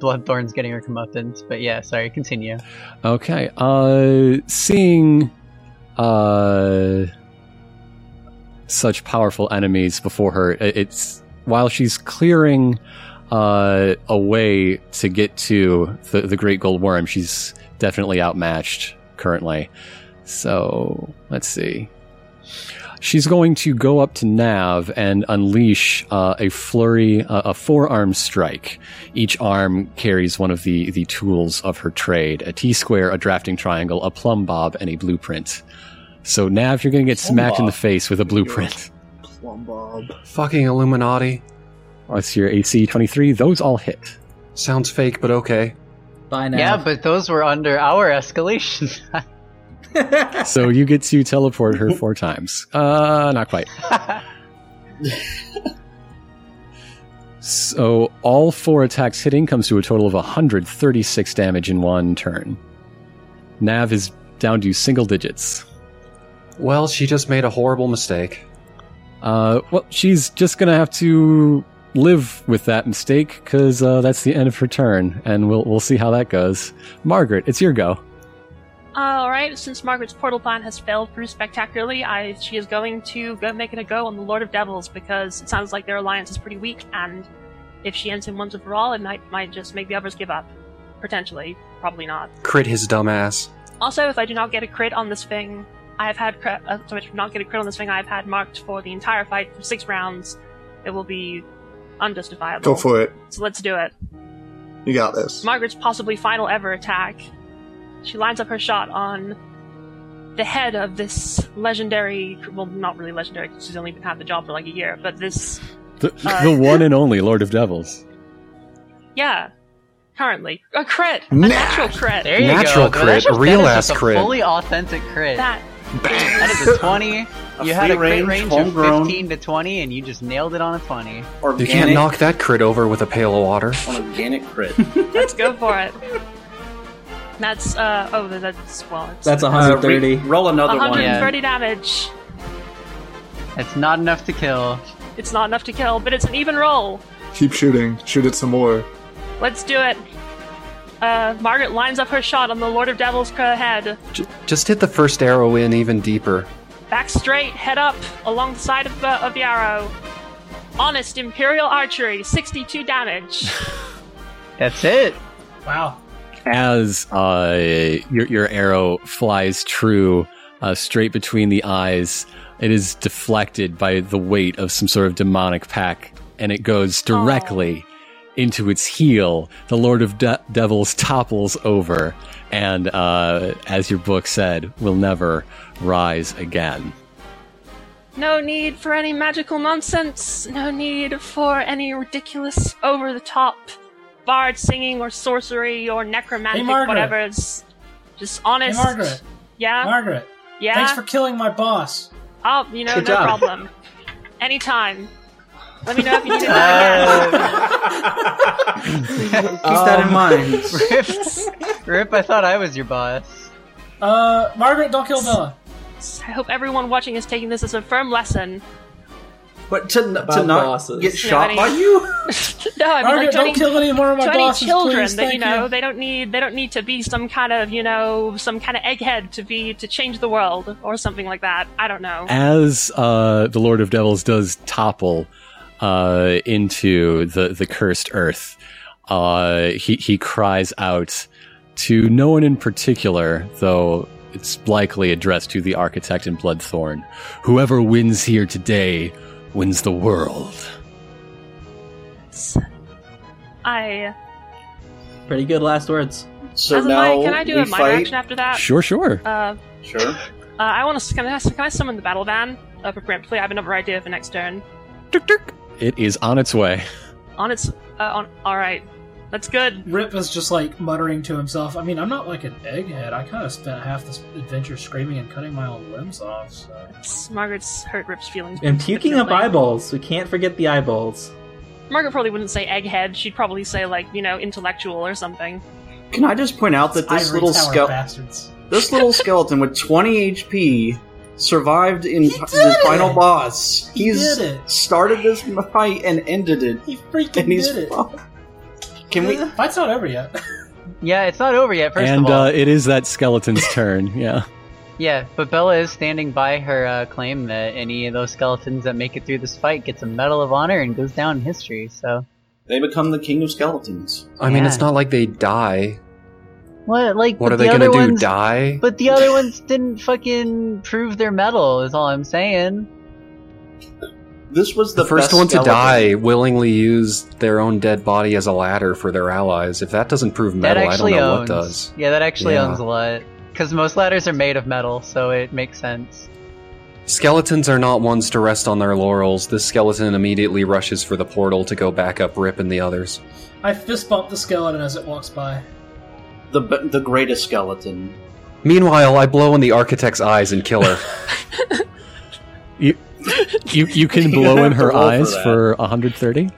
Bloodthorn's getting her comeuppance. But yeah, sorry, continue.
okay. Uh, seeing uh, such powerful enemies before her, i- it's while she's clearing uh, a way to get to the, the Great Gold Worm, she's definitely outmatched currently. So let's see. She's going to go up to Nav and unleash uh, a flurry, uh, a forearm strike. Each arm carries one of the, the tools of her trade a T square, a drafting triangle, a plumb bob, and a blueprint. So, Nav, you're going to get
Plumb
smacked in the
bob.
face with a blueprint.
Plum Bob.
Fucking Illuminati.
That's your AC 23. Those all hit.
Sounds fake, but okay.
Bye now.
Yeah, but those were under our escalation.
So, you get to teleport her four times. Uh, not quite. So all four attacks hitting comes to a total of 136 damage in one turn. Nav is down to single digits.
Well, she just made a horrible mistake.
Uh, well, she's just gonna have to live with that mistake because uh, that's the end of her turn, and we'll we'll see how that goes. Margaret, it's your go.
All right. Since Margaret's portal plan has failed pretty spectacularly, I, she is going to go make it a go on the Lord of Devils because it sounds like their alliance is pretty weak, and if she ends him once and for all, it might might just make the others give up. Potentially, probably not.
Crit his dumbass.
Also, if I do not get a crit on this thing, I have had cri- uh, so if I do not get a crit on this thing, I have had marked for the entire fight for six rounds. It will be unjustifiable.
Go for it.
So let's do it.
You got this.
Margaret's possibly final ever attack. She lines up her shot on the head of this legendary, well, not really legendary because she's only been had the job for like a year, but this,
The,
Uh,
the one and only Lord of Devils.
yeah, currently a crit, a
Nah.
natural crit.
there you
Natural
go.
crit,
That's just-
real
that is
ass
just a
crit.
Fully authentic crit.
That
That is a twenty. you had
free
a crit
range,
range of
homegrown.
fifteen to twenty, and you just nailed it on a twenty.
You
Organic,
can't knock that crit over with a pail of water.
an organic crit. Uh,
let's go for it. That's uh oh, that's well, it's
That's
Uh,
130.
re- roll another one.
130 damage.
That's not enough to kill.
It's not enough to kill, but it's an even roll.
Keep shooting. Shoot it some more.
Let's do it. Uh, Margaret lines up her shot on the Lord of Devils cr- head.
J- just hit the first arrow in even deeper.
Back straight, head up, along the side of the, of the arrow. Honest Imperial Archery, 62 damage.
That's it.
Wow.
as uh, your your arrow flies true uh, straight between the eyes. It is deflected by the weight of some sort of demonic pack, and it goes directly into its heel. The Lord of De- Devils topples over, and uh, as your book said, will never rise again.
No need for any magical nonsense. No need for any ridiculous, over the top bard singing or sorcery or necromantic,
Hey, Margaret.
whatever. It's just
Hey,
honest.
Margaret.
Yeah.
Margaret.
Uh, yeah.
Thanks for killing my boss.
Oh, you know,
Good
no
job.
problem. Anytime. Let me know if you need it
Uh,
again.
Uh,
Keep that in mind.
Rip, Rip, I thought I was your boss.
Uh, Margaret, don't kill Bella.
I hope everyone watching is taking this as a firm lesson.
But to, n- to
About
not
bosses.
get shot
Nobody-
by you?
no, I mean,
Margaret,
like,
don't
20,
kill any more of Oh my
20
bosses,
children
please.
that
Thank
you know they don't need they don't need to be some kind of you know some kind of egghead to be to change the world or something like that. I don't know.
as uh, the Lord of Devils does topple uh, into the, the cursed earth, uh, he, he cries out to no one in particular, though it's likely addressed to the architect in Bloodthorn. Whoever wins here today wins the world.
I
Pretty good last words.
So
as a
now
minor, can I do
we
a minor
fight.
action after that?
Sure, sure.
Uh,
Sure.
uh, I want to can I, can I summon the battle van uh, preemptively? I have another idea for next turn.
It is on its way.
On its uh, on. All right, that's good.
Rip is just like muttering to himself. I mean, I'm not like an egghead. I kind of spent half this adventure screaming and cutting my own limbs off. So.
It's- Margaret's hurt Rip's feelings.
And puking up
definitely.
eyeballs. We can't forget the eyeballs.
Margaret probably wouldn't say egghead. She'd probably say like you know intellectual or something.
Can I just point out that this
Ivory
little
Tower
skeleton,
bastards.
this little skeleton with 20 HP, survived in
He
p-
did
the
it!
final boss.
He
He's
did it.
started this fight and ended it,
He freaking
and he's.
did it.
Can we?
Fight's not over yet.
Yeah, it's not over yet. First
and
of all,
uh, it is that skeleton's turn. Yeah.
yeah, but Bella is standing by her uh, claim that any of those skeletons that make it through this fight gets a Medal of Honor and goes down in history. So
They become the king of skeletons.
I mean,
Yeah.
it's not like they die.
what? Like,
What
but
are they
the
gonna
other
do?
Ones,
Die?
But the other ones didn't fucking prove their medal. Is all I'm saying.
This was the,
the, first
best
one to
skeleton.
die willingly used their own dead body as a ladder for their allies. If that doesn't prove
That
metal, I don't
actually
know
owns.
what does.
Yeah, that actually
Yeah.
owns a lot. Because most ladders are made of metal, so it makes sense.
Skeletons are not ones to rest on their laurels. This skeleton immediately rushes for the portal to go back up Rip and the others.
I fist bump the skeleton as it walks by.
The be- the greatest skeleton.
Meanwhile, I blow in the architect's eyes and kill her.
You, you, you can
You're
blow
gonna
in
have to
her
roll for
eyes
that.
for 130.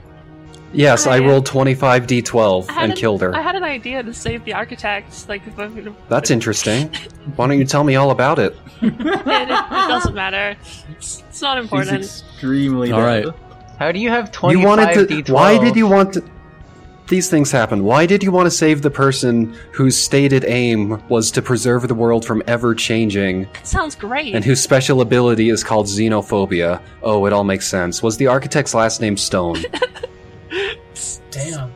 yes, I
I-
rolled 25 d12
I had
and
an-
killed
I
her.
had an idea to save the architects. Like if I- it, it,
That's interesting. Why don't you tell me all about it?
it doesn't matter. It's, it's not
He's
important.
extremely
All
dead.
right.
How do you have
You
25
wanted to.
D12?
Why did you want to? These things happen. Why did you want to save the person whose stated aim was to preserve the world from ever changing
It sounds great.
and whose special ability is called xenophobia. Oh, it all makes sense. Was the architect's last name Stone?
Damn.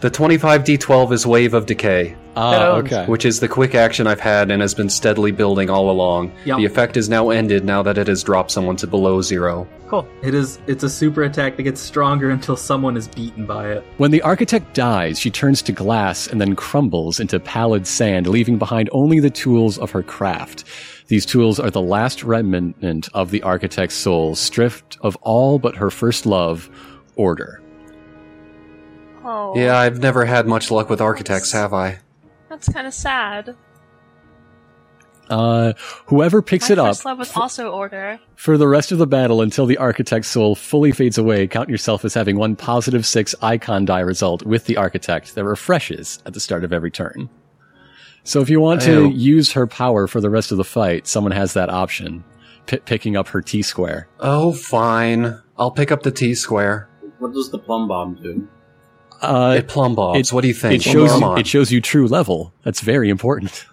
the 25d12 is Wave of Decay,
Ah,
owns.
okay.
which is the quick action I've had and has been steadily building all along.
Yep.
The effect is now ended now that it has dropped someone to below zero.
Cool.
It is. It's a super attack that gets stronger until someone is beaten by it.
When the architect dies, she turns to glass and then crumbles into pallid sand, leaving behind only the tools of her craft. These tools are the last remnant of the architect's soul, stripped of all but her first love, order.
oh,
Yeah, I've never had much luck with architects, have I?
that's kind of sad.
Uh, whoever picks
My
it up
first love was also order.
for the rest of the battle until the architect's soul fully fades away, count yourself as having one positive six icon die result with the architect that refreshes at the start of every turn. So if you want to
Ew.
use her power for the rest of the fight, someone has that option, p- picking up her T square.
Oh, fine. I'll pick up the T square.
What does the plumb bomb do?
Uh,
it plumb bobs.
it-
what do you think?
it shows
Come
you,
on.
it shows you true level. That's very important.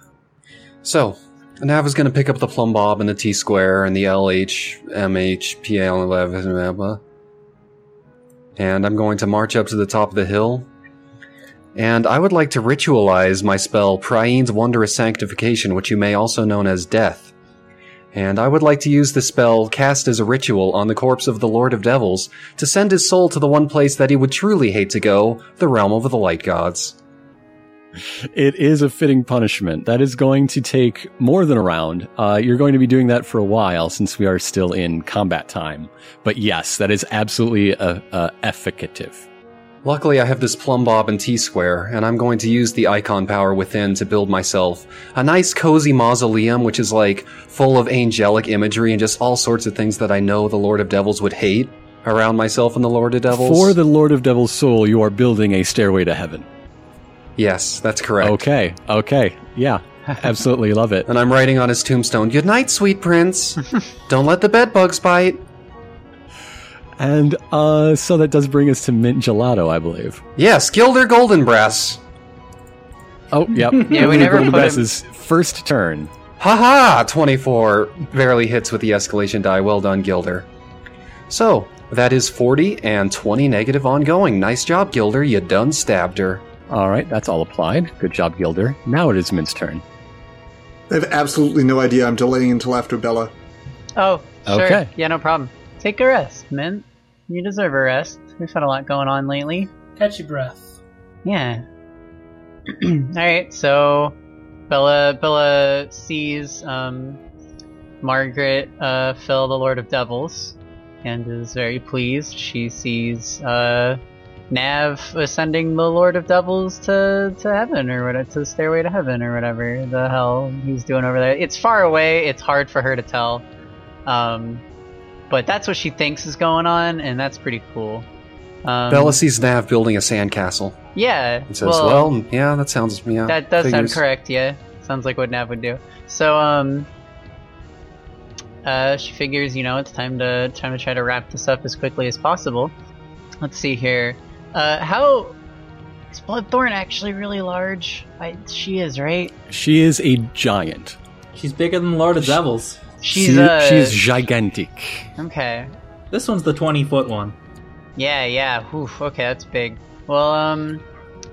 So, Nav is going to pick up the plumb bob and the T square and the LH, MH, PL, and I'm going to march up to the top of the hill. And I would like to ritualize my spell, Prien's Wondrous Sanctification, which you may also known as Death. And I would like to use the spell cast as a ritual on the corpse of the Lord of Devils to send his soul to the one place that he would truly hate to go, the realm of the Light Gods.
It is a fitting punishment. That is going to take more than a round. Uh, you're going to be doing that for a while since we are still in combat time. But yes, that is absolutely uh uh efficative.
Luckily, I have this plumb bob and T square, and I'm going to use the icon power within to build myself a nice, cozy mausoleum, which is like full of angelic imagery and just all sorts of things that I know the Lord of Devils would hate around myself and the Lord of Devils.
For the Lord of Devil's Soul, you are building a stairway to heaven.
yes, that's correct.
Okay, okay, yeah, absolutely love it.
And I'm writing on his tombstone, "Good night, sweet prince. Don't let the bedbugs bite."
And uh, so that does bring us to Mint Gelato, I believe.
Yes, Gilder Goldenbrass.
Oh, yep.
Yeah, we never put him-
his first turn.
Haha, 24 barely hits with the escalation die. Well done, Gilder. So, that is 40 and 20 negative ongoing. Nice job, Gilder. You done stabbed her.
All right, that's all applied. Good job, Gilder. Now it is Mint's turn.
I have absolutely no idea I'm delaying until after Bella.
Oh, sure.
Okay.
Yeah, no problem. Take a rest, man. You deserve a rest. We've had a lot going on lately.
Catch your breath.
Yeah. All right. So Bella Bella sees um, Margaret uh, Phil, the Lord of Devils, and is very pleased. She sees uh, Nav ascending the Lord of Devils to, to heaven or whatever, to the stairway to heaven or whatever the hell he's doing over there. It's far away. It's hard for her to tell. Um, but that's what she thinks is going on, and that's pretty cool. Um,
Bella sees Nav building a sandcastle
yeah.
and says, well, yeah, that sounds, yeah.
That does sound
figures."
correct, yeah. Sounds like what Nav would do. So, um, uh, she figures, you know, it's time to time to try to wrap this up as quickly as possible. Let's see here. Uh, how is Bloodthorn actually really large? I, she is, right?
She is a giant.
She's bigger than Lord of Devils.
She's
she,
uh,
she's gigantic.
okay.
This one's the 20 foot one.
Yeah, yeah. Oof, okay, that's big. Well, um,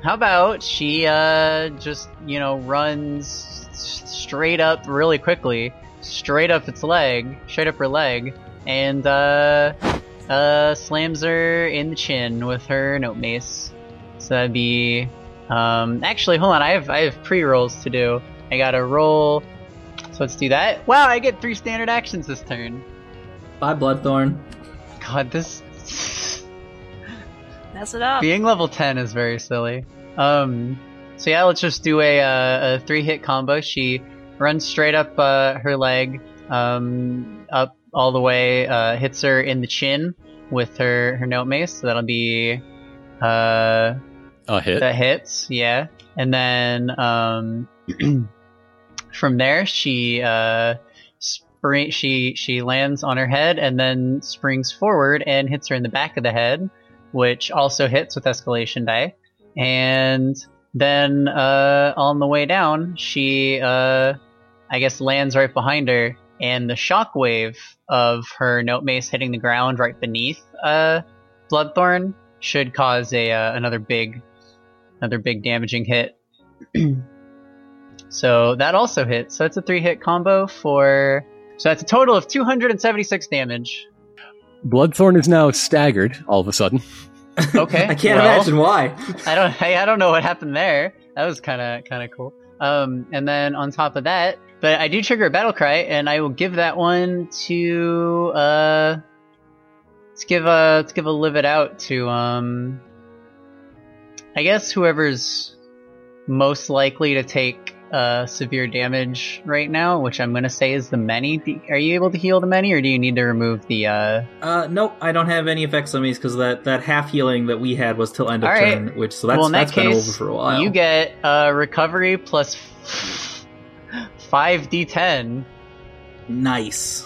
how about she uh just you know runs s- straight up really quickly, straight up its leg, straight up her leg, and uh uh slams her in the chin with her note mace. So that'd be um actually hold on, I have I have pre rolls to do. I gotta roll. So let's do that. Wow, I get three standard actions this turn.
Bye, Bloodthorn.
God, this
Mess it up.
Being level 10 is very silly. Um, so yeah, let's just do a, uh, a three hit combo. She runs straight up uh, her leg, um, up all the way, uh, hits her in the chin with her, her note mace. So that'll be uh,
A hit.
the hits, yeah. And then um, from there, she uh, spring. She she lands on her head and then springs forward and hits her in the back of the head, which also hits with escalation die. And then uh, on the way down, she uh, I guess lands right behind her, and the shockwave of her note mace hitting the ground right beneath uh, Bloodthorn should cause a uh, another big another big damaging hit. so that also hits. So that's a three hit combo for. So that's a total of 276 damage.
Bloodthorn is now staggered all of a sudden.
Okay.
I can't
well,
imagine why.
I don't. I, I don't know what happened there. That was kind of kind of cool. Um, and then on top of that, but I do trigger a battle cry, and I will give that one to uh, let's give a let's give a live it out to um, I guess whoever's most likely to take uh severe damage right now, which I'm gonna say is the many. The- Are you able to heal the many, or do you need to remove the uh?
Uh, nope, I don't have any effects on these because that, that half healing that we had was till end of
All right.
turn, which so that's,
well, in that
that's
case,
been over for a while.
You get uh, recovery plus five d10.
nice.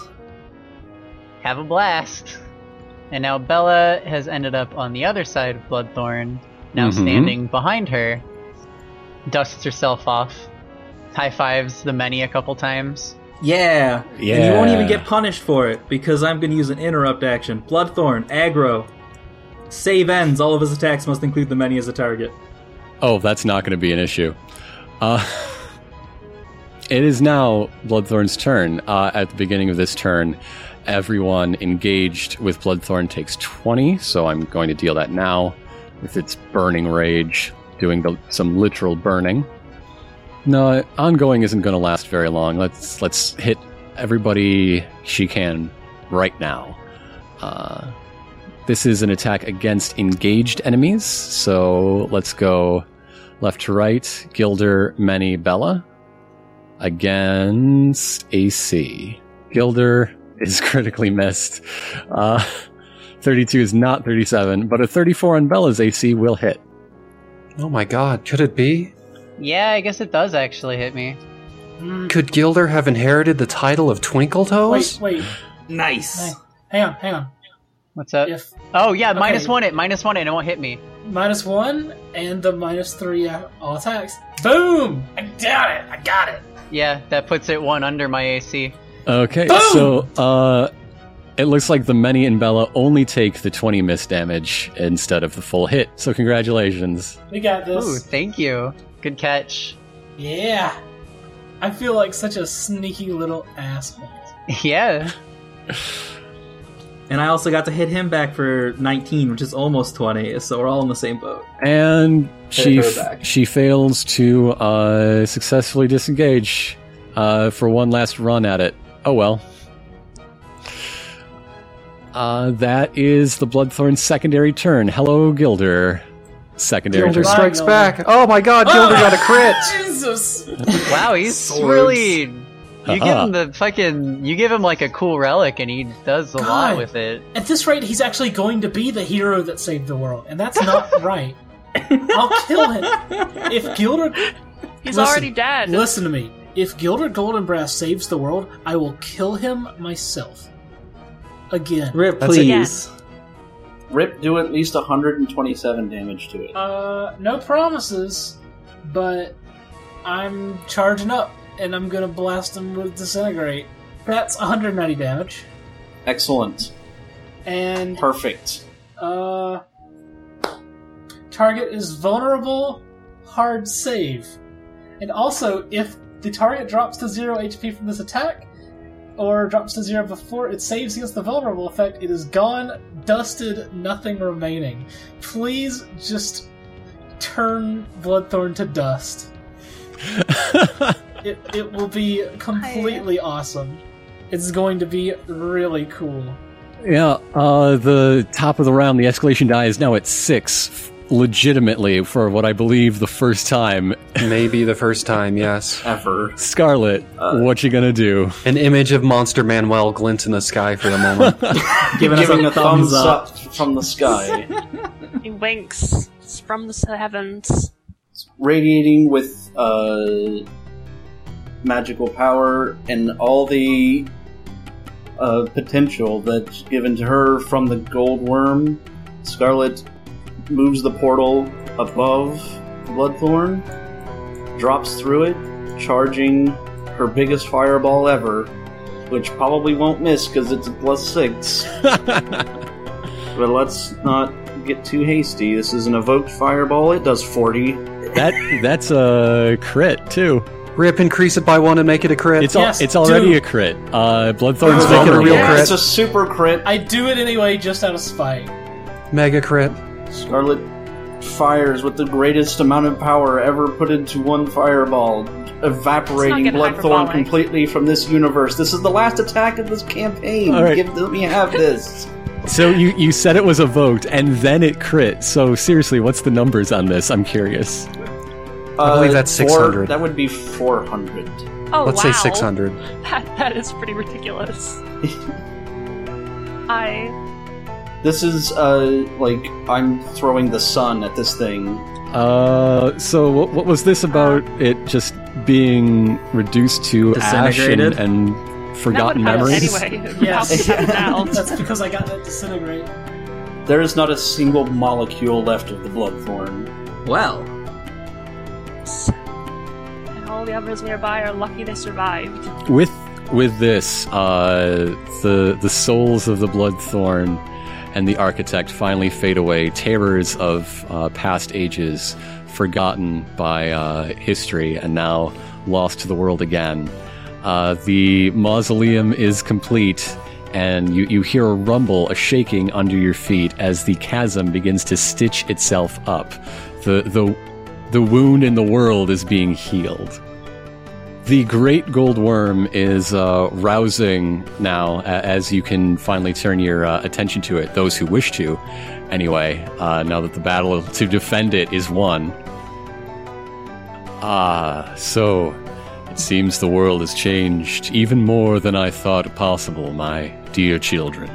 Have a blast. And now Bella has ended up on the other side of Bloodthorn, now
Mhm.
Mm-hmm.
standing behind her. Dusts herself off, high fives the many a couple times.
Yeah.
Yeah.
And you won't even get punished for it because I'm going to use an interrupt action. Bloodthorn, aggro. Save ends. All of his attacks must include the many as a target.
Oh, that's not going to be an issue. Uh, it is now Bloodthorn's turn. Uh, at the beginning of this turn, everyone engaged with Bloodthorn takes 20, so I'm going to deal that now with its burning rage, doing the, some literal burning. No, ongoing isn't going to last very long. Let's let's hit everybody she can right now. Uh, this is an attack against engaged enemies, so let's go left to right. Gilder, Many, Bella against AC. Gilder is critically missed. Uh, 32 is not 37, but a 34 on Bella's AC will hit.
Oh my god, could it be?
Yeah, I guess it does actually hit me.
Mm,
Could Gilder have inherited the title of Twinkle
Oh,
wait,
Toes?
wait.
Nice.
Hang, hang on, hang on.
What's
Uh,
up?
If
Oh yeah, minus
Okay.
one it, minus one it, and it won't hit me.
minus one and the minus three at all attacks. Boom! I got it. I got it.
Yeah, that puts it one under my AC.
Okay,
Boom!
so uh, it looks like the many and Bella only take the 20 miss damage instead of the full hit. So congratulations.
We got this.
Ooh, thank you. Good catch.
Yeah. I feel like such a sneaky little asshole.
yeah.
And I also got to hit him back for 19, which is almost 20. So we're all in the same boat.
And she
her
f-
back.
she fails to uh, successfully disengage uh, for one last run at it. Oh well. Uh, that is the Bloodthorn's secondary turn. Hello, Gilder. Secondary turn.
Gilder
Bye,
strikes
Gilder.
back. Oh my god, Gilder got a crit!
Jesus!
Wow, he's
Swords.
really. You
Uh-huh.
give
Haha.
him the fucking. You give him like a cool relic, and he does a lot
God.
with it.
At this rate, he's actually going to be the hero that saved the world, and that's not right. I'll kill him. If Gilder.
He's
Listen,
already dead.
Listen to me. If Gilder Goldenbrass saves the world, I will kill him myself. Again.
Rip,
That's it.
please.
Rip do at least 127 damage to it.
Uh, no promises, but I'm charging up, and I'm gonna blast him with Disintegrate. That's 190 damage,
Excellent.
and
Perfect.
Uh, target is vulnerable, hard save. And also, if the target drops to zero HP from this attack, or drops to zero before it saves against the vulnerable effect, it is gone, dusted, nothing remaining. Please just turn Bloodthorn to dust. It, it will be completely awesome. It's going to be really cool.
Yeah, uh, the top of the round, the escalation die is now at six, f- legitimately, for what I believe the first time.
Maybe the first time, yes.
Ever.
Scarlet,
Uh.
what you gonna do?
An image of Monster Manuel glints in the sky for the moment.
Giving us
Giving
a thumbs up.
from the sky,
He winks from the heavens.
radiating with uh, magical power and all the uh, potential that's given to her from the gold worm. Scarlet moves the portal above Bloodthorn, drops through it, charging her biggest fireball ever, which probably won't miss because it's a plus six. But let's not get too hasty. This is an evoked fireball. It does 40.
That that's a crit too.
Rip, increase it by one and make it a crit.
It's al-
Yes,
it's already
do.
a crit. Uh, Bloodthorn's
Let's make it a
vulnerable.
real
Yeah.
crit.
It's a super crit.
I do it anyway just out of spite.
Mega crit.
Scarlet fires with the greatest amount of power ever put into one fireball, evaporating
It's not getting
Bloodthorn
hyperbolic.
completely from this universe. This is the last attack of this campaign.
All right.
Give, let me have this.
So you you said it was evoked and then it crit. So seriously, what's the numbers on this? I'm curious.
I
believe that's 600.
Uh, that would be 400.
Oh,
Let's say
wow.
600.
That, that is pretty ridiculous. I.
This is, uh, like, I'm throwing the sun at this thing.
Uh, so what what was this about? It just being reduced to ash and,
Disintegrated?
and
That would
forgotten
happen
memories.
Anyway, It
Yes.
probably happened now.
That's because I got that disintegrate.
There is not a single molecule left of the Bloodthorn.
Well,
And all the others nearby are lucky they survived.
with with this uh the the souls of the bloodthorn and the architect finally fade away, terrors of uh, past ages, forgotten by uh, history and now lost to the world again. Uh, the mausoleum is complete, and you, you hear a rumble, a shaking under your feet as the chasm begins to stitch itself up. The, the, the wound in the world is being healed. The great gold worm is uh, rousing now a- as you can finally turn your uh, attention to it, those who wish to, anyway, uh, now that the battle to defend it is won. Ah, so it seems the world has changed even more than I thought possible, my dear children.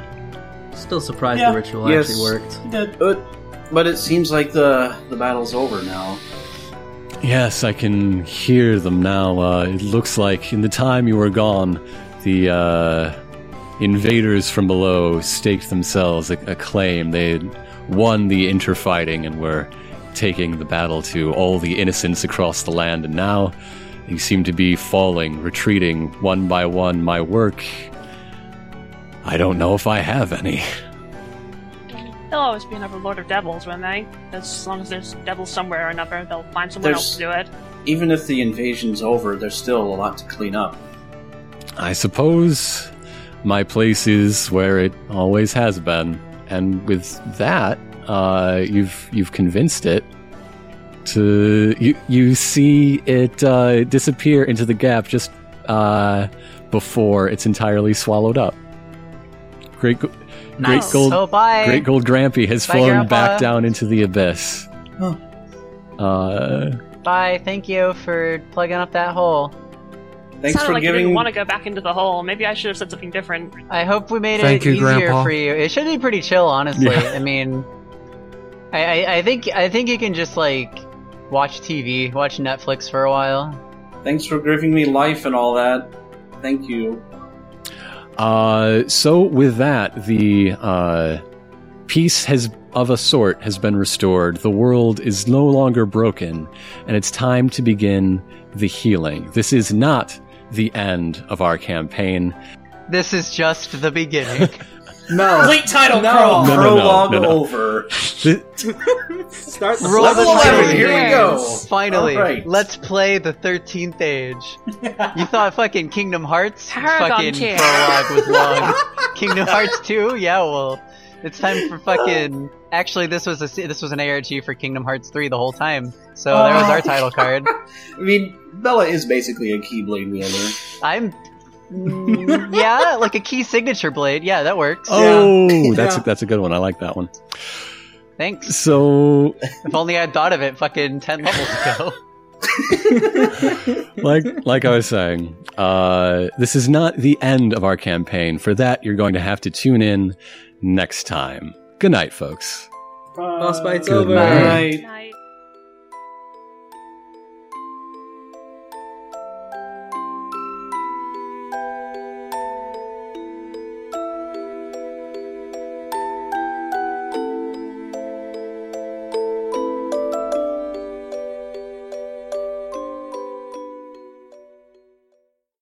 Still surprised
Yeah.
the ritual
Yes.
actually worked.
Did-
But, but it seems like the the battle's over now.
Yes, I can hear them now. Uh, it looks like in the time you were gone, the uh, invaders from below staked themselves a, a claim. They had won the interfighting and were taking the battle to all the innocents across the land. And now they seem to be falling, retreating one by one. My work. I don't know if I have any.
There'll always be another Lord of Devils, won't they? As long as there's devils somewhere or another, they'll find someone else to do it.
Even if the invasion's over, there's still a lot to clean up.
I suppose my place is where it always has been, and with that, uh, you've you've convinced it to you. You see it uh, disappear into the gap just uh, before it's entirely swallowed up. Great, go- great
Nice.
gold,
So bye.
great gold Grampy has
Bye,
flown
Grandpa.
back down into the abyss.
Huh.
Uh,
Bye. Thank you for plugging up that hole.
Thanks
Sounded
for
like you
giving.
didn't want to go back into the hole. Maybe I should have said something different.
I hope we made
Thank
it
you,
easier
Grandpa.
for you. It should be pretty chill, honestly.
Yeah.
I mean, I, I I think I think you can just like watch TV, watch Netflix for a while.
Thanks for giving me life and all that. Thank you.
Uh, so with that, the uh, peace has of a sort has been restored. The world is no longer broken, and it's time to begin the healing. This is not the end of our campaign.
This is just the beginning.
No.
Complete title
No,
crawl.
No, no, no,
prologue
no, no.
over.
Start the
Roll
Level
the
eleven,
title.
here we go.
Finally,
All right.
let's play the 13th age. You thought fucking Kingdom Hearts
Paragon
fucking
tear.
prologue was long. Kingdom Hearts 2? Yeah, well, it's time for fucking Actually, this was a C- this was an ARG for Kingdom Hearts 3 the whole time. So there was our
Oh.
title card.
I mean, Bella is basically a Keyblade wielder.
I'm mm, yeah, like a key signature blade. Yeah, that works.
Oh, that's
Yeah.
a, that's a good one. I like that one.
Thanks.
So,
If only I'd thought of it fucking 10 levels ago.
like like I was saying, uh, this is not the end of our campaign. For that, you're going to have to tune in next time. Good night, folks.
Uh,
boss fight's
Good
over.
night.
Right.
Night.